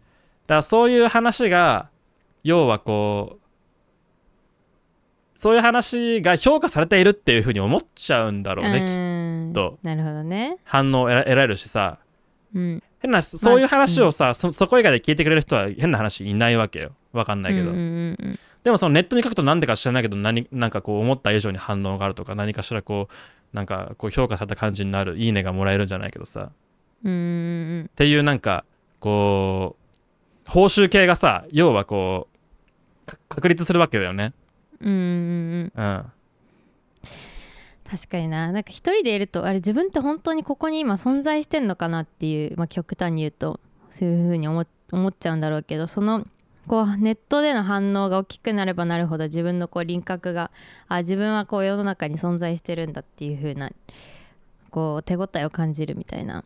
らそういう話が要はこうそういう話が評価されているっていうふうに思っちゃうんだろうね、きっうんとなるほどね反応を得ら得られるしさうん変なそういう話をさ、そそこ以外で聞いてくれる人は変な話いないわけよわかんないけど、うんうんうんでもそのネットに書くと何でか知らないけど何なんかこう思った以上に反応があるとか何かしらこうなんかこう評価された感じになるいいねがもらえるんじゃないけどさうんうんっていうなんかこう報酬系がさ要はこうか確立するわけだよねうんうんうんうんうん確かにななんか一人でいるとあれ自分って本当にここに今存在してんのかなっていう、まあ、極端に言うとそういうふうに思思っちゃうんだろうけどそのこうネットでの反応が大きくなればなるほど自分のこう輪郭があ自分はこう世の中に存在してるんだっていうふうなこう手応えを感じるみたいな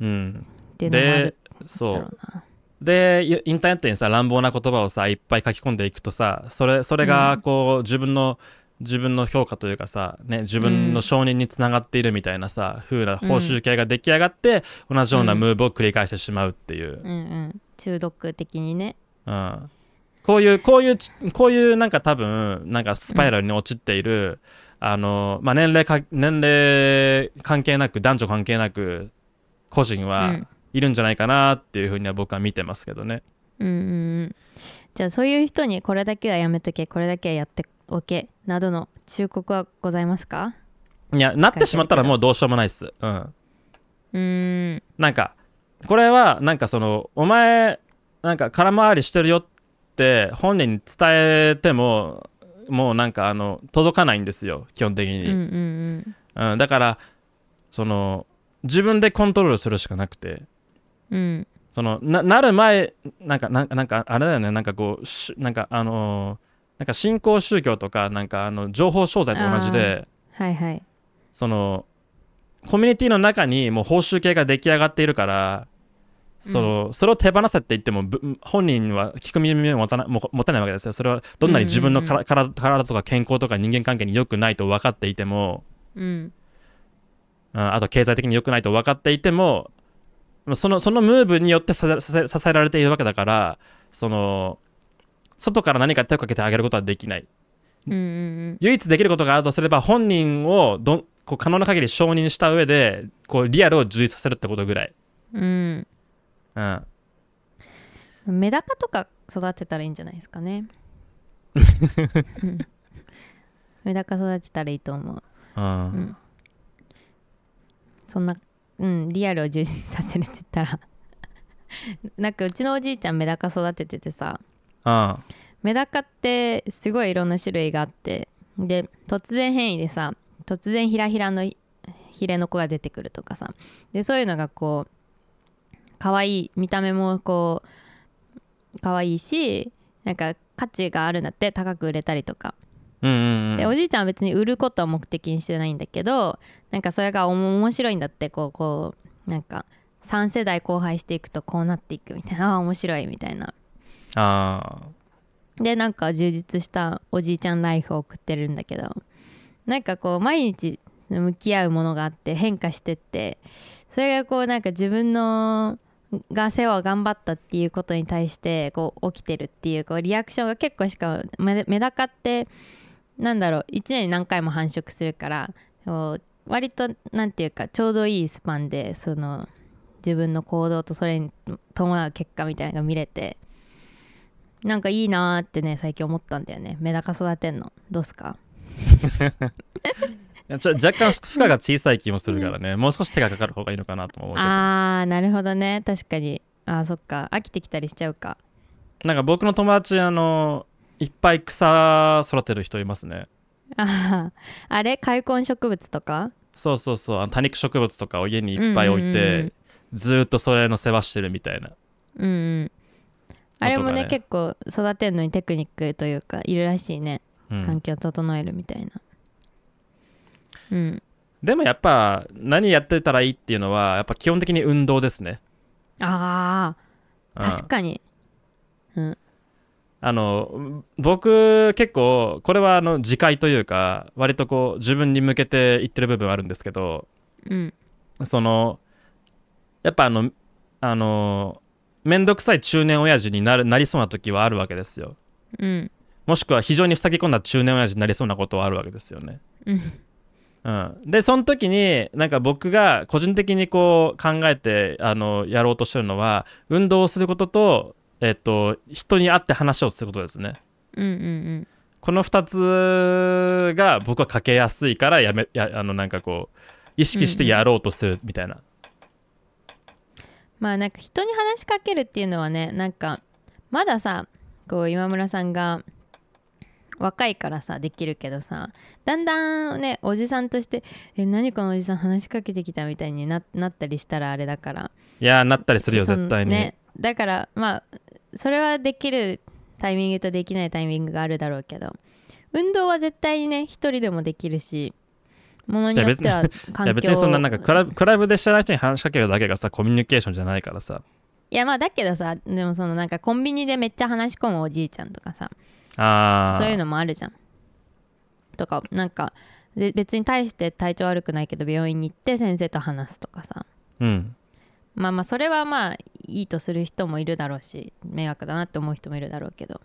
うんっていうのもあるんそだうろうなでイインターネットにさ乱暴な言葉をさいっぱい書き込んでいくとさそれそれがこう、自分の自分の評価というかさ、ね、自分の承認につながっているみたいなさ、風な報酬系が出来上がって、同じようなムーブを繰り返してしまうっていう、うんうん中毒的にねうん、こういうこういうこういうなんか多分なんかスパイラルに陥っている、あのまあ、年齢か年齢関係なく男女関係なく個人うはんいるんじゃないかなっていうふうには僕は見てますけどね。うんうんうんじゃあそういう人にこれだけはやめとけこれだけはやっておけなどの忠告はございますかいやなってしまったらもうどうしようもないっす。うん、うーんなんかこれはなんかそのお前なんか空回りしてるよって本人に伝えてももうなんかあの届かないんですよ基本的うに。んうんうん、だからその自分でコントロールするしかなくてうんうんそのななる前なんかなんかなんかあれだよねなんかこうしなんかあのーなんか新興宗教とかなんかあの情報商材と同じではいはいそのコミュニティの中にもう報酬系が出来上がっているからその、それを手放せって言ってもぶ本人は聞く耳を持たなも持たないわけですよそれはどんなに自分のからから体とか健康とか人間関係に良くないと分かっていても、うんうんあと経済的に良くないと分かっていてもまあそのそのムーブによって支え支え支えられているわけだからその外から何か手をかけてあげることはできないうんうん唯一できることがあるとすれば本人をどんこう可能な限り承認した上でこうリアルを充実させるってことぐらい、うんうん、うんメダカとか育てたらいいんじゃないですかねうんメダカ育てたらいいと思ううんうんそんなうんリアルを充実させるって言ったらなんかうちのおじいちゃんメダカ育てててさうんメダカってすごいいろんな種類があってで突然変異でさ突然ヒラヒラのひヒレの子が出てくるとかさでそういうのがこう可愛い見た目もこう可愛いしなんか価値があるんだって高く売れたりとかうんうんうんでおじいちゃんは別に売ることを目的にしてないんだけどなんかそれがおも面白いんだってこうこうなんか3世代交配していくとこうなっていくみたいなああ面白いみたいなあーでなんか充実したおじいちゃんライフを送ってるんだけどなんかこう毎日向き合うものがあって変化してってそれがこうなんか自分のが世話を頑張ったっていうことに対してこう起きてるっていうこうリアクションが結構しかもメメダカってなんだろう1年に何回も繁殖するからこう割となんていうかちょうどいいスパンでその自分の行動とそれに伴う結果みたいなのが見れてなんかいいなーってね最近思ったんだよねメダカ育てんのどうすかいやちょ若干負荷が小さい気もするからね、もう少し手がかかる方がいいのかなとも思うけどあーなるほどね確かにあーそっか飽きてきたりしちゃうかなんか僕の友達あのいっぱい草育てる人いますねあーあれ開墾植物とかそうそうそうあの多肉植物とかを家にいっぱい置いうんうんうんてうんずーっとそれの世話してるみたいなうんうんあれもねあとがね結構育てるのにテクニックというかいるらしいねうん環境を整えるみたいなうん、でもやっぱ何やってたらいいっていうのはやっぱ基本的に運動ですね、あうんあ確かにあの僕結構これはあの自戒というか割とこう自分に向けて言ってる部分あるんですけどうんそのやっぱあのあの面倒くさい中年親父になるなりそうな時はあるわけですようんもしくは非常にふさぎ込んだ中年親父になりそうなことはあるわけですよねうんうん、でその時になんか僕が個人的にこう考えてあのやろうとしてるのは運動をすることと、えっと、人に会って話をすることですねうんうんこの2つが僕はかけやすいからやめやあのなんかこう意識してやろうとするみたいな、まあなんか人に話しかけるっていうのはねなんかまださこう今村さんが若いからさできるけどさだんだんねおじさんとして「え何このおじさん話しかけてきた」みたいにななったりしたらあれだからいやーなったりするよその絶対に、ね、だからまあそれはできるタイミングとできないタイミングがあるだろうけど運動は絶対にね一人でもできるしものによっていやはい環境や別にそんななんかクラブブクラブで知らない人に話しかけるだけがさコミュニケーションじゃないからさいやまあだけどさでもそのなんかコンビニでめっちゃ話し込むおじいちゃんとかさあーそういうのもあるじゃんとかなんかで別に大して体調悪くないけど病院に行って先生と話すとかさうんまあまあそれはまあいいとする人もいるだろうし迷惑だなって思う人もいるだろうけど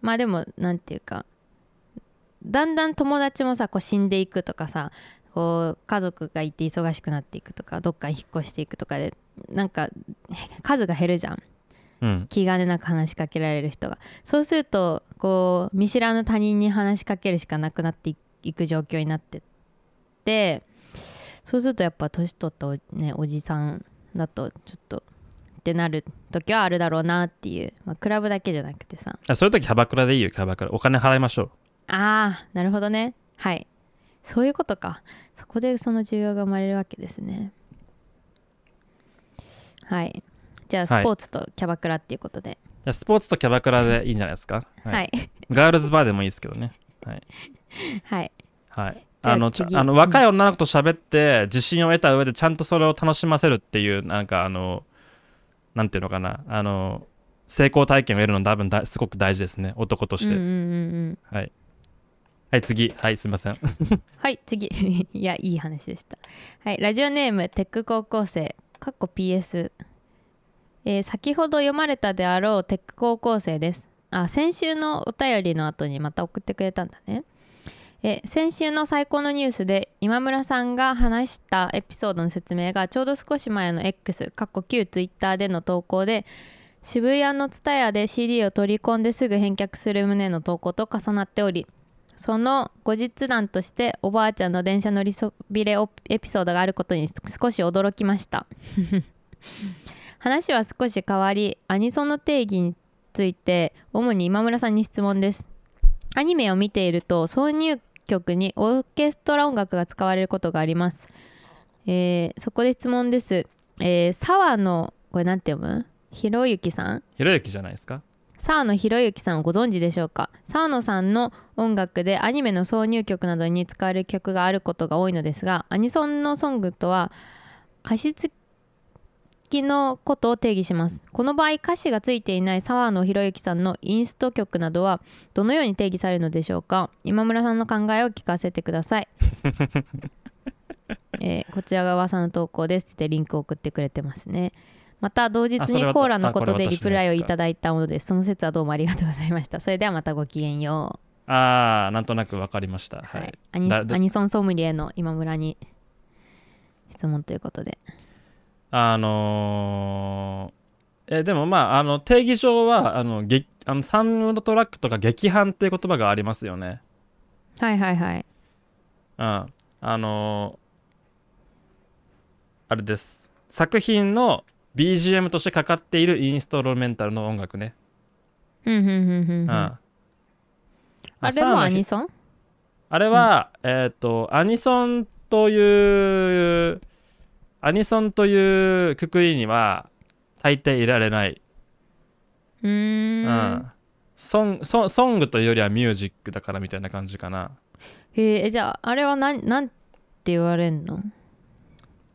まあでもなんていうかだんだん友達もさこう死んでいくとかさこう家族がいて忙しくなっていくとかどっかに引っ越していくとかでなんか数が減るじゃんうん気兼ねなく話しかけられる人がそうするとこう見知らぬ他人に話しかけるしかなくなっていく状況になってってそうするとやっぱ年取ったお,、ね、おじさんだとちょっとってなる時はあるだろうなっていう、まあ、クラブだけじゃなくてさあそういう時キャバクラでいいよキャバクラお金払いましょうああなるほどねはいそういうことかそこでその需要が生まれるわけですねはいじゃあスはいポーツとキャバクラっていうことでいやスポーツとキャバクラでいいんじゃないですか、はいはい、 ガールズバーでもいいですけどね。はいはい。じゃああのちゃ次あの若い女の子と喋って自信を得た上でちゃんとそれを楽しませるっていうなんかあのなんていうのかなあの成功体験を得るの多分だすごく大事ですね男として、うんうんうんうんはいはい次はいすいません はい次 いやいい話でしたはいラジオネームテック高校生かっこ PS、えー先ほど読まれたであろうテック高校生ですあ先週のお便りの後にまた送ってくれたんだねえー先週の最高のニュースで今村さんが話したエピソードの説明がちょうど少し前の X かっこ旧 Twitter での投稿で渋谷の TSUTAYA で CD を取り込んですぐ返却する旨の投稿と重なっておりその後日談としておばあちゃんの電車乗りそびれエピソードがあることに少し驚きました 話は少し変わりアニソンの定義について主に今村さんに質問ですアニメを見ていると挿入曲にオーケストラ音楽が使われることがあります、えーそこで質問です、えー、沢野これなんて読むひろゆきさんひろゆきじゃないですか沢野博之さんをご存知でしょうか沢野さんの音楽でアニメの挿入曲などに使われる曲があることが多いのですがアニソンのソングとは歌詞付きのことを定義しますこの場合歌詞が付いていない沢野博之さんのインスト曲などはどのように定義されるのでしょうか今村さんの考えを聞かせてく ださいえーこちらが噂の投稿ですってリンクを送ってくれてますねまた同日あそれにはコーラのこあとこれ私のでリプライをやついかただいたものですその説はどうもありがとうございましたそれではまたごきげんよああなんとなくわかりましたう、はい、アニだだアニソンソムリエの今村に質問ということであのーえでもまああの定義上はあのげあのサウンドトラックとか劇伴っていう言葉がありますよね。はいはいはいうん、あのーあれです作品の BGM としてかかっているインストルメンタルの音楽ね。うんうんうんうんううんんあれ朝のも日アニソンあれは、えっ、とアニソンというアニソンというくくりには大抵いられない、ううーんソンソンソングというよりはミュージックだからみたいな感じかなへえじゃああれはなんなんて言われんの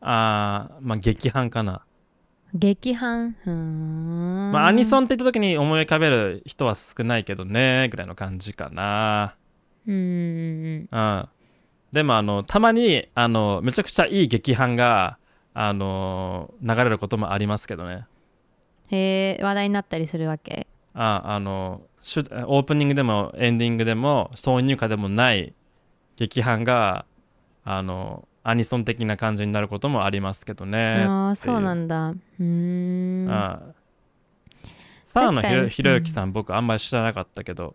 あーまあ劇伴かな、劇伴うーんまあ、アニソンンって言った時に思い浮かべる人は少ないけどねぐらいの感じかなうーんうん、でもあのたまにあのめちゃくちゃいい劇伴があの流れることもありますけどねへえ話題になったりするわけああの主オープニングでもエンディングでも挿入歌でもない劇伴があのアニソン的な感じになることもありますけどねああそうなんんだうーんああ沢野確かひろにひろゆきさん、僕あんまり知らなかったけど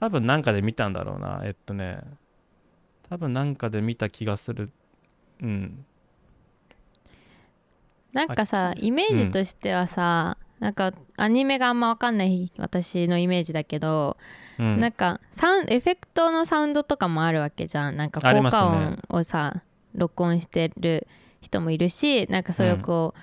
多分なんかで見たんだろうなえっとね多分なんかで見た気がするうんなんかさあイメージとしてはさ、なんかアニメがあんま分かんない私のイメージだけど、うんなんかサウンエフェクトのサウンドとかもあるわけじゃんなんかあり効ますね果音をさ、録音してる人もいるしなんかそれをこ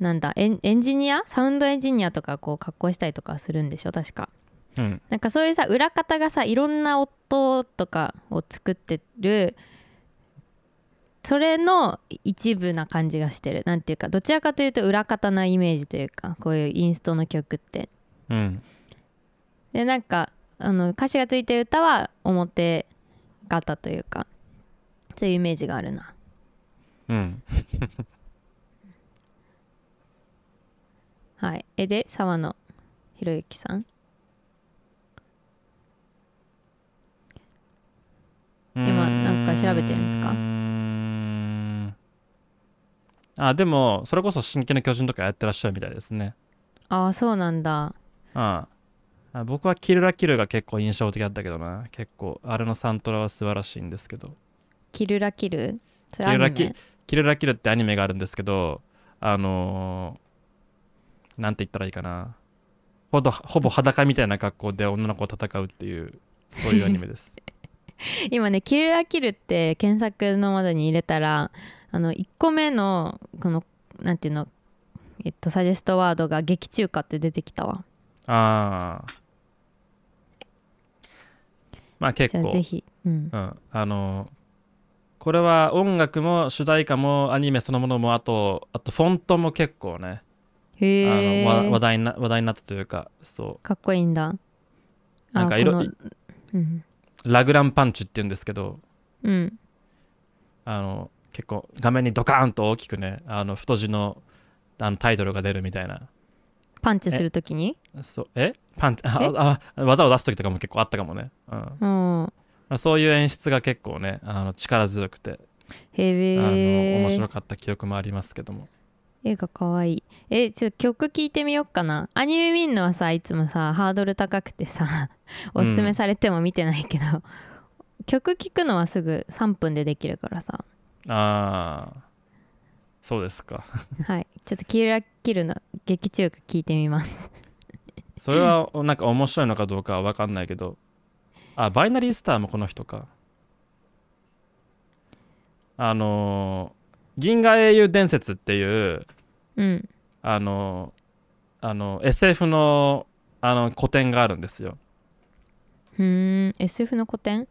う、なんだエンエンジニアサウンドエンジニアとかこう加工したりとかするんでしょ確かうんなんかそういうさ裏方がさいろんな音とかを作ってるそれの一部な感じがしてるなんていうかどちらかというと裏方なイメージというかこういうインストの曲ってうんでなんかあの歌詞がついてる歌は表方というかそういうイメージがあるなうんはいえで沢野ひろゆきさん今なんか調べてるんですかうーんあでもそれこそ「真剣な巨人」とかやってらっしゃるみたいですねああそうなんだああ僕は「キルラキル」が結構印象的だったけどな結構あれのサントラは素晴らしいんですけどキルラキルそれキアルニラキメ「キルラキル」ってアニメがあるんですけどあのーなんて言ったらいいかなほどほぼ裸みたいな格好で女の子と戦うっていうそういうアニメです 今ね「キルラキル」って検索の窓に入れたらあの1個目のこのなんていうのえっとサジェストワードが「劇中歌」って出てきたわああまあじ結ゃあ構ぜひ、うん、うん、あのこれは音楽も主題歌もアニメそのものもあとあとフォントも結構ね、へあのわ話え題にな話題になったというかそかっこいいんだあなんかいろこのううん、ラグランパンチっていうんですけどうん、あの結構画面にドカーンと大きくねあの太字のあのタイトルが出るみたいなパンチするときにそうえパンチああ技を出す時とかも結構あったかもね、うんうんまあ、そういう演出が結構ねあの力強くて、へあの面え白かった記憶もありますけども絵がかわいいえちょっと曲聴いてみようかなアニメ見んのはさいつもさハードル高くて さおすすめされても見てないけど、曲聴くのはすぐ3分でできるからさああそうですかはいちょっとキルラキルの劇中歌聴いてみますそれはおなんか面白いのかどうかは分かんないけどあバイナリースターもこの人かあのー銀河英雄伝説」っていううんあのーあの SF のあの古典があるんですよふーん SF の古典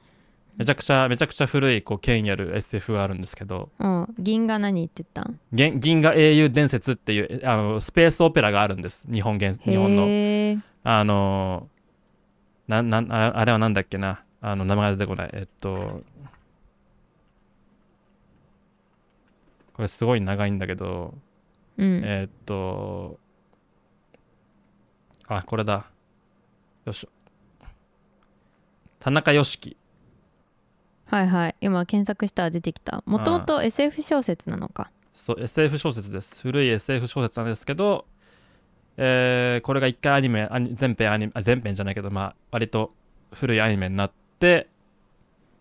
めちゃくちゃめちゃくちゃ古いこう剣やる SF があるんですけどうん銀河何言ってたんげん銀河英雄伝説っていうあのスペースオペラがあるんです日本現日本のへえあのーなんなんあれあれはなんだっけなあの名前が出てこないえっとこれすごい長いんだけどうんえーっとあこれだよいしょ田中良樹はいはい今検索したら出てきたもともと SF 小説なのかそう SF 小説です古い SF 小説なんですけど、えーこれが一回アニメアニ全編アニメあ全編じゃないけどまあ割と古いアニメになって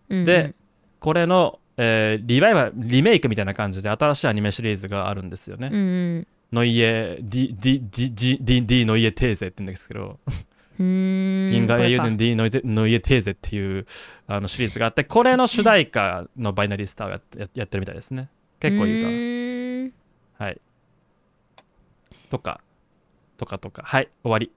うんうんでこれの、えーリバイバルリメイクみたいな感じで新しいアニメシリーズがあるんですよね、うんうんノイエ D, D, D, D, D, D ノイエテーゼって言うんですけど、うーん銀河英雄これ伝か D ノイゼノイエテーゼっていうあのシリーズがあってこれの主題歌のバイナリースターをやってややってるみたいですね結構いいう歌ーんはいとかとかとかはい終わり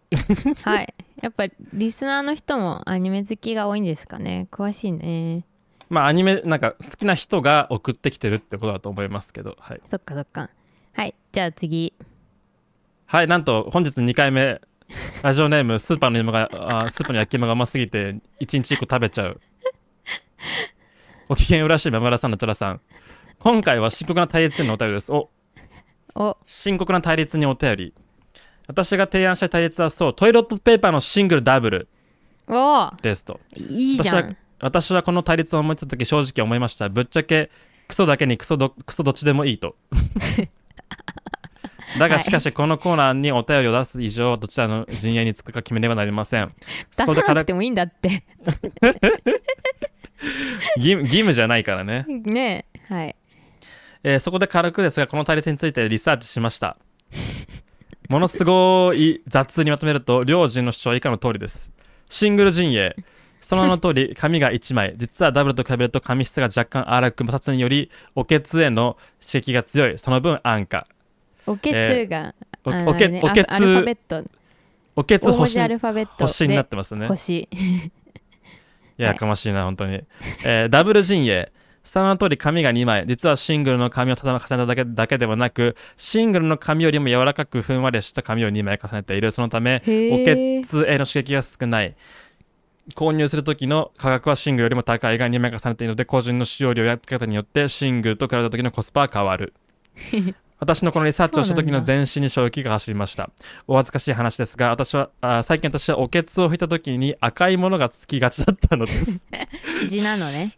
はいやっぱリスナーの人もアニメ好きが多いんですかね詳しいねまあアニメなんか好きな人が送ってきてるってことだと思いますけどはい、そっかそっかはいじゃあ次はい、なんと本日2回目ラジオネームスーパーの芋があスーパーの焼き芋がうますぎて1日1個食べちゃうお機嫌うらしい山村さんのチャラさん今回は深刻な対立点のお便りですおお深刻な対立にお便り私が提案した対立はそうトイレットペーパーのシングルダブルおーですといいじゃ私はん私はこの対立を思いついた時正直思いましたぶっちゃけクソだけにクソどクソどっちでもいい とだがはいしかしこのコーナーにお便りを出す以上どちらの陣営につくか決めねばなりませんそこ出でさな軽くてもいいんだって 義務義務じゃないからね、ねえはいえーそこで軽くですがこの対立についてリサーチしました ものすごい雑にまとめると両陣の主張は以下の通りですシングル陣営その名の通 り紙が1枚実はダブルと比べると紙質が若干荒く摩擦によりおけつへの刺激が強いその分安価おけつが、おあのおけねおけつアルファベットおけつ大文星字アルファベットで星になってますね星いややかましいな、本当に。えーダ ブル陣営。その通り紙が2枚。実はシングルの紙をただ重ねただけだけではなく、シングルの紙よりも柔らかくふんわりした紙を2枚重ねている。そのため、へーおけつへの刺激が少ない。購入する時の価格はシングルよりも高いが2枚重ねているので、個人の使用量や付け方によってシングルと比べた時のコスパは変わ る。私のこのリサーチをした時の全身に衝撃が走りました。お恥ずかしい話ですが、私は、あー最近私はおけつを拭いた時に赤いものがつきがちだったのです。字な のね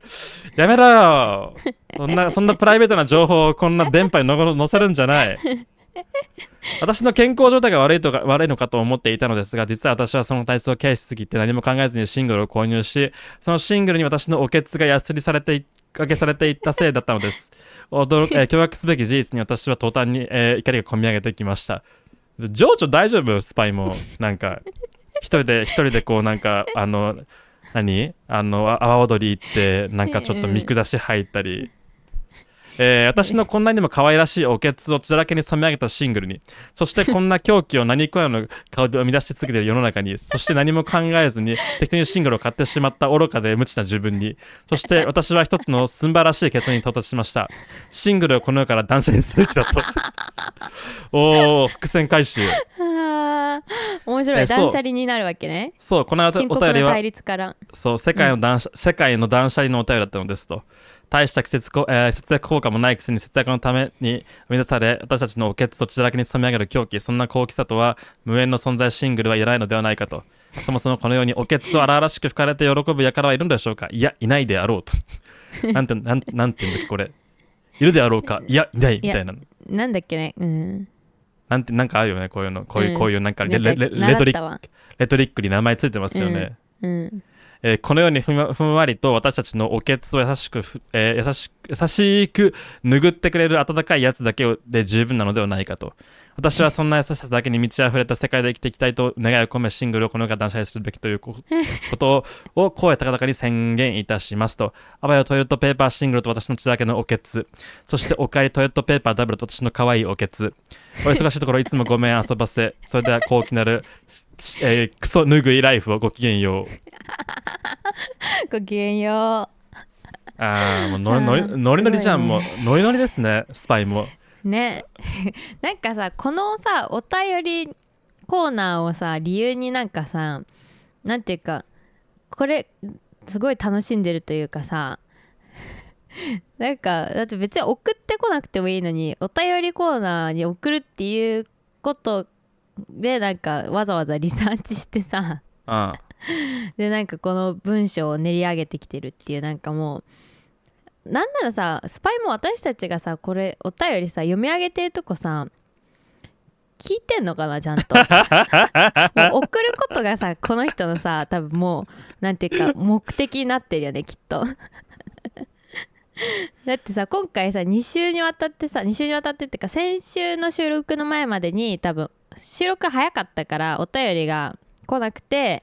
やめろよそんなそんなプライベートな情報をこんな電波にの載せるんじゃない私の健康状態が悪いとか悪いのかと思っていたのですが実は私はその体操を軽視しすぎて何も考えずにシングルを購入しそのシングルに私のおけつがやすりされていかけされていったせいだったのです驚く、えー驚愕すべき事実に私は途端に、えー怒りがこみ上げてきました情緒大丈夫スパイもなんか一人で一人でこうなんかあの何あのあ阿波踊り行ってなんかちょっと見下し入ったり、えー私のこんなにも可愛らしいおけつを血だらけに染め上げたシングルにそしてこんな狂気を何食わぬ顔で生み出し続けている世の中にそして何も考えずに適当にシングルを買ってしまった愚かで無知な自分にそして私は一つのすんばらしい決意に到達しましたシングルをこの世から断捨離すべきだとおお伏線回収あー面白えいそう断捨離になるわけねそうこのお便深刻なりは対立からそう世界の断捨、世界の断捨離のお便りだったのですと大した季節こ、えー節約効果もないくせに節約のために生み出され私たちのおけつと血だらけに染め上げる狂気そんな高貴さとは無縁の存在シングルはいらないのではないかとそもそもこのようにおけつを荒々しく吹かれて喜ぶ輩はいるんでしょうかいやいないであろ うとなんてなんなんていうんだっけこれいるであろうかいやいないみたいななんだっけねうんなんてなんかあるよねこういうのこういう、うんこういうなんかレなレんかレレトリ習ったわレトリックに名前ついてますよね、うんえーこのようにふんわふんわりと私たちのおけつを優しくふ、えー優しく優しく拭ってくれる温かいやつだけをで十分なのではないかと私はそんな優しさだけに満ち溢れた世界で生きていきたいと願いを込めシングルをこの世から断捨離するべきというこことをを声高々に宣言いたしますとあばよトイレットペーパーシングルと私の血だらけのおけつそしておかえりトイレットペーパーダブルと私の可愛いおけつお忙しいところいつもごめん遊ばせそれでは高貴なる、えークソ拭いライフをごきげんようごきげんよああ、もうノリノあーリノリノリじゃん、すごもいうノリノリですね、スパイも。うね なんかさこのさお便りコーナーをさ理由になんかさなんていうかこれすごい楽しんでるというかさ なんかだって別に送ってこなくてもいいのにお便りコーナーに送るっていうことでなんかわざわざリサーチしてさうんでなんかこの文章を練り上げてきてるっていうなんかもうなんならさスパイも私たちがさこれお便りさ読み上げてるとこさ聞いてんのかなちゃんともう送ることがさこの人のさ多分もうなんていうか目的になってるよねきっと だってさ今回さ2週にわたってさ2週にわたってっていうか先週の収録の前までに多分収録早かったからお便りが来なくて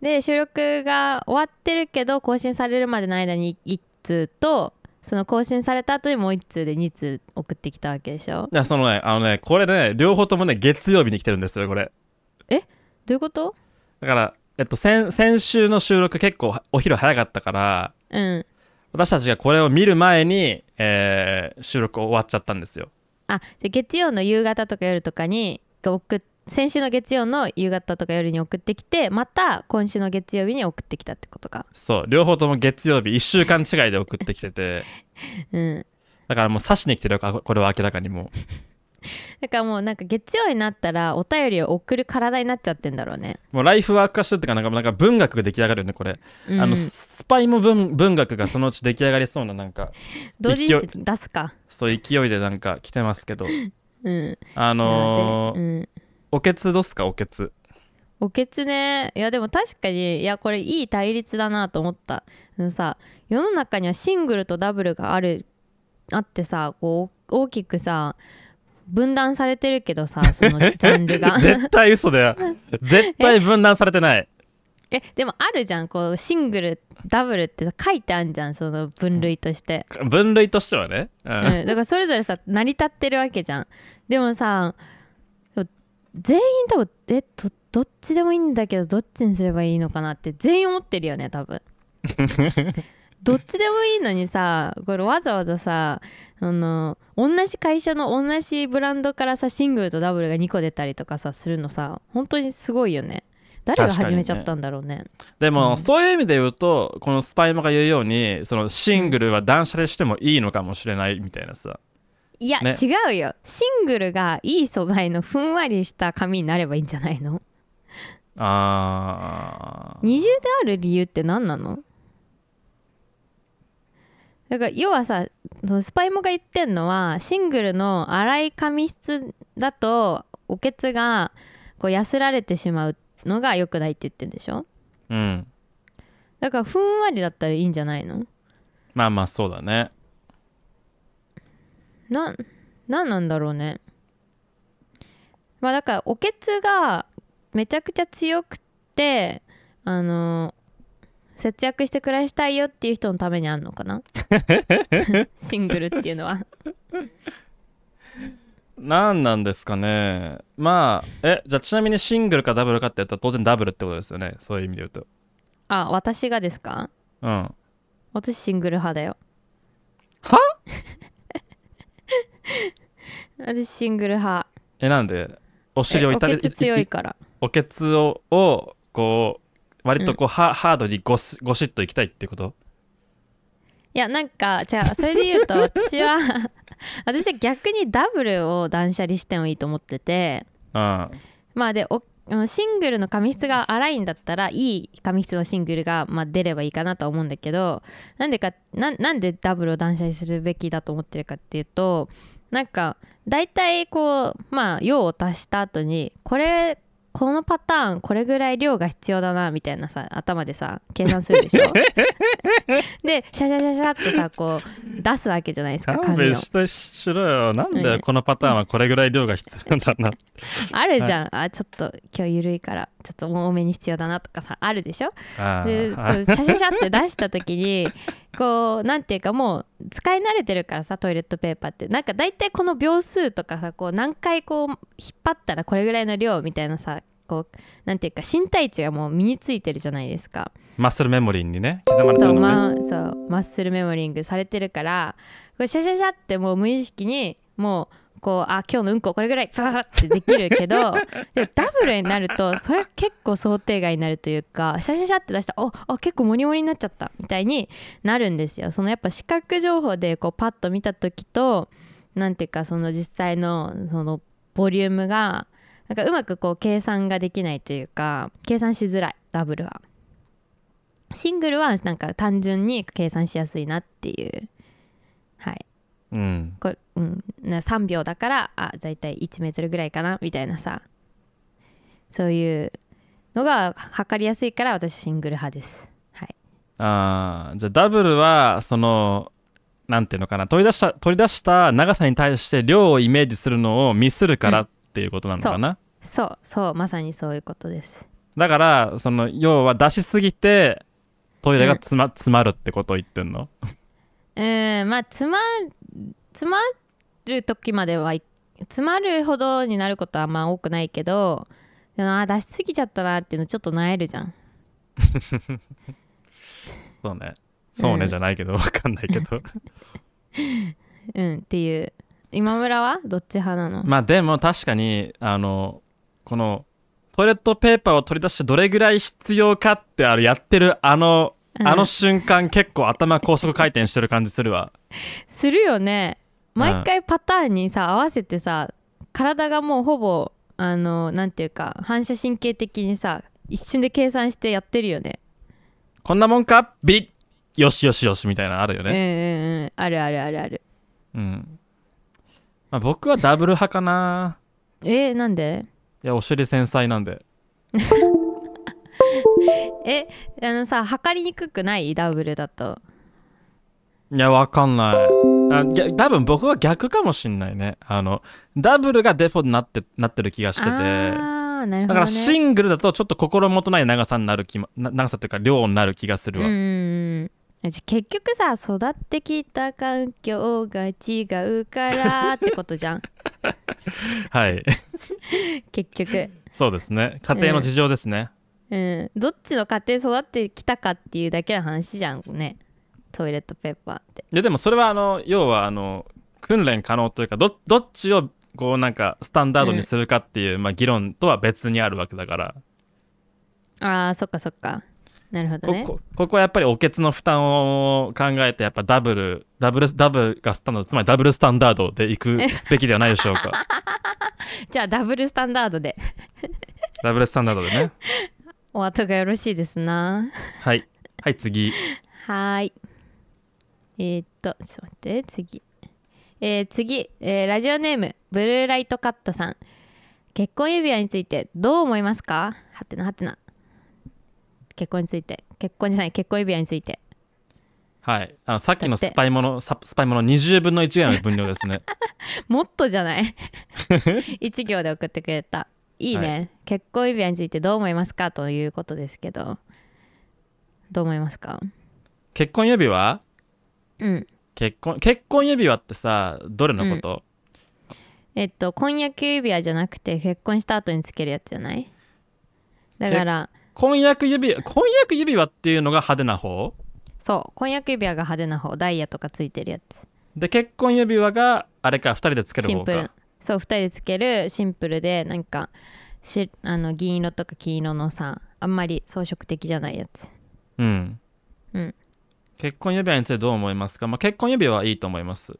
で収録が終わってるけど更新されるまでの間に1通とその更新された後にもう1通で2通送ってきたわけでしょどいやそのねあのねこれね両方ともね月曜日に来てるんですよこれういうことだからえっと先先週の収録結構お昼早かったからうん私たちがこれを見る前に、えー収録終わっちゃったんですよあじゃあ月曜の夕方とか夜とかに送っ先週の月曜の夕方とか夜に送ってきてまた今週の月曜日に送ってきたってことかそう両方とも月曜日1週間違いで送ってきててうんだからもう刺しに来てるよかこれは明らかにもだからもうなんか月曜になったらお便りを送る体になっちゃってんだろうね、うもうライフワーク化してるっていうかなんかなんか文学が出来上がるよねこれ、うん、あのススパイも文文学がそのうち出来上がりそうななんか同時にし出すかそういう勢いでなんか来てます けどうんあのーうんおけつどっすかおけつおけつねいやでも確かにいやこれいい対立だなと思ったあのさ世の中にはシングルとダブルがあるあってさこう大きくさ分断されてるけどさそのジャンル が絶対嘘だよ絶対分断されてない えでもあるじゃんこうシングルダブルってさ書いてあんじゃんその分類として、分類としてはね、うんうん、だからそれぞれさ成り立ってるわけじゃんでもさでも全員多分えどどっちでもいいんだけどどっちにすればいいのかなって全員思ってるよね多分 どっちでもいいのにさこれわざわざさあの同じ会社の同じブランドからさシングルとダブルが2個出たりとかさするのさ本当にすごいよね誰が確かに始ねめちゃったんだろうねでも、うんそういう意味で言うとこのスパイマが言うようにそのシングルは断捨離してもいいのかもしれないみたいなさいや、ね違うよシングルがいい素材のふんわりした紙になればいいんじゃないのあー二重である理由って何なのだから要はさそのスパイモが言ってんのはシングルの粗い紙質だとおけつがこう安られてしまうのが良くないって言ってんでしょうんだからふんわりだったらいいんじゃないのまあまあそうだねななんなんだろうねまあだからおけつがめちゃくちゃ強くってあの節約して暮らしたいよっていう人のためにあんのかなシングルっていうのは何なんですかねまあえじゃあちなみにシングルかダブルかってやったら当然ダブルってことですよねそういう意味で言うとあ私がですかうん私シングル派だよは私シングル派えなんでお尻をえお痛めけつ強いからおけつををこう割とこう、ハハードにゴスゴシッといきたいってこといやなんかじゃあそれで言うと私は 私は逆にダブルを断捨離してもいいと思っててうんまあでおあのシングルの紙質が荒いんだったらいい紙質のシングルが、まあ、出ればいいかなとは思うんだけどなんでかななんでダブルを断捨離するべきだと思ってるかっていうとなんか大体こうまあ用を足した後にこれこのパターンこれぐらい量が必要だなみたいなさ頭でさ計算するでし ょでシャシャシャシャってさこう出すわけじゃないですか勘紙を弁してしろよなんはでいこのパターンはこれぐらい量が必要なん だなあるじゃん、あちょっと今日緩いからちょっと多めに必要だなとかさあるでしょあでーそうシャシャシャって出した 時にこうなんていうかもう使い慣れてるからさトイレットペーパーってなんか大体この秒数とかさこう何回こう引っ張ったらこれぐらいの量みたいなさこうなんていうか身体値がもう身についてるじゃないですかマッスルメモリーにね刻まれてそう,、るのねまあ、そうマッスルメモリングされてるからこれシャシャシャってもう無意識にもうこうあ今日のうんここれぐらいパーってできるけど でもダブルになるとそれ結構想定外になるというかシャシャシャって出したらおあ結構モリモリになっちゃったみたいになるんですよ。そのやっぱ視覚情報でこうパッと見た時となんていうかその実際のそのボリュームがなんかうまくこう計算ができないというか計算しづらいダブルは。シングルはなんか単純に計算しやすいなっていうはいうんこれ、うん、な3秒だからあ大体1メートルぐらいかなみたいなさそういうのが測りやすいから私シングル派ですはいあーじゃあダブルはそのなんていうのかな取り出した取り出した長さに対して量をイメージするのをミスるからっていうことなのかな、そうそうまさにそういうことですだからその要は出しすぎてトイレがつま,、詰まるってことを言ってんのうーんまあ詰ま詰まる時まではい詰まるほどになることはまあ多くないけどでもあ出しすぎちゃったなっていうのちょっとなえるじゃんそうねそうね、うんじゃないけどわ かんないけどうんっていう今村はどっち派なの、まあでも確かにあのこのトイレットペーパーを取り出してどれぐらい必要かってあのやってるあのうんあの瞬間結構頭高速回転してる感じするわするよねうん毎回パターンにさ合わせてさ体がもうほぼあのなんていうか反射神経的にさ一瞬で計算してやってるよねこんなもんかビリッよしよしよしみたいなのあるようんうね、んうんあるあるあるあるうんまあ、僕はダブル派かなえー、なんでいやお尻繊細なんでえあのさ測りにくくないダブルだといやわかんないあいや多分僕は逆かもしんないねあのダブルがデフォになってなってる気がしててああなるだほかど、ね、らシングルだとちょっと心もとない長さになる気もな長さというか量になる気がするわ、うんうんうんじゃあ結局さ育ってきた環境が違うからってことじ ゃんはい 結局そうですね家庭の事情ですね、うん、どっちの家庭育ってきたかっていうだけの話じゃんねトイレットペーパーっていやでもそれはあの要はあの訓練可能というかどどっちをこうなんかスタンダードにするかっていう、まあ、議論とは別にあるわけだからあーそっかそっかなるほどこねこここはやっぱりおけつの負担を考えてやっぱダブルダブルダブルがスタンダードつまりダブルスタンダードでいくべきではないでしょう かじゃあダブルスタンダードでダブルスタンダードでねお後がよろしいですなはいはい次はーいえー、っとちょっと待って次えー次、えーラジオネームブルーライトカットさん結婚指輪についてどう思いますかはてなはてな結婚について結婚じゃない結婚指輪についてはいあのさっきのだっスてパイものサスパイもの20分の1ぐらいの分量です ねもっとじゃない 一行で送ってくれたいいね、は結婚指輪についてどう思いますかということですけどどう思いますか結婚指輪うん結婚結婚指輪ってさどれのこと、えっと婚約指輪じゃなくて結婚した後につけるやつじゃないだから婚約指輪婚約指輪っていうのが派手な方そう婚約指輪が派手な方ダイヤとかついてるやつで結婚指輪があれか2人でつけるシン方プルかそう2人でつけるシンプルでなんかしあの銀色とか黄色のさあんまり装飾的じゃないやつうん、うん結婚指輪についてどう思いますか、まあ、結婚指輪はいいと思います、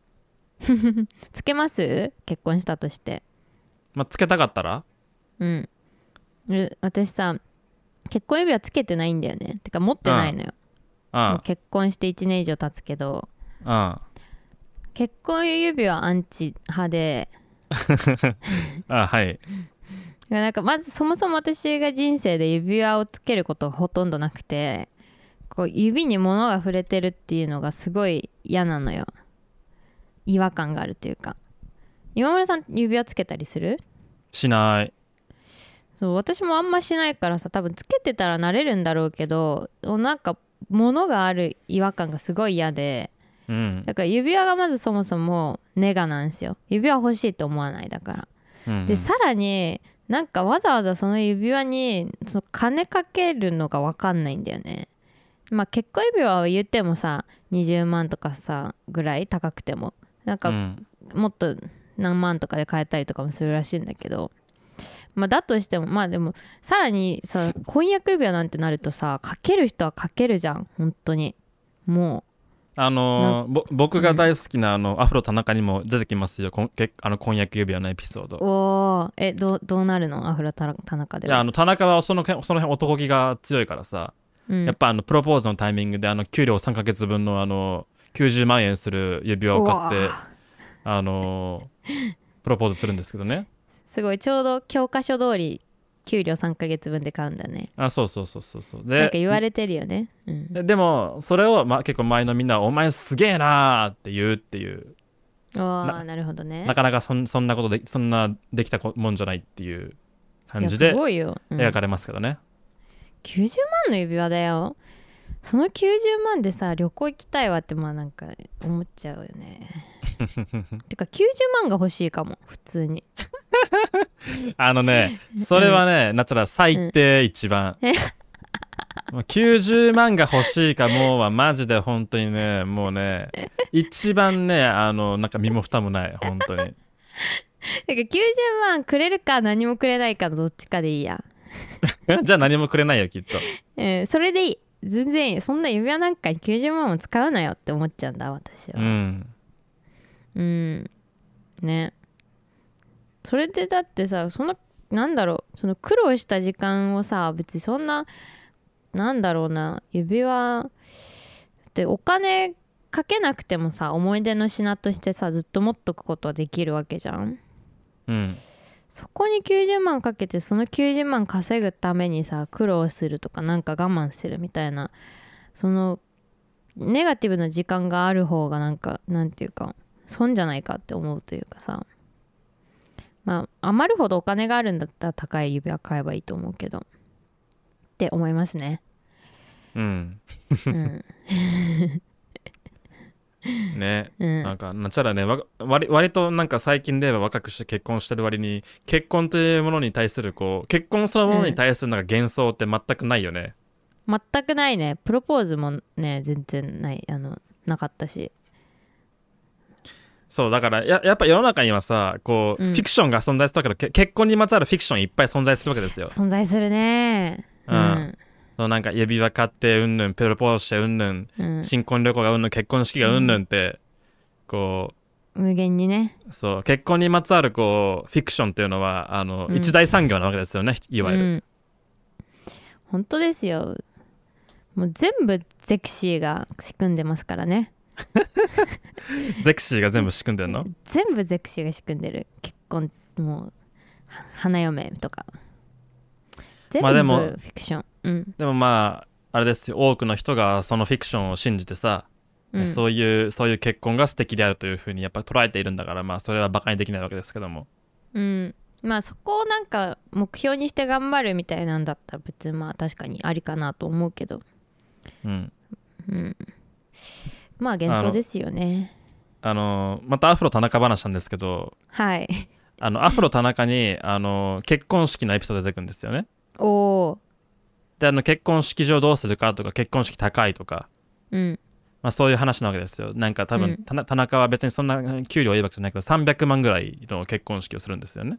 つけます結婚したとしてまあ、つけたかったらうんえ私さ結婚指輪つけてないんだよねてか持ってないのよ、もうあ結婚して1年以上経つけどああ結婚指輪アンチ派であああはいいやなんかまずそもそも私が人生で指輪をつけることがほとんどなくてこう指に物が触れてるっていうのがすごい嫌なのよ違和感があるというか今村さん指輪つけたりするしないそう私もあんましないからさ多分つけてたら慣れるんだろうけどなんか物がある違和感がすごい嫌でうん、だから指輪がまずそもそもネガなんですよ指輪欲しいと思わないだからうん、でさらになんかわざわざその指輪にその金かけるのが分かんないんだよねまあ結婚指輪は言ってもさ20万とかさぐらい高くてもなんうかんもっと何万とかで買えたりとかもするらしいんだけど、まあ、だとしてもまあでもさらにさ婚約指輪なんてなるとさかける人はかけるじゃん本当にもあのーぼ僕が大好きなあの、アフロ田中にも出てきますよこんけあの婚約指輪のエピソードうおーえどうどうなるのアフロ田田中でいやあはの田中はその辺その辺男気が強いからさ、うんやっぱあのプロポーズのタイミングであの給料3ヶ月分のあの90万円する指輪を買うっわてあのープロポーズするんですけどねすごいちょうど教科書通り給料3ヶ月分で買うんだねあそうそうそうそうそうなんでか言われてるよね、うん、ででもそれを、まあ、結構前のみんなは「お前すげえな」って言うっていうおーななるほどねなかなかそんそんなことでそんなできたこもんじゃないっていう感じいやですごいよ、うん、描かれますけどね、 90万の指輪だよその90万でさ旅行行きたいわってまあなんか思っちゃうよねてか90万が欲しいかも普通にあの ねそれはね、なっちゃら最低一番、 もう90万が欲しいかもうはマジで本当にねもうね一番ねあのなんか身も蓋もない本当に てか90万くれるか何もくれないかのどっちかでいいや、じゃあ何もくれないよきっとうん、それでいい全然いいそんな指輪なんかに90万も使うなよって思っちゃうんだ私うはんうん、ねそれでだってさそのなんだろうその苦労した時間をさ別にそんななんだろうな指輪ってお金かけなくてもさ思い出の品としてさずっと持っとくことはできるわけじゃんうんそこに90万かけてその90万稼ぐためにさ苦労するとかなんか我慢してるみたいなそのネガティブな時間がある方がなんかなんていうか損じゃないかって思うというかさまあ余るほどお金があるんだったら高い指輪買えばいいと思うけどって思いま すね。うんうん、ねうんなんかなんちゃらねわ割割となんか最近では若くして結婚してる割に結婚というものに対するこう結婚そのものに対するなんか幻想って全くないよね、全くないねプロポーズもね全然ないあのなかったしそうだからややっぱ世の中にはさこう、うんフィクションが存在するわけどけ結婚にまつわるフィクションいっぱい存在するわけですよ存在するね。うんそのなんか指輪買ってうんぬんプロポーズしてうんぬんうんうん、新婚旅行がうんぬん結婚式がうんぬんって、こ無限にね。うそう結婚にまつわるこうフィクションっていうのはあの、うん一大産業なわけですよねいわゆる、うん、本当ですよもう全部ゼクシーが仕組んでますからねゼクシーが全部仕組んでんの全部ゼクシーが仕組んでる結婚もうは花嫁とか全まあ部でフもィクション、うんでもまああれですよ多くの人がそのフィクションを信じてさ、うん、そういうそういう結婚が素敵であるというふうにやっぱ捉えているんだからまあそれはバカにできないわけですけどもうん、まあそこをなんか目標にして頑張るみたいなんだったら別にまあ確かにありかなと思うけど、うんうん、まあ幻想ですよねあのまたアフロ田中話なんですけどはいあのアフロ田中にあの結婚式のエピソード出てくるんですよねおおであの結婚式場どうするかとか結婚式高いとかーうんまあそういう話なわけですよなんか多分、うん田中田中は別にそんな給料を言うわけじゃないけど300万ぐらいの結婚式をするんですよね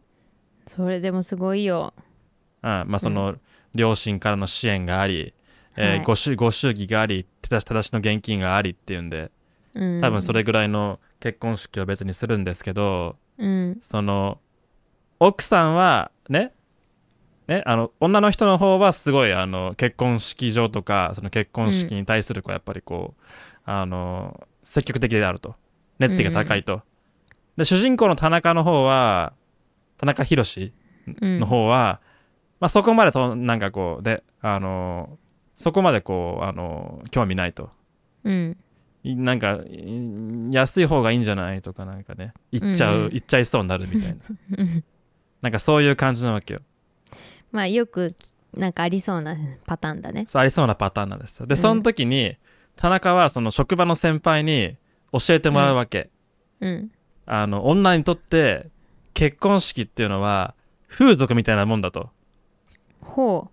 それでもすごいようんまあ、その両親からの支援があり、えーはいご祝ご祝儀があり手出し手出しの現金がありっていうんでうん多分それぐらいの結婚式を別にするんですけど、うんその奥さんはねねあの女の人の方はすごいあの結婚式場とかその結婚式に対するこうやっぱりこう、あの積極的であると熱意が高いと、で主人公の田中の方は田中宏うんの方は、まあ、そこまでとなんかこうであのーそこまでこうあのー興味ないとうんいなんかい安い方がいいんじゃないとかなんかね言っちゃう、うんうん言っちゃいそうになるみたいな うんなんかそういう感じなわけよまあよくなんかありそうなパターンだねそうありそうなパターンなんですよでうんその時に、田中はその職場の先輩に教えてもらうわけ、うんあの女にとって結婚式っていうのは風俗みたいなもんだとほ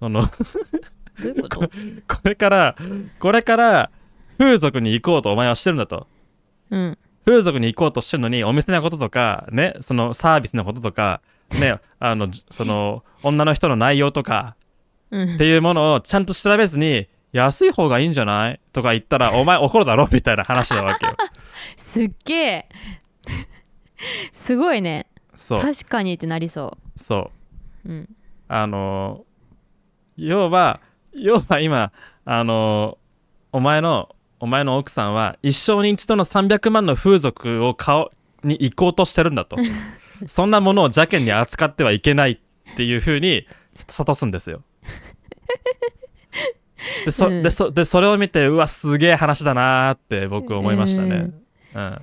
そのうどういうことこれからこれから風俗に行こうとお前はしてるんだと うん風俗に行こうとしてるのにお店のこととかねそのサービスのこととかねあのじその女の人の内容とかうんっていうものをちゃんと調べずに安い方がいいんじゃないとか言ったらお前怒るだろみたいな話なわけよすっげえすごいねそう確かにってなりそそうう、うん、あの要は要は今あのお前のお前の奥さんは一生に一度の300万の風俗を買おに行こうとしてるん だとそんなものを邪険に扱ってはいけないっていうふうに諭すんですよ。でそうんでそでそれを見てうわすげえ話だなーって僕思いましたね。うんい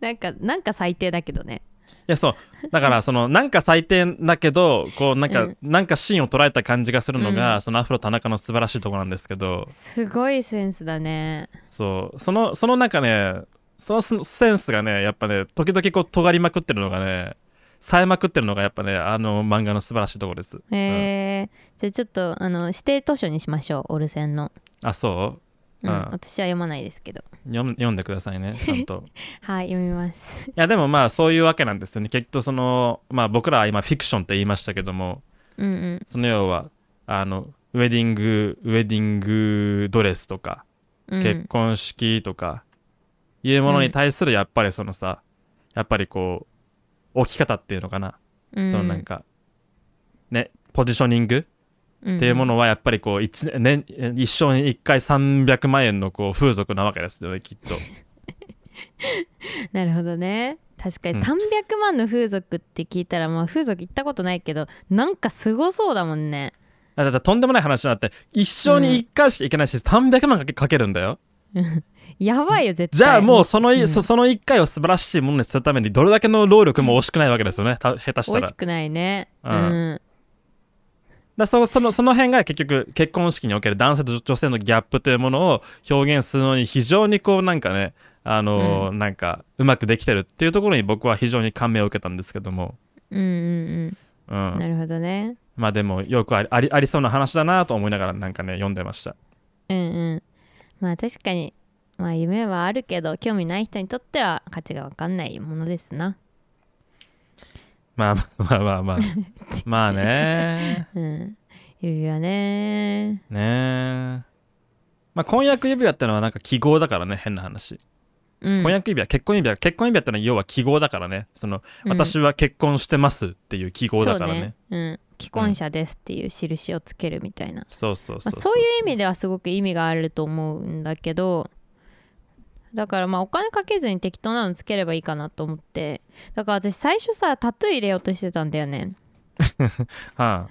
なんかなんか最低だけどねやそうだからそのなんか最低だけどこうなんか、うんなんかシーンを捉えた感じがするのが、うんそのアフロ田中の素晴らしいところなんですけどすごいセンスだねそうそのそのなんかねそのそセンスがねやっぱね時々こう尖りまくってるのがね冴えまくってるのがやっぱねあの漫画の素晴らしいところです。へえじゃあちょっとあの指定図書にしましょうオルセンの、うんあそううんうん私は読まないですけど読ん読んでください ねちゃんと。はい読みますいやでもまあそういうわけなんですよね結局その、まあ、僕らは今フィクションって言いましたけどもうんうんその要はあのウェディングウェディングドレスとかうん結婚式とかいうものに対するやっぱりそのさ、やっぱりこう置き方っていうのかな、うんそのなんかねポジショニングうんっていうものはやっぱりこう一年一生に1回300万円のこう風俗なわけですよねきっ と。なるほどね確かにうん300万の風俗って聞いたら、まあ風俗行ったことないけどなんかすごそうだもんねだってとんでもない話になって一生に1回しかいけないし、300万かけかけるんだよ。やばいよ絶対じゃあもうその,、うんそその1回を素晴らしいものにするためにどれだけの労力も惜しくないわけですよねた下手した美ら味しくないねううんん、だそそのその辺が結局結婚式における男性と女女性のギャップというものを表現するのに非常にこうなんかねあのーなんかうまくできてるっていうところに僕は非常に感銘を受けたんですけども、うんうんううんん、なるほどねまあでもよくありありありそうな話だなと思いながらなんかね読んでましたうんうんまあ確かにまあ夢はあるけど興味ない人にとっては価値が分かんないものですなまあまあまあま あまあまあねうん指輪ねねまあ婚約指輪ってのはなんか記号だからね変な話うん婚約指輪結婚指輪結婚指輪ってのは要は記号だからねその、うん私は結婚してますっていう記号だからねそうね、うん、既婚者ですっていう印をつけるみたいなそうそうそまうあ、そういう意味ではすごく意味があると思うんだけどだからまあお金かけずに適当なのつければいいかなと思ってだから私最初さタトゥー入れようとしてたんだよねは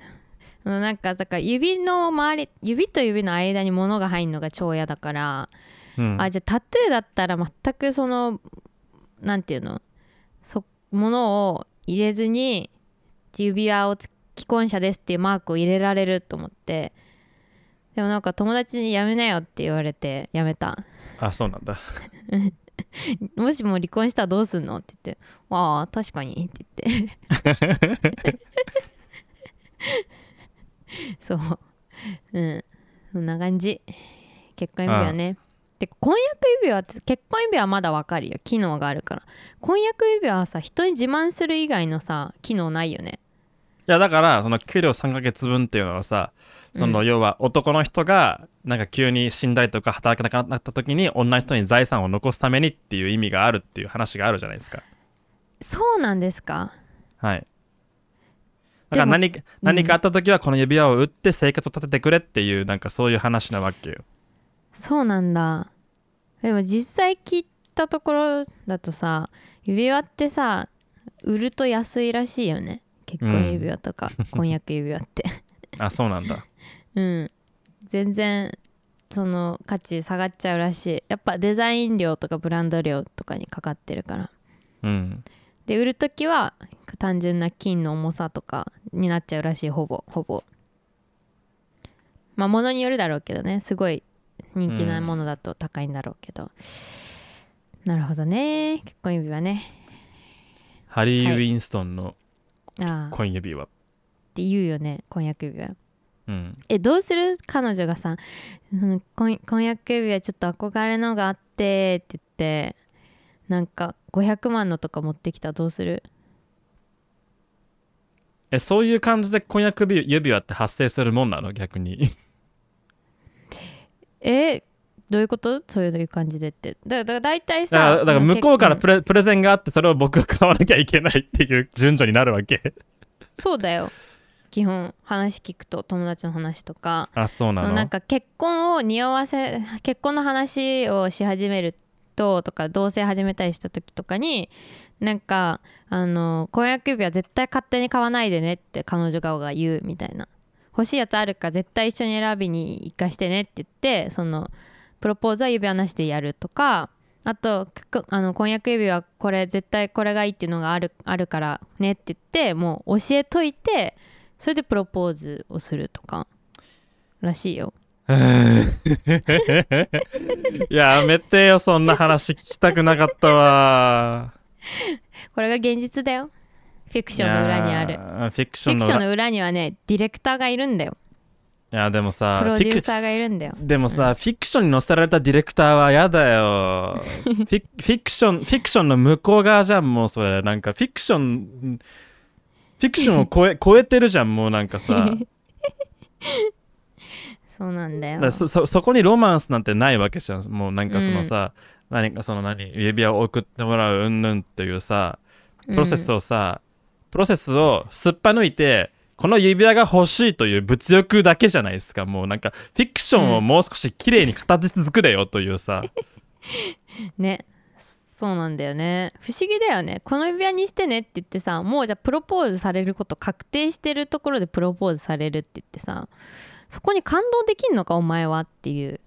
あのなんかだから指の周り指と指の間に物が入るのが超嫌だから、いうんあじゃあタトゥーだったら全くそのなんていうのそ物を入れずに指輪をつ既婚者ですっていうマークを入れられると思ってでもなんか友達にやめなよって言われてやめたあそうなんだもしも離婚したらどうすんのって言ってああ確かにって言って そううんそんな感じ結婚指輪ねで婚約指輪って結婚指輪はまだわかるよ機能があるから婚約指輪はさ人に自慢する以外のさ機能ないよねいやだからその給料3ヶ月分っていうのはさその、う要は男の人がなんか急に死んだりとか働けなくなった時に女の人に財産を残すためにっていう意味があるっていう話があるじゃないですかそうなんですかはいだから何か何かあった時はこの指輪を打って生活を立ててくれっていうなんかそういう話なわけよそうなんだでも実際聞いたところだとさ指輪ってさ売ると安いらしいよね結婚指輪とか、婚約指輪って あそうなんだうん全然その価値下がっちゃうらしいやっぱデザイン料とかブランド料とかにかかってるからうんで売る時は単純な金の重さとかになっちゃうらしいほぼほぼまあ物によるだろうけどねすごい人気なものだと高いんだろうけど、なるほどね結婚指輪ねハリー・ウはいィンストンのああっ婚指輪て言うよね婚約指輪うんえどうする彼女がさうん婚婚約指輪ちょっと憧れのがあってって言ってなんか500万のとか持ってきたらどうするえそういう感じで婚約指指輪って発生するもんなの逆にえどういうことそういう感じでってだだ大体だからださから向こうからプレレプレゼンがあってそれを僕が買わなきゃいけないっていう順序になるわけそうだよ基本話聞くと友達の話とか あそうなのな んか結婚を匂わせ結婚の話をし始めるととか同棲始めたりした時とかになんかあの婚約指輪絶対勝手に買わないでねって彼女側が言うみたいな欲しいやつあるから絶対一緒に選びに行かしてねって言ってそのプロポーズは指輪なしでやるとかあとくあの婚約指輪これ絶対これがいいっていうのがあるあるからねって言ってもう教えといてそれでプロポーズをするとからしいよやめてよそんな話聞きたくなかったわこれが現実だよフィクションの裏にあいるやーフィクシフョィンクの裏ションの裏にはねディレクターがいるんだよいやでもさプロフディュクーサーがいるんだよでもさ、フィクションに載せられたディレクターはやだ よフィフィクションフィクションの向こう側じゃんもうそれなんかフィクションフィクションを超え超えてるじゃんもうなんかさ そうなんだだよからそそそこにロマンスなんてないわけじゃんもうなんかそのさ、何かその何指輪を送ってもらううんぬんっていうさプロセスうんをさ、プロセスをすっぱ抜いてこの指輪が欲しいという物欲だけじゃないですかもうなんかフィクションをもう少し綺麗に形作れよという さ、ねそうなんだよね不思議だよねこの指輪にしてねって言ってさもうじゃあプロポーズされること確定してるところでプロポーズされるって言ってさそこに感動できんのかお前はっていう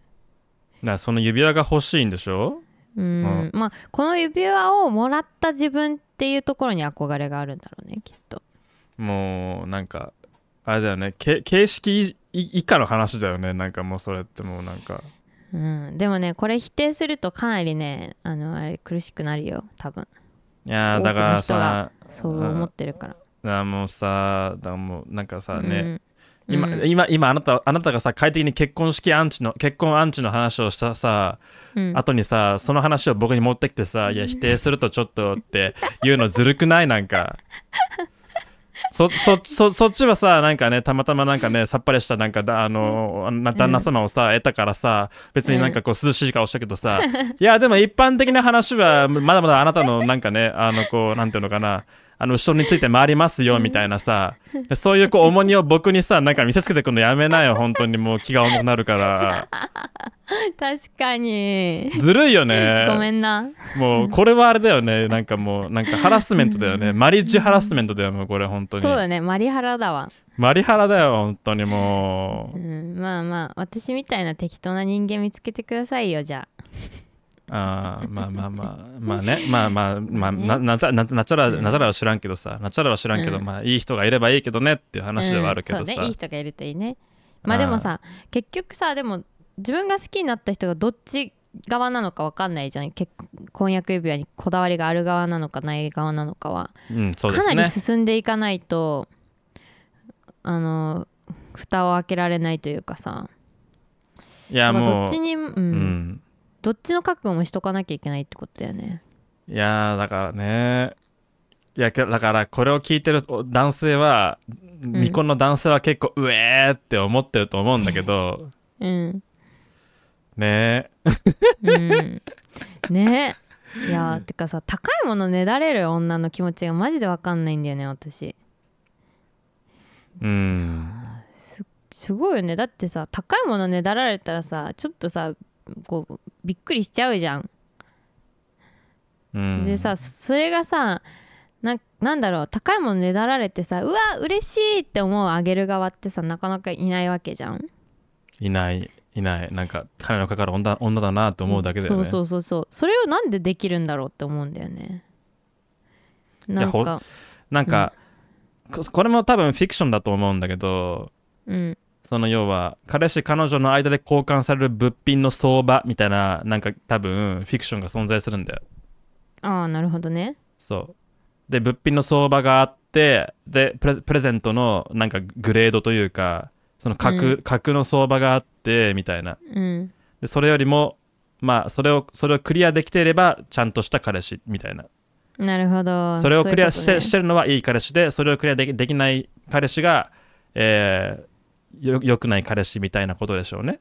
なその指輪が欲しいんでしょうんまあこの指輪をもらった自分っていうところに憧れがあるんだろうねきっともうなんかあれだよねけ形式いい以下の話だよねなんかもうそれってもうなんかうん、でもねこれ否定するとかなりねあのあれ苦しくなるよ多分いやー多くのだから人がさそう思ってるからあもうさだからもうなんかさね、うん今うん今今あなたあなたがさ快適に結婚式アンチの結婚アンチの話をしたさ、うん、後にさその話を僕に持ってきてさ「いや否定するとちょっと」って言うのずるくないなんかそそそそっちはさなんかねたまたまなんかねさっぱりしたなんかだあのあな旦那様をさ、得たからさ別になんかこう涼しい顔したけどさ、 いやでも一般的な話はまだまだあなたのなんかねあのこうなんていうのかなあの後ろについて回りますよみたいなさそういう こう重荷を僕にさなんか見せつけてくるのやめなよ本当にもう気が重くなるから 確かにずるいよねごめんなもうこれはあれだよねなんかもうなんかハラスメントだよねマリッジハラスメントだよもうこれ本当にそうだねマリハラだわ、マリハラだよ本当にもうん、まあまあ私みたいな適当な人間見つけてくださいよじゃあうあーまあまあまあまあねまあまあまあねななちゃななちゃらうんなちゃらは知らんけどさなちゃらは知らんけどうんまあいい人がいればいいけどねっていう話ではあるけうどんさそうねいい人がいるといいねまあでもさ結局さでも自分が好きになった人がどっち側なのかわかんないじゃん結婚約指輪にこだわりがある側なのかない側なのかはうんそうでかすなりね進んでいかないとあの蓋を開けられないというかさいやまあどもっうちに、うんうんどっちの覚悟もしとかなきゃいけないってことだよねいやーだからねいやけだからこれを聞いてるお男性は未婚の男性は結構うえーって思ってると思うんだけ どうん、ねうん、ねいやーてかさ高いものねだれる女の気持ちがマジでわかんないんだよね私うんすごいよねだってさ高いものねだられたらさちょっとさこうびっくりしちゃうじゃんうんでさそれがさなんなんだろう高いものねだられてさうわ嬉しいって思うあげる側ってさなかなかいないわけじゃんいないいないなんか金のかかる女女だなと思うだけだよね、そうそうそうそうそれをなんでできるんだろうって思うんだよねなんほかなんか、ここれも多分フィクションだと思うんだけどうんその要は彼氏彼女の間で交換される物品の相場みたいななんか多分フィクションが存在するんだよああなるほどねそうで物品の相場があってでプレプレゼントのなんかグレードというかその格,、うん格の相場があってみたいなうんでそれよりもまあそれをそれをクリアできていればちゃんとした彼氏みたいななるほどそれをクリアしてそういうことねしてるのはいい彼氏でそれをクリアできできない彼氏が、えーよよくない彼氏みたいなことでしょうね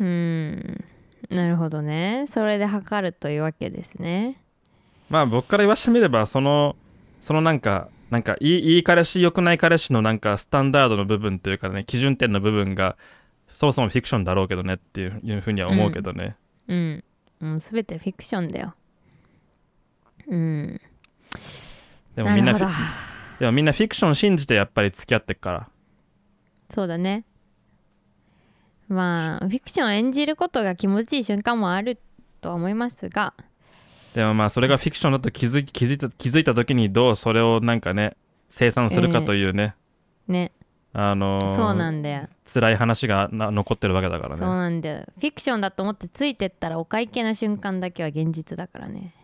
うんなるほどねそれで測るというわけですねまあ僕から言わしてみればそのそのなんかなんかいいいい彼氏良くない彼氏のなんかスタンダードの部分というかね基準点の部分がそもそもフィクションだろうけどねっていういうふうには思うけどね、うんもう全てフィクションだようんでもみんなるほどフィでもみんなフィクション信じてやっぱり付き合ってっからそうだねまあフィクションを演じることが気持ちいい瞬間もあるとは思いますがでもまあそれがフィクションだと気づき気づいた気づいた時にどうそれをなんかね生産するかというね、ねあのーそうなんだよ辛い話がな残ってるわけだからそうねなんだよフィクションだと思ってついてったらお会計の瞬間だけは現実だか らね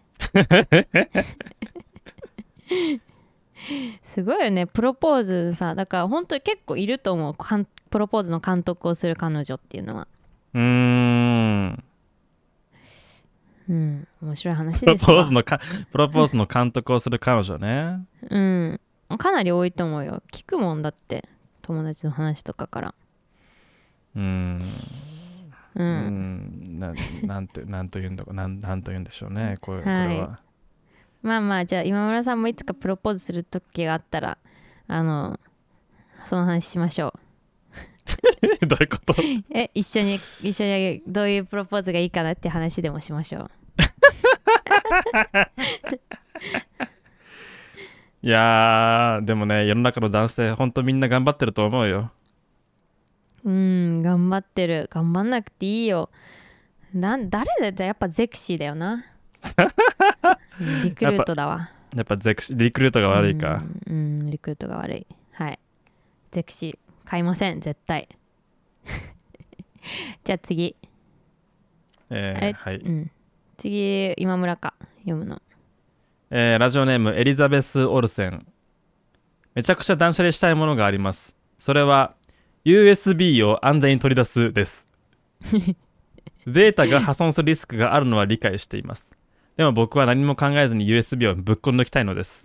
すごいよねプロポーズさだから本当に結構いると思うかんプロポーズの監督をする彼女っていうのはうーんうん面白い話プでロすポわーズのかプロポーズの監督をする彼女ねうんかなり多いと思うよ聞くもんだって友達の話とかからうーんう、うんんななんてなんと言うんだかなんなんと言うんでしょうねこれこれはいは、 まあまあじゃあ今村さんもいつかプロポーズする時があったらあのその話しましょうどういうことえ一緒に一緒にどういうプロポーズがいいかなって話でもしましょういやーでもね世の中の男性ほんとみんな頑張ってると思うようん頑張ってる頑張んなくていいよなん誰だってやっぱゼクシーだよなうんリクルートだわやっぱゼクシリクルートが悪いか、うんうんリクルートが悪いはいゼクシー買いません絶対 じゃあ次えーあれはいうん次今村か読むのえーラジオネームエリザベス・オルセンめちゃくちゃ断捨離したいものがありますそれは USB を安全に取り出すですデータが破損するリスクがあるのは理解していますでも僕は何も考えずに USB をぶっこ抜きたいのです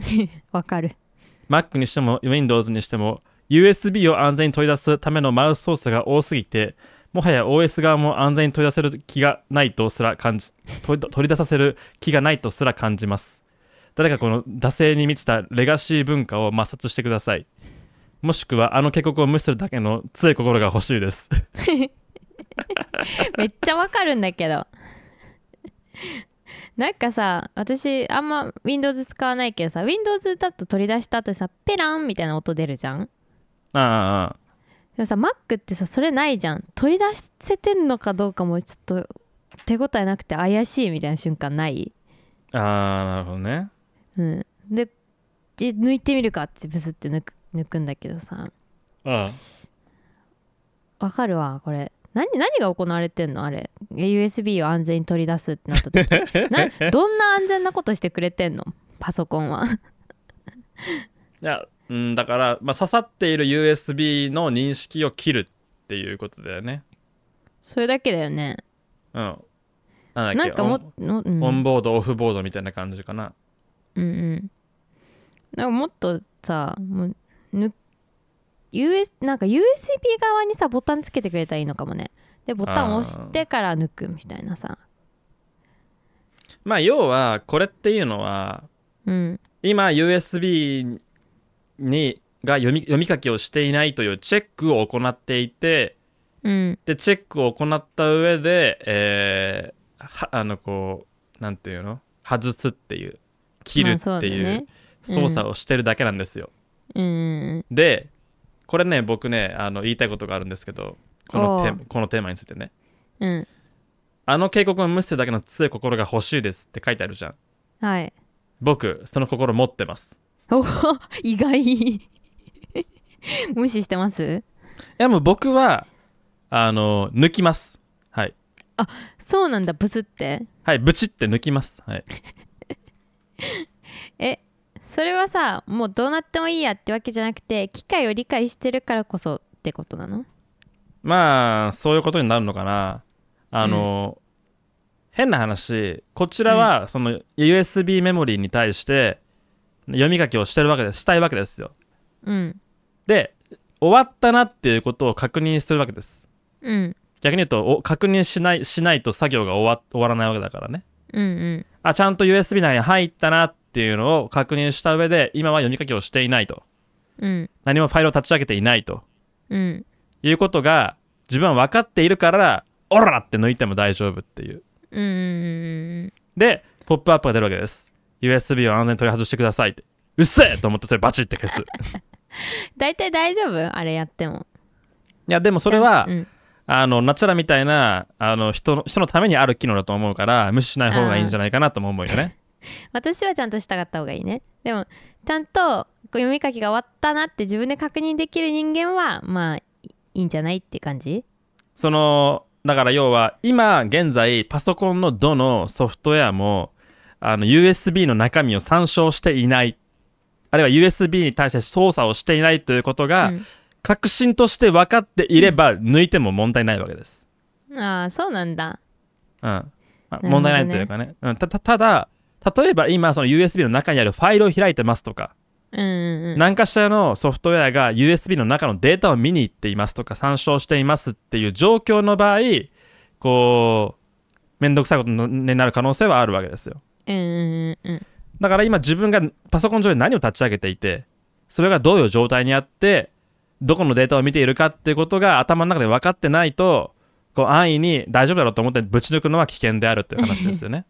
わかる Mac にしても Windows にしても USB を安全に取り出すためのマウス操作が多すぎてもはや OS 側も安全に取り出せる気がないとすら感じ取り取り出させる気がないとすら感じます誰かこの惰性に満ちたレガシー文化を抹殺してくださいもしくはあの警告を無視するだけの強い心が欲しいですめっちゃわかるんだけど なんかさ私あんま Windows 使わないけどさ Windows だと取り出した後にさペランみたいな音出るじゃんああ ああでもさ Mac ってさそれないじゃん取り出せてんのかどうかもちょっと手応えなくて怪しいみたいな瞬間ないああなるほどねうん、でじ抜いてみるかってブスって抜く抜くんだけどさああわかるわこれ何何が行われてんのあれ USB を安全に取り出すってなった 時などんな安全なことしてくれてんのパソコンは いや、うん、だから、まあ、刺さっている USB の認識を切るっていうことだよねそれだけだよねうん。なんだなっんけかオもンのうんオンボード、オフボードみたいな感じかな。うんうんなんかもっとさもうぬ US なんか USB 側にさボタンつけてくれたらいいのかもねでボタン押してから抜くみたいなさまあ、要は、これっていうのは、うん今、USB にが読み読み書きをしていないというチェックを行っていて、うんで、チェックを行った上で、えーはあの、こう、なんていうの外すっていう、切るまあそっうだてよいねう操作をしてるだけなんですよ。うんうんうんで、これね、僕ね、あの言いたいことがあるんですけど、このテーおマこのテーマについてね。うんあの警告を無視するだけの強い心が欲しいですって書いてあるじゃん。はい僕、その心持ってます。お お意外 無視してまいすや、もう僕は、あの、抜きます。はい。そうなんだブスってはい、ブチって抜きます。はい。えそれはさもうどうなってもいいやってわけじゃなくて機械を理解してるからこそってことなのまあそういうことになるのかなあの、変な話こちらはその USB メモリーに対して読み書きをしてるわけですしたいわけですようんで終わったなっていうことを確認するわけですうん逆に言うとお確認しないしないと作業が終わ終わらないわけだからねうんあちゃんと USB 内に入ったなっていうのを確認した上で今は読み書きをしていないとうんうん何もファイルを立ち上げていないとうんいうことが自分は分かっているからオラって抜いても大丈夫っていううんうんでポップアップが出るわけです USB を安全に取り外してくださいってうっせえと思ってそれバチって消すい大体大丈夫あれやってもやでもそれは、うんあのナチュラみたいなあの人の人のためにある機能だと思うから無視しない方がいいんじゃないかなとも思うよね私はちゃんとしたかった方がいいねでもちゃんとこう読み書きが終わったなって自分で確認できる人間はまあいいいんじゃないって感じそのだから要は今現在パソコンのどのソフトウェアもあの USB の中身を参照していないあるいは USB に対して操作をしていないということが、確信として分かっていれば抜いても問題ないわけです。うん、ああそうなんだうんまあるほどね問題ないというかね。うん、たたただ例えば今その USB の中にあるファイルを開いてますとか、うんうん何かしらのソフトウェアが USB の中のデータを見に行っていますとか参照していますっていう状況の場合こう面倒くさいことになる可能性はあるわけですようんうんうんうんだから今自分がパソコン上で何を立ち上げていてそれがどういう状態にあってどこのデータを見ているかっていうことが頭の中で分かってないとこう安易に大丈夫だろうと思ってぶち抜くのは危険であるっていう話ですよ ね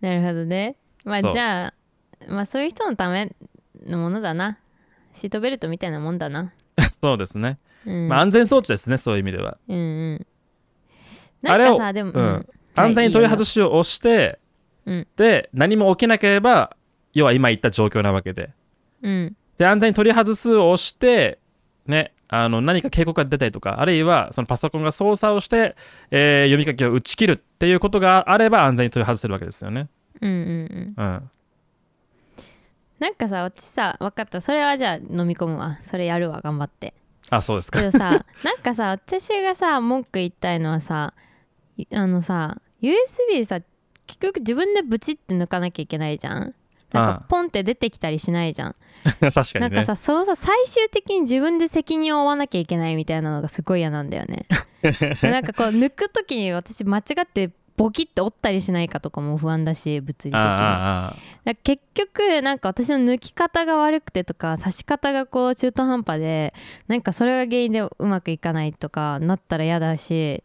なるほどねまあそうじゃあまあそういう人のためのものだなシートベルトみたいなもんだなそうですね、うん、まあ、安全装置ですねそういう意味ではうんうんなあんれかをさでも、ううんん安全に取り外しを押して、うんで何も起きなければ要は今言った状況なわけでうんで安全に取り外すを押して、ね、あの何か警告が出たりとかあるいはそのパソコンが操作をして、えー読み書きを打ち切るっていうことがあれば安全に取り外せるわけですよね。うんうんうんうん、なんかさ私さ分かったそれはじゃあ飲み込むわそれやるわ頑張ってあそうですか。けど さなんかさ私がさ文句言いたいのはさいあのさ USB さ結局自分でブチって抜かなきゃいけないじゃんなんあかポンって出てきたりしないじゃん、 確かなにんかね。さそのさ最終的に自分で責任を負わなきゃいけないみたいなのがすごい嫌なんだ よねなんかこう抜く時に私間違ってボキって折ったりしないかとかも不安だし物理的にあああだから結局なんか私の抜き方が悪くてとか刺し方がこう中途半端でなんかそれが原因でうまくいかないとかなったら嫌だし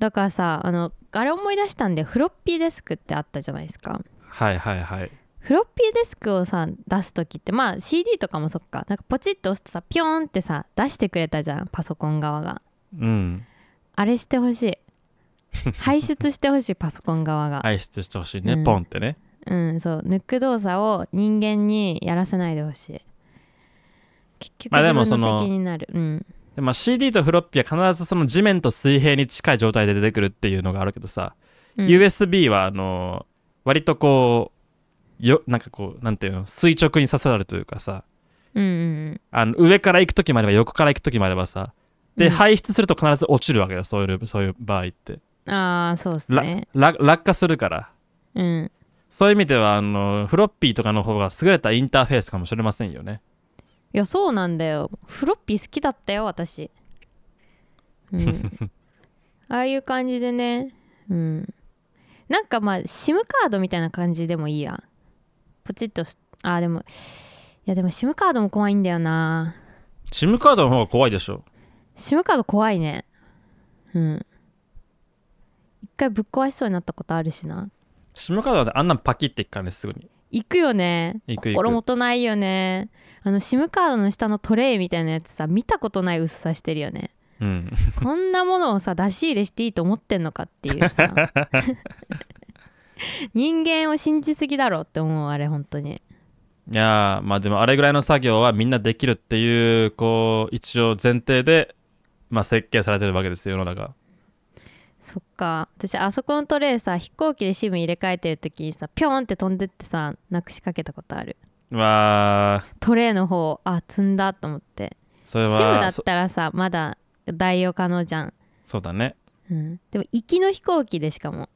だからさあのあれ思い出したんでフロッピーデスクってあったじゃないですかあはいはいはい。フロッピーデスクをさ出す時ってまあ CD とかもそっかなんかポチッと押すとさピョーンってさ出してくれたじゃんパソコン側がうん。あれしてほし い排出してほしいパソコン側が排出してほしいね、うんポンってね。うんそう抜く動作を人間にやらせないでほしい結局まあで自も分そのの責任になる、うんでまあ、CD とフロッピーは必ずその地面と水平に近い状態で出てくるっていうのがあるけどさ、うん USB はあの割とこうよなんかこうなんていうの垂直に刺さるというかさうんうんあの上から行く時もあれば横から行く時もあればさで、うん排出すると必ず落ちるわけよそういうそういう場合って、うんああそうですらねら落下するからうんそういう意味ではあのフロッピーとかの方が優れたインターフェースかもしれませんよねいやそうなんだよフロッピー好きだったよ私うん ああいう感じでねうんなんかまあ SIM カードみたいな感じでもいいやポチッとしあーでもいやでも SIM カードも怖いんだよな SIM カードの方が怖いでしょ SIM カード怖いねうん一回ぶっ壊しそうになったことあるしな SIM カードってあんなんパキっていくからねすぐに行くよね行く行く心もとないよねあの SIM カードの下のトレイみたいなやつさ見たことない薄さしてるよねうんこんなものをさ出し入れしていいと思ってんのかっていうさ人間を信じすぎだろって思うあれ本当にいやーまあでもあれぐらいの作業はみんなできるっていうこう一応前提で、まあ、設計されてるわけですよ世の中そっか私あそこのトレイさ飛行機で SIM 入れ替えてる時にさピョンって飛んでってさなくしかけたことあるわあトレイの方あ積んだと思ってそれシムだはったらさまだ代用可能じゃん、そうだねうん、でも行きの飛行機でしかも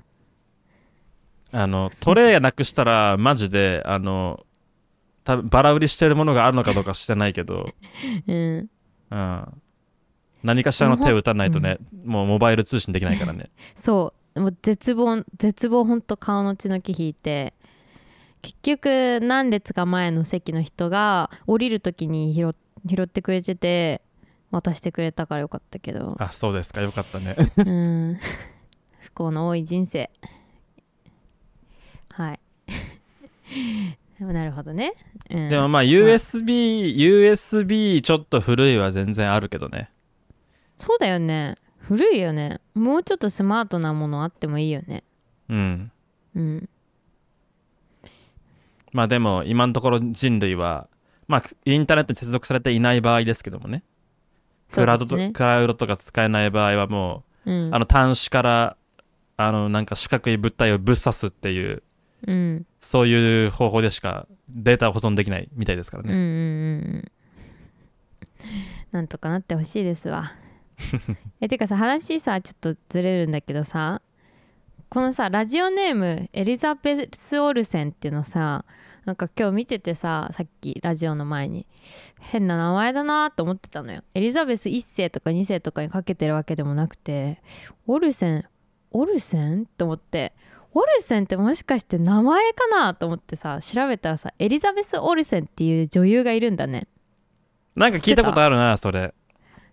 あのトレイなくしたらマジであの多分バラ売りしてるものがあるのかどうか知らないけど、うんうん、何かしらの手を打たないとね、もうモバイル通信できないからねそうもう絶望絶望ほんと顔の血の気引いて結局何列か前の席の人が降りる時に拾っ拾ってくれてて渡してくれたからよかったけ ど、あそうですかよかったねうん、不幸の多い人生はいでもなるほどね、うん、でもまあ USB、USB ちょっと古いは全然あるけどねそうだよね古いよねもうちょっとスマートなものあってもいいよねうんうんまあでも今のところ人類はまあインターネットに接続されていない場合ですけどもねクラウドそとうですねクラウドとか使えない場合はもうんう、あの端子からあのなんか四角い物体をぶっ刺すっていううんそういう方法でしかデータを保存できないみたいですからうんうんね、うんうんなんとかなってほしいで すわえてかさ話さちょっとずれるんだけどさこのさラジオネームエリザベス・オルセンっていうのさなんか今日見ててささっきラジオの前に変な名前だなと思ってたのよエリザベス1世とか2世とかにかけてるわけでもなくてオルセンオルセンと思ってオルセンってもしかして名前かなと思ってさ調べたらさエリザベス・オルセンっていう女優がいるんだねなんか聞いたことあるなそれ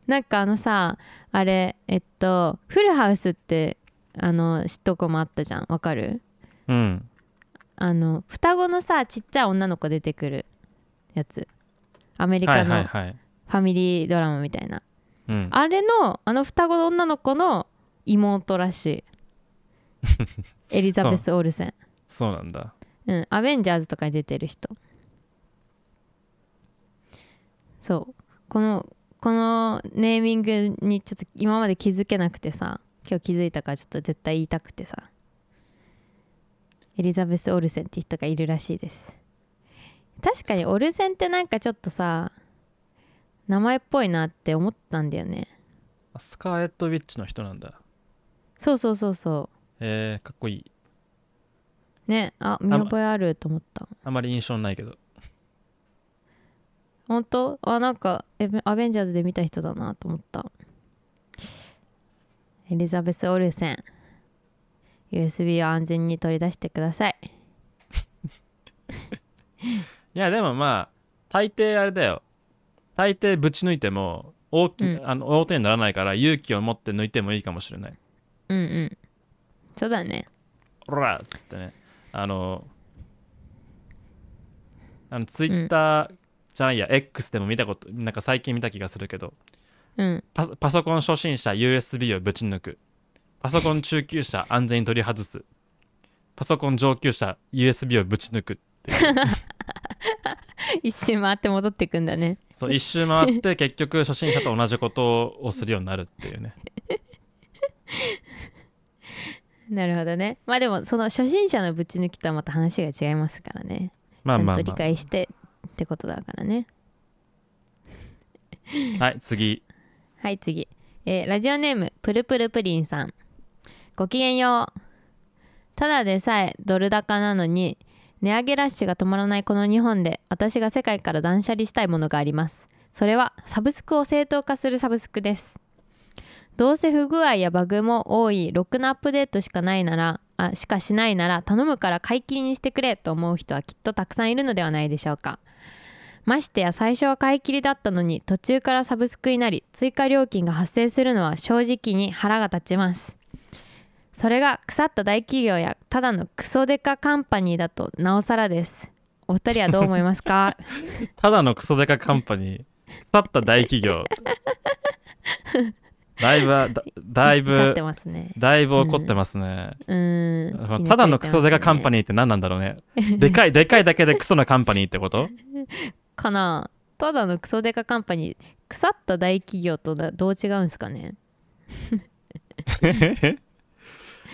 なんかあのさあれえっとフルハウスってあの知っとこもあったじゃんわかるうんあの双子のさちっちゃい女の子出てくるやつアメリはカいはのいフはい、ァミリードラマみたいなうん、あれのあの双子の女の子の妹 らしいエリザベス・オルセンそうなんだうん、アベンジャーズとかに出てる人そうこのこのネーミングにちょっと今まで気づけなくてさ今日気づいたからちょっと絶対言いたくてさエリザベス・オルセンって人がいるらしいです確かにオルセンってなんかちょっとさ名前っぽいなって思ったんだよねスカーレット・ウィッチの人なんだそうそうそうそえー、かっこいい。うねあ見覚えあると思ったあまり印象ないけど。本当あなんかえアベンジャーズで見た人だなと思ったエリザベス・オルセン USB を安全に取り出してくださいいや、でもまあ、大抵あれだよ。大抵ぶち抜いても、大き、うんあの大手にならないから、勇気を持って抜いてもいいかもしれない。うんうんそうだねおらっつってね。あの、あのツイッターじゃないや、X でも見たこと、なんか最近見た気がするけど、うんパパソコン初心者 USB をぶち抜くパソコン中級者安全に取り外すパソコン上級者 USB をぶち抜く一周回って戻ってくんだねそう一周回 って結局初心者と同じことをするようになるっていうねなるほどねまあでもその初心者のぶち抜きとはまた話が違いますからねちまゃあんまあ、と理ま解してってことだからねあ、はい次はい次、えーラジオネームプルプルプリンさんごきげんようただでさえドル高なのに値上げラッシュが止まらないこの日本で私が世界から断捨離したいものがありますそれはサブスクを正当化するサブスクですどうせ不具合やバグも多いろくなアップデートしかないならあしかしないなら頼むから買い切りにしてくれと思う人はきっとたくさんいるのではないでしょうかましてや最初は買い切りだったのに途中からサブスクになり追加料金が発生するのは正直に腹が立ちますそれが腐った大企業やただのクソデカカンパニーだとなおさらですお二人はどう思いますかただのクソデカカンパニー腐った大企業だいぶだ だい怒っぶてますねだいぶ怒ってますね、うーんただのクソデカカンパニニーーって何なんだろうねでかいでかいだけでクソなカンパニーってことかなただのクソデカカンパニー腐った大企業とだどう違うんですかね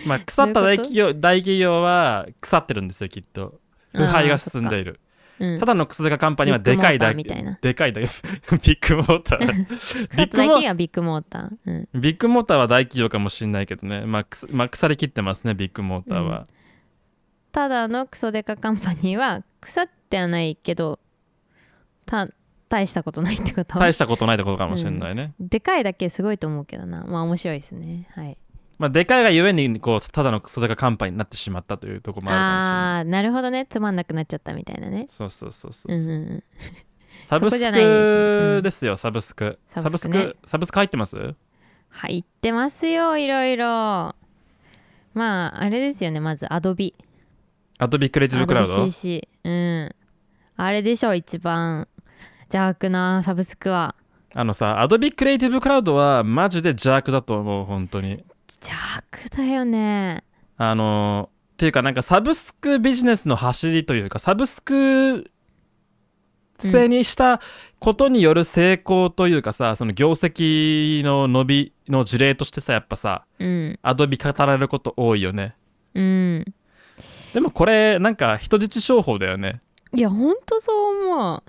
まあ腐った大企業大企業は腐ってるんですよきっと腐敗が進んでいるうんただの靴坂カンパニーはでかいだけビッグモーターみたいなでかいだけ ビッグモータ ービ草ッ津グだモーけがビッグモーター、うん、ビッグモーターは大企業かもしれないけどね、まあ、くすまあ腐りきってますねビッグモーターは、ただのクソデカカンパニーは腐ってはないけどた大したことないってこと大したことないってことかもしれないね、でかいだけすごいと思うけどなまあ面白いですねはいまあ、でかいがゆえにこうただのクソデカカンパニーになってしまったというところもあるかもしああーなるほどねつまんなくなっちゃったみたいなねれないそうそうそうそうう、んうんうんサブスそこじゃないんですねうクんですよサブスクササブブススククサねブスク入ってます入ってますよいろいろまああれですよねまずアドビアドビクリエイティブクラウド CC うんあれでしょ一番邪悪なサブスクはあのさアドビクリエイティブクラウドはマジで邪悪だと思う本当に邪悪だよねあのーっていうかなんかサブスクビジネスの走りというかサブスク制にしたことによる成功というかさ、その業績の伸びの事例としてさやっぱさうんアドビ語られること多いよねうんでもこれなんか人質商法だよねいやほんとそう思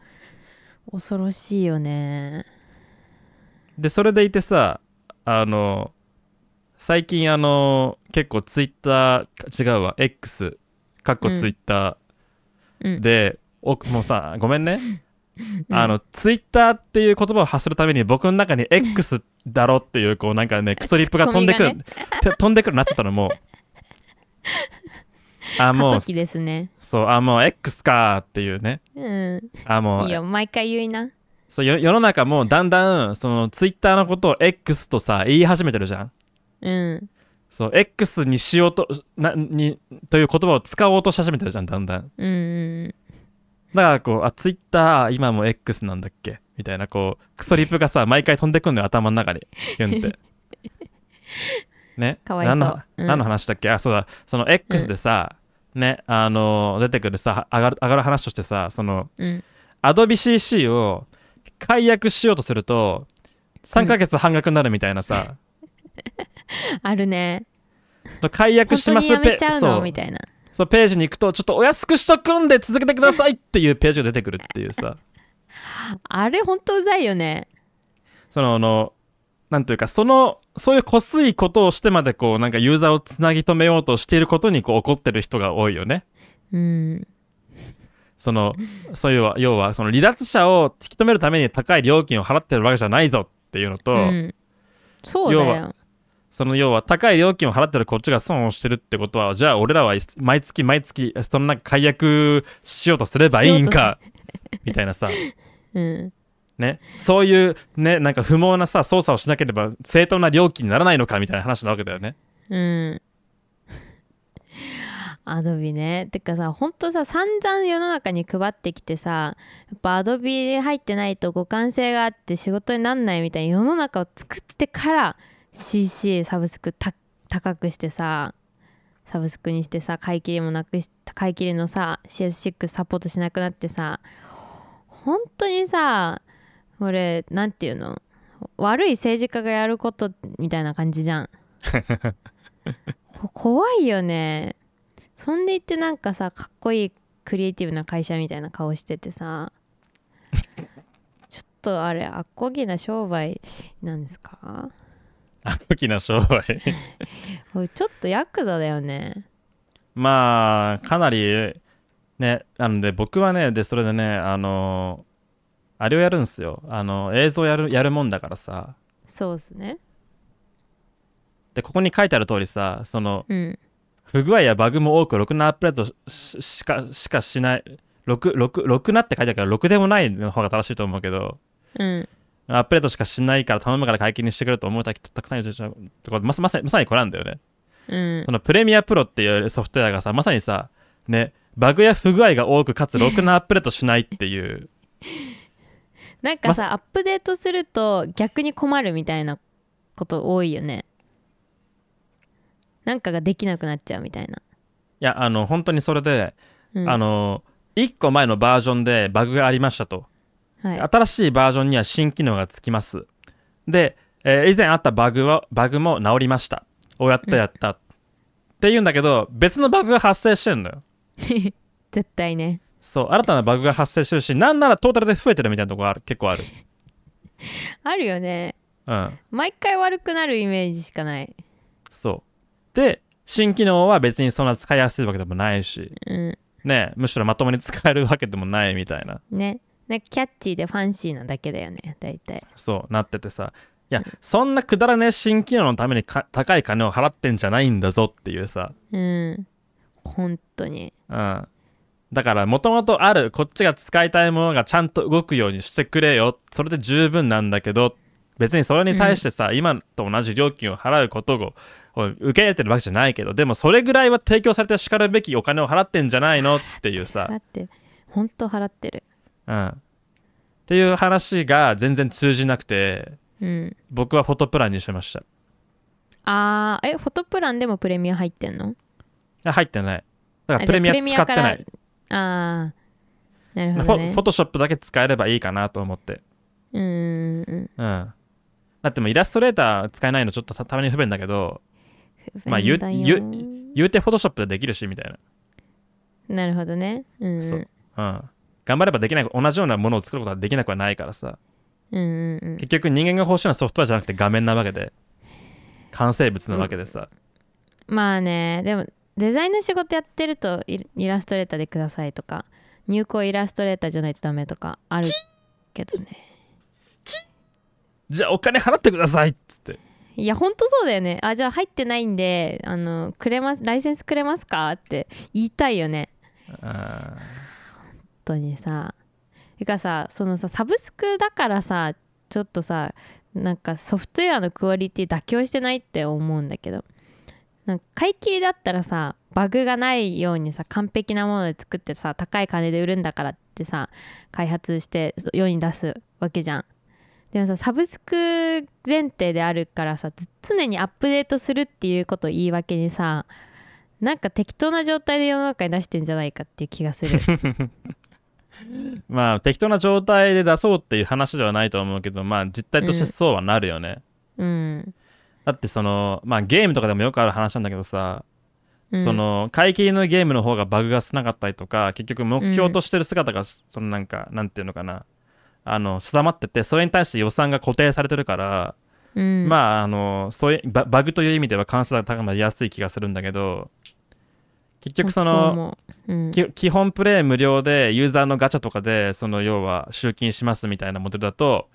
う恐ろしいよねでそれでいてさあの最近あの結構ツイッター違うわ X かっこツイッタうーんで、おもうさごめんね、うんあのツイッターっていう言葉を発するために僕の中 に X だろっていうこうなんかねクソリップが飛んでくる、ツッて飛んでくるようになっちゃったの もうあ過もう渡期ですねそうあもう X かーっていうねうんあもういいよ毎回言いなそうよ世の中もだんだんそのツイッターのことを X とさ言い始めてるじゃんうんそう X にしようとなにという言葉を使おうとし始めてるじゃんだんだんだかうんうんらこうあツイッター今も X なんだっけみたいなこうクソリプがさ毎回飛んでくんのよ頭の中にキュン ってねかわいそう何の,、うん何の話だっけあそうだその X でさ、ねあの出てくるさ上がる上がる話としてさそのうん、 Adobe CC を解約しようとすると3ヶ月半額になるみたいなさ、あるね解約本し当まにすやめちゃうそのうみたいなそうページに行くとちょっとお安くしとくんで続けてくださいっていうページが出てくるっていうさあれ本当うざいよねそのあのなんというかそのそういうこすいことをしてまでこうなんかユーザーをつなぎ止めようとしていることにこう怒ってる人が多いよねうんそのそういう要はその離脱者を引き止めるために高い料金を払ってるわけじゃないぞっていうのと、うんそうだ要よはその要は高い料金を払ってるこっちが損をしてるってことはじゃあ俺らは毎月毎月そのなんか解約しようとすればいいんかみたいなさうんね、そういう、ね、なんか不毛なさ操作をしなければ正当な料金にならないのかみたいな話なわけだよね。うん アドビねてかさほんとさ散々世の中に配ってきてさやっぱアドビで入ってないと互換性があって仕事になんないみたいな世の中を作ってから CC サブスクた高くしてさサブスクにしてさ買い切りもなくし買い切りのさ CS6 サポートしなくなってさ本当にさこれなんていうの悪い政治家がやることみたいな感じじゃんこ怖いよねそんでいってなんかさかっこいいクリエイティブな会社みたいな顔しててさちょっとあれあっこぎな商売なんですかあ大きな商売 おいちょっとヤクザだよねまあかなりねなので僕はねでそれでねあのあれをやるんですよあの映像やるやるもんだからさそうっすねでここに書いてある通りさそのうん不具合やバグも多くろくなアップデートししかしかしないろくろくろくなって書いてあるからろくでもないの方が正しいと思うけどうんアップデートしかしないから頼むから解禁にしてくれと思うたたくさんいる人たちまさまさにまさにこれなんだよね、うんそのプレミアプロっていうソフトウェアがさまさにさねバグや不具合が多くかつろくなアップデートしないっていうなんかさアップデートすると逆に困るみたいなこと多いよねなんかができなくなっちゃうみたいな、いやあの本当にそれで、うん、あの1個前のバージョンでバグがありましたと、はい、新しいバージョンには新機能がつきますで、えー以前あったバグはバグも治りましたおやったやった、っていうんだけど別のバグが発生してんのよ絶対ねそう新たなバグが発生してるしなんならトータルで増えてるみたいなとこがある結構あるあるよねうん毎回悪くなるイメージしかないそうで新機能は別にそんな使いやすいわけでもないしうんねむしろまともに使えるわけでもないみたいなねなんかキャッチーでファンシーなだけだよね大体そうなっててさいやそんなくだらねえ新機能のためにか高い金を払ってんじゃないんだぞっていうさうん本当にうんだからもともとあるこっちが使いたいものがちゃんと動くようにしてくれよそれで十分なんだけど別にそれに対してさ、今と同じ料金を払うことをを受け入れてるわけじゃないけどでもそれぐらいは提供されてしかるべきお金を払ってんじゃないのっていうさ払ってる本当払ってるうん、っていう話が全然通じなくてうん僕はフォトプランにしてましたいあーえフォトプランでもプレミア入ってんのや入ってないだあからプレミア使ってない、あーなフるほどォねフォトショップだけ使えればいいかなと思ってうーんうんだってもうイラストレーター使えないのちょっとたたまに不便だけどまあ言う不便だよ言うてフォトショップでできるしみたいなるほどねうんそううなうん頑張ればできない同じようなものを作ることはできなくはないからさうんうんうん結局人間が欲しいのはソフトウェアじゃなくて画面なわけで完成物なわけでさ、まあねでもデザインの仕事やってるとイイラストレーターでくださいとか入稿イラストレーターじゃないとダメとかあるけどねじゃあお金払ってくださいっつっていやほんとそうだよねあじゃあ入ってないんであのくれますライセンスくれますかって言いたいよねうん本当にさてかさそのさサブスクだからさちょっとさなんかソフトウェアのクオリティ妥協してないって思うんだけどなんか買い切りだったらさバグがないようにさ完璧なもので作ってさ高い金で売るんだからってさ開発して世に出すわけじゃんでもさサブスク前提であるからさつ常にアップデートするっていうことを言い訳にさなんか適当な状態で世の中に出してんじゃないかっていう気がするまあ適当な状態で出そうっていう話ではないと思うけどまあ実態としてそうはなるよね、うんだってそのまあゲームとかでもよくある話なんだけどさ、うんその買い切りのゲームの方がバグが少なかったりとか結局目標としてる姿がそのなんか、なんていうのかなあの定まっててそれに対して予算が固定されてるから、うん、まああのそういうババグという意味では関数が高くなりやすい気がするんだけど結局そのもう思う、うんき基本プレイ無料でユーザーのガチャとかでその要は集金しますみたいなモデルだと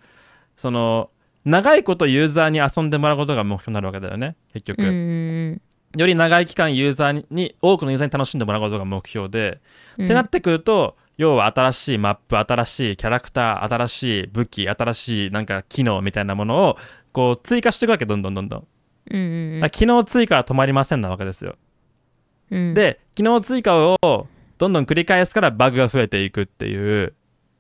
その長いことユーザーに遊んでもらうことが目標になるわけだよね結局、うんより長い期間ユーザーにに多くのユーザーに楽しんでもらうことが目標で、うん、ってなってくると要は新しいマップ新しいキャラクター新しい武器新しいなんか機能みたいなものをこう追加していくわけどんどんどんどん、うんうだんから機能追加は止まりませんなわけですようん、で機能追加をどんどん繰り返すからバグが増えていくっていう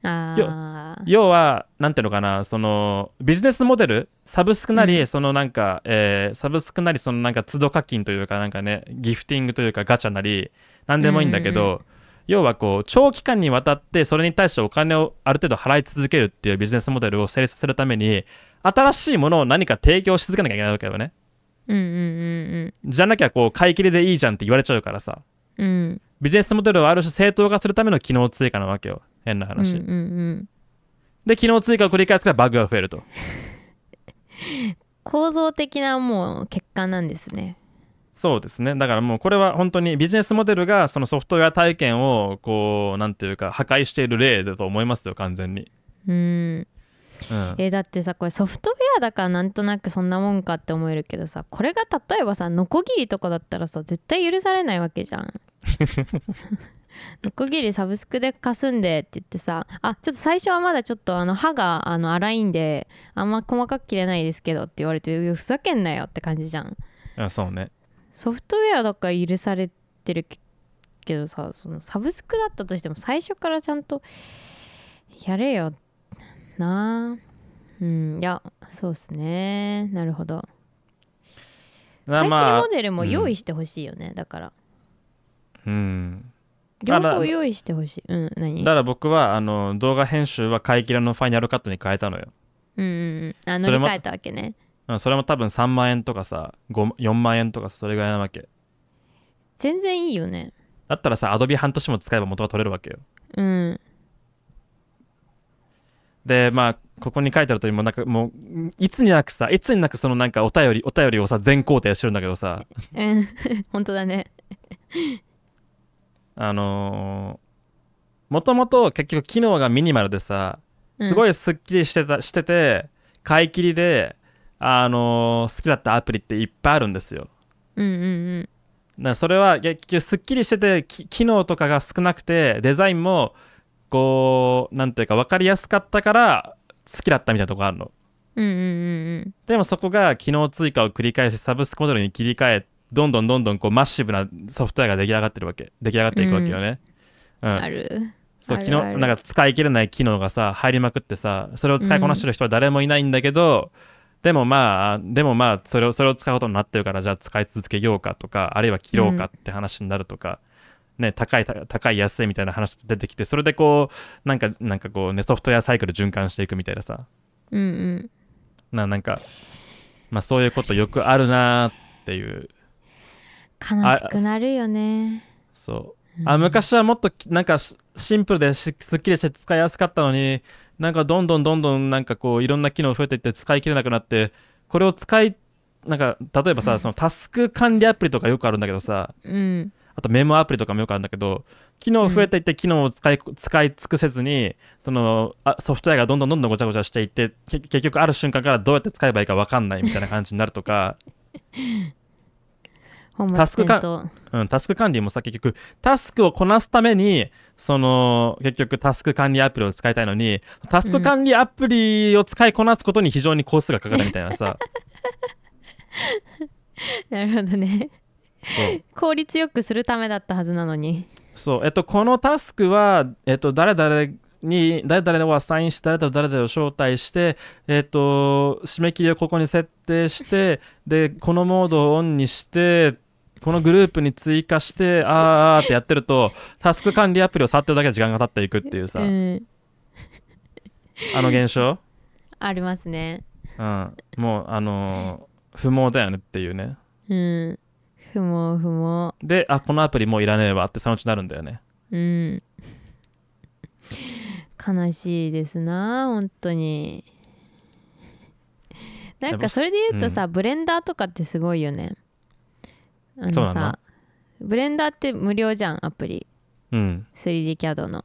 あー要はなんていうのかなそのビジネスモデルサブスクなり、うそのなんか、えーサブスクなりそのなんか都度課金というかなんかねギフティングというかガチャなり何でもいいんだけど、うん要はこう長期間にわたってそれに対してお金をある程度払い続けるっていうビジネスモデルを成立させるために新しいものを何か提供し続けなきゃいけないわけだよねうんうんじゃなきゃこう買い切りでいいじゃんって言われちゃうからさうんうんビジネスモデルをある種正当化するための機能追加なわけよ変な話、うんうんうんで機能追加を繰り返すからバグが増えると構造的なもう欠陥なんですねそうですねだからもうこれは本当にビジネスモデルがそのソフトウェア体験をこうなんていうか破壊している例だと思いますよ完全に、ううんん、えーだってさこれソフトウェアだからなんとなくそんなもんかって思えるけどさこれが例えばさノコギリとかだったらさ絶対許されないわけじ ゃん。ノコギリサブスクでかすんでって言ってさあちょっと最初はまだちょっとあの歯があの粗いんであんま細かく切れないですけどって言われていやふざけんなよって感じじゃん。あそうねソフトウェアだから許されてるけけどさそのサブスクだったとしても最初からちゃんとやれよなあうんいやそうっすねなるほどな買い切りまあモデルもうん用意してほしいよね、だからうん両だから方用意してほしいうんだ何うんから僕はあの動画編集は買い切りのファイナルカットに変えたのよ、うんうんあ乗そりれも換えたわけねうん、それも多分3万円とかさ5 4万円とかそれぐらいなわけ全然いいよねだったらさアドビ半年も使えば元が取れるわけようんでまあここに書いてあるとりもうなんかもうんいつになくさいつになくそのなんかお便りお便りをさ全肯定してるんだけどさうん 本当だねあのー、もともと結局機能がミニマルでさうんすごいすっきりしてたしてて買い切りであのー好きだったアプリっていっぱいあるんですようんうんなそれは結局すっきりしててき機能とかが少なくてデザインもこうなんていうか分かりやすかったから好きだったみたいなとこあるのうんうんうんでもそこが機能追加を繰り返しサブスクモデルに切り替えどんどんどんどんこうマッシブなソフトウェアが出来上がってるわけ出来上がっていくわけよね、うんうんあるそうある機能あるなんか使い切れない機能がさ入りまくってさそれを使いこなしてる人は誰もいないんだけど、でもまあでもまあそれをそれを使うことになってるからじゃあ使い続けようかとかあるいは切ろうかって話になるとか、ね高いた高い安いみたいな話出てきてそれでこうなんかなんかこうねソフトウェアサイクル循環していくみたいなさうんうんななんかまあそういうことよくあるなーっていう悲しくなるよねそうあ昔はもっときなんかしシンプルでしすっきりして使いやすかったのになんかどんどんどんどんなんかこういろんな機能増えていって使い切れなくなってこれを使いなんか例えばさそのタスク管理アプリとかよくあるんだけどさうんあとメモアプリとかもよくあるんだけど機能増えていって機能を使い使い尽くせずにそのあソフトウェアがどんどんどんどんごちゃごちゃしていってけ結局ある瞬間からどうやって使えばいいか分かんないみたいな感じになるとか。本末タスクか転倒うん、タスク管理もさ結局タスクをこなすためにその結局タスク管理アプリを使いたいのにタスク管理アプリを使いこなすことに非常にコストがかかるみたいなさ、なるほどねそう効率よくするためだったはずなのにそうえっとこのタスクはえっと誰々に誰々をアサインして誰々を誰々を招待してえっと締め切りをここに設定してでこのモードをオンにしてこのグループに追加してあーあーってやってるとタスク管理アプリを触ってるだけで時間が経っていくっていうさ、うんあの現象ありますねうん、もうあのー不毛だよねっていうねうん不毛不毛であこのアプリもういらねえわってそのうちなるんだよねうん悲しいですな本当になんでもかそれで言うとさ、ブレンダーとかってすごいよねあそうなののさブレンダーって無料じゃんアプリうん 3DCAD の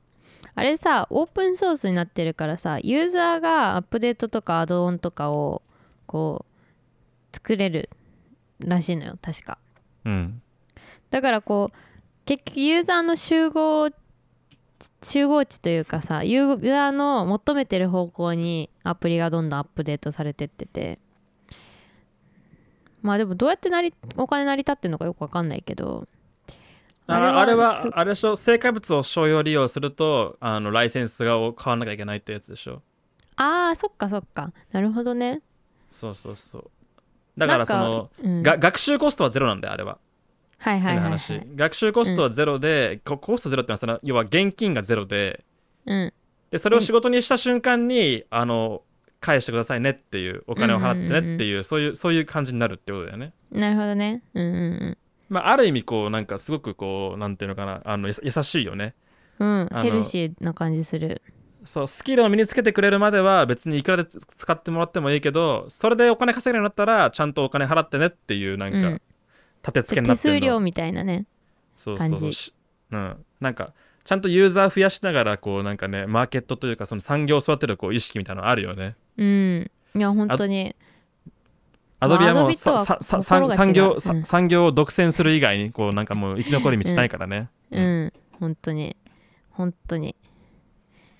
あれさオープンソースになってるからさユーザーがアップデートとかアドオンとかをこう作れるらしいのよ確かうんだからこう結局ユーザーの集合集合値というかさユーザーの求めてる方向にアプリがどんどんアップデートされてっててまあでもどうやってなりお金成り立ってるのかよくわかんないけどああれはそうあれでしょ成果物を商用利用するとあのライセンスがを買わなきゃいけないってやつでしょあーそっかそっかなるほどねそうそうそうだからそなんの、うんが学習コストはゼロなんだよあれははいはい変は、ないはい、話学習コストはゼロで、こコストゼロってのはその要は現金がゼロでうんでそれを仕事にした瞬間にあの返してくださいねっていうお金を払ってねっていう,、そういうそういう感じになるってことだよねなるほどねうんうんまあ、ある意味こうなんかすごくこうなんていうのかなあのやさ優しいよねうんうのんヘルシーな感じするそうスキルを身につけてくれるまでは別にいくらでつ使ってもらってもいいけどそれでお金稼げるようになったらちゃんとお金払ってねっていうなんうかん立て付けにな手ってる数の、料みたいなねそうそうそ感うじしうんなんかちゃんとユーザー増やしながらこうなんかねマーケットというかその産業を育てるこう意識みたいなのあるよねうんいや本当にアドビはもう Adobe とはさささ心が違う産業、うんさ産業を独占する以外にこうなんかもう生き残り道ないからね、うん、本当に本当に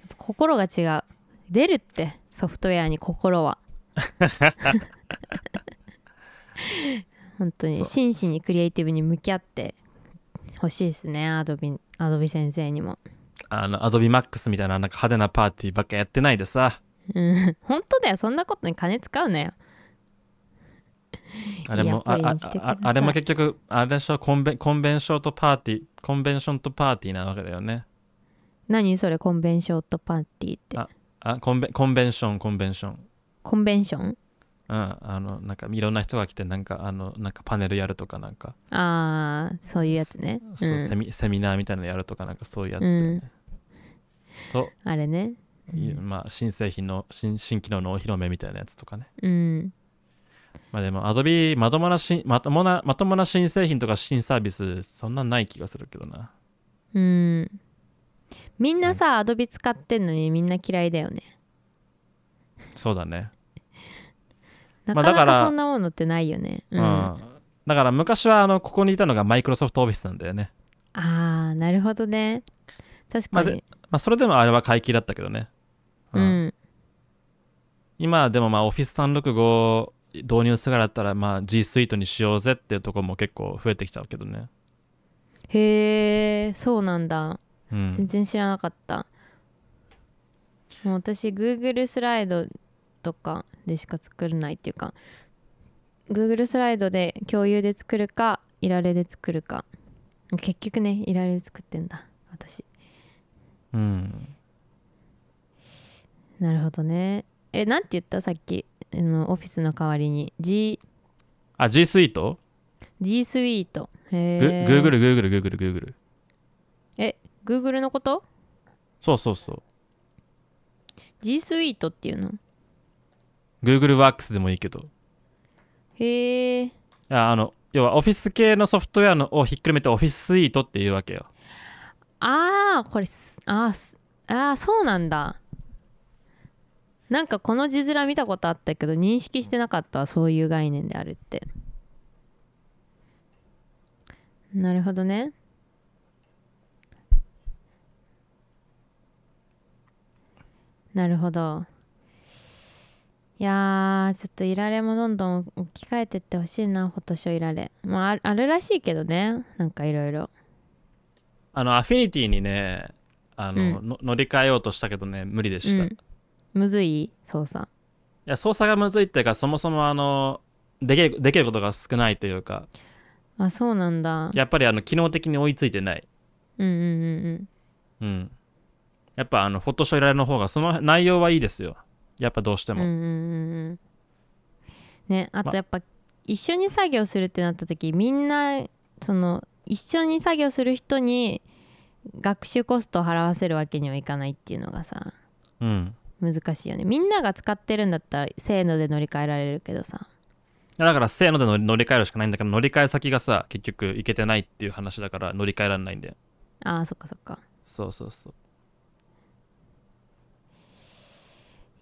やっぱ心が違う出るってソフトウェアに 心は本当にそう真摯にクリエイティブに向き合ってほしいですねアドビアドビ先生にも、あのアドビマックスみたいななんか派手なパーティーばっかやってないでさうん、本当だよそんなことに金使うなよあれいいアもあプリあにしてくださいああれも結局あれでしょコンベコンベンションとパーティーコンベンションとパーティーなわけだよね何それコンベンションとパーティーってああコンベコンベンションコンベンションコンベンションうんあのなんかいろんな人が来てなんかあのなんかパネルやるとかなんか、ああそういうやつねそううんセミセミナーみたいなのやるとかなんかそういうやつだよね、と、あれねいまあ、新製品の新新機能のお披露目みたいなやつとかね、うんまあ、でも Adobe まともな新まともなまともな新製品とか新サービスそんなんない気がするけどなうんみんなさアドビ使ってんのにみんな嫌いだよねそうだね、なまあかなだからかそんなものってないよね、うんうん、あだから昔はあのここにいたのがマイクロソフトオフィスなんだよね、あなるほどね確まかあにで、まあ、それでもあれは回帰だったけどね、う、ん今でもまあ Office365 導入するからだったらまあ G スイートにしようぜっていうところも結構増えてきちゃうけどね、へえそうなんだうん全然知らなかった、もう私 Google スライドとかでしか作れないっていうか Google スライドで共有で作るかいられで作るか結局ねいられで作ってんだ私うん、なるほどねえなんて言ったさっきあのオフィスの代わりに G, あ G スイート G スイートへえ ?GoogleGoogleGoogleGoogle、Google Google Google え Google のことそうそうそう G スイートっていうの GoogleWorks でもいいけどへえいやあの要はオフィス系のソフトウェアのをひっくるめてオフィススイートっていうわけよああこれすあーすあーそうなんだなんかこの字面見たことあったけど認識してなかったわそういう概念であるってなるほどねなるほどいやーちょっといられもどんどん置き換えてってほしいなフォトショーいられまあああるらしいけどねなんかいろいろあのアフィニティにねあの、うの乗り換えようとしたけどね無理でした、うんいむずい操作や操作がむずいっていうかそもそもあのできるできることが少ないというかあそうなんだやっぱりあの機能的に追いついてないうんうんうんうんやっぱあのフォトショーいられの方がその内容はいいですよやっぱどうしてうんうんも、うんうんねあまとやっぱ一緒に作業するってなった時みんなその一緒に作業する人に学習コストを払わせるわけにはいかないっていうのがさうん難しいよねみんなが使ってるんだったらせーので乗り換えられるけどさだからせーので乗り乗り換えるしかないんだけど乗り換え先がさ結局行けてないっていう話だから乗り換えられないんであーそっかそっかそうそうそう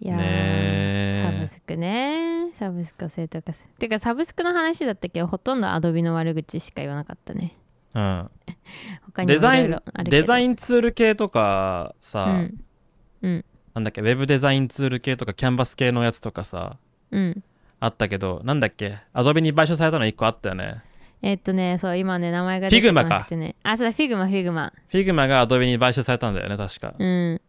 いやー、ねーサブスクねサブスクを正当化するてかサブスクの話だったけどほとんどアドビの悪口しか言わなかったねうん、他にデもいろザイいンろあるけどデザインツール系とかさ、うんうんなんだっけウェブデザインツール系とかキャンバス系のやつとかさうんあったけどなんだっけアドビに買収されたの1個あったよねえっとねそう今ね名前が出てこなくてねあそうだフィグマフィグマフィグマがアドビに買収されたんだよね確か、うん、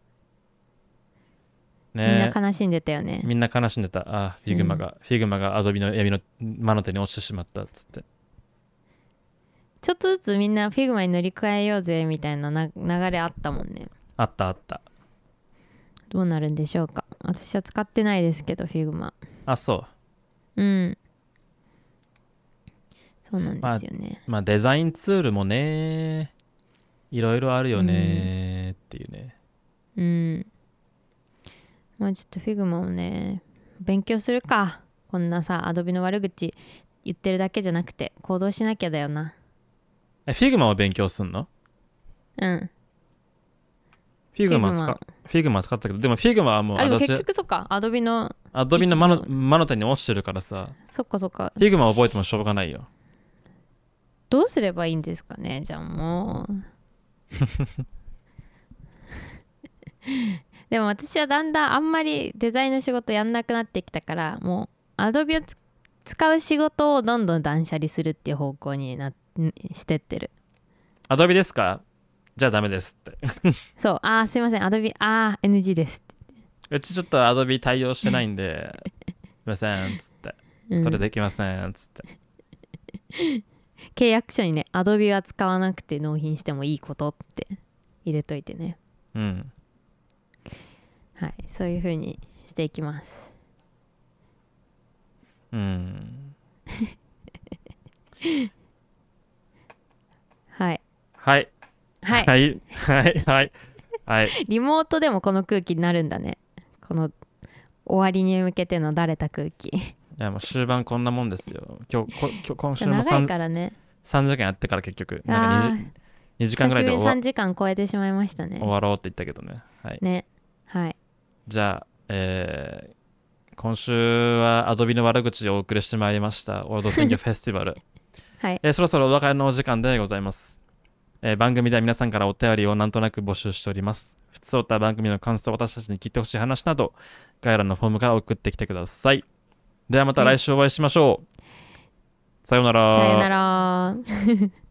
みねんな悲しんでたよねみんな悲しんでたあフィグマが、フィグマがアドビの闇の魔の手に落ちてしまったっつってちょっとずつみんなフィグマに乗り換えようぜみたいなな流れあったもんねあったあったどうなるんでしょうか私は使ってないですけどフィグマあそううんそうなんですよね、まあデザインツールもねいろいろあるよねっていうね、うんまあちょっとフィグマをね勉強するかこんなさアドビの悪口言ってるだけじゃなくて行動しなきゃだよなえフィグマを勉強すんのうんフィグマ使 Figma フィグマ使ったけどでもフィグマはもうあでも私結局そっかアドビのアドビの魔のいつ魔の手に落ちてるからさそっかそっかフィグマ覚えてもしょうがないよどうすればいいんですかねじゃあもう でも私はだんだんあんまりデザインの仕事やんなくなってきたからもうアドビをつ使う仕事をどんどん断捨離するっていう方向になしてってるアドビですかじゃあダメですって そうあーすいませんアドビあー NG ですうちちょっとアドビ対応してないん ですいませんっつってうんそれできませんっつって、契約書にねアドビは使わなくて納品してもいいことって入れといてねうんはい、そういう風にしていきます。うんはい、はいはい、はいはいはいはいリモートでもこの空気になるんだねこの終わりに向けてのだれた空気いやもう終盤こんなもんですよ今日こ今日今週も長い 3, からね3時間やってから結局なんかあ 2, 時ー間久ぐらいでしぶり終にわ3時間超えてしまいましたね終わろうって言ったけどねはいねはいじゃあ、えー今週はアドビの悪口をお送りしてまいりました、オールド選 挙フェスティバル。はいえーそろそろお別れのお時間でございます、えー番組では皆さんからお便りをなんとなく募集しております。普通た番組の感想、私たちに聞いてほしい話など、概要欄のフォームから送ってきてください。ではまた来週お会いしましょう。さようなら。さよなら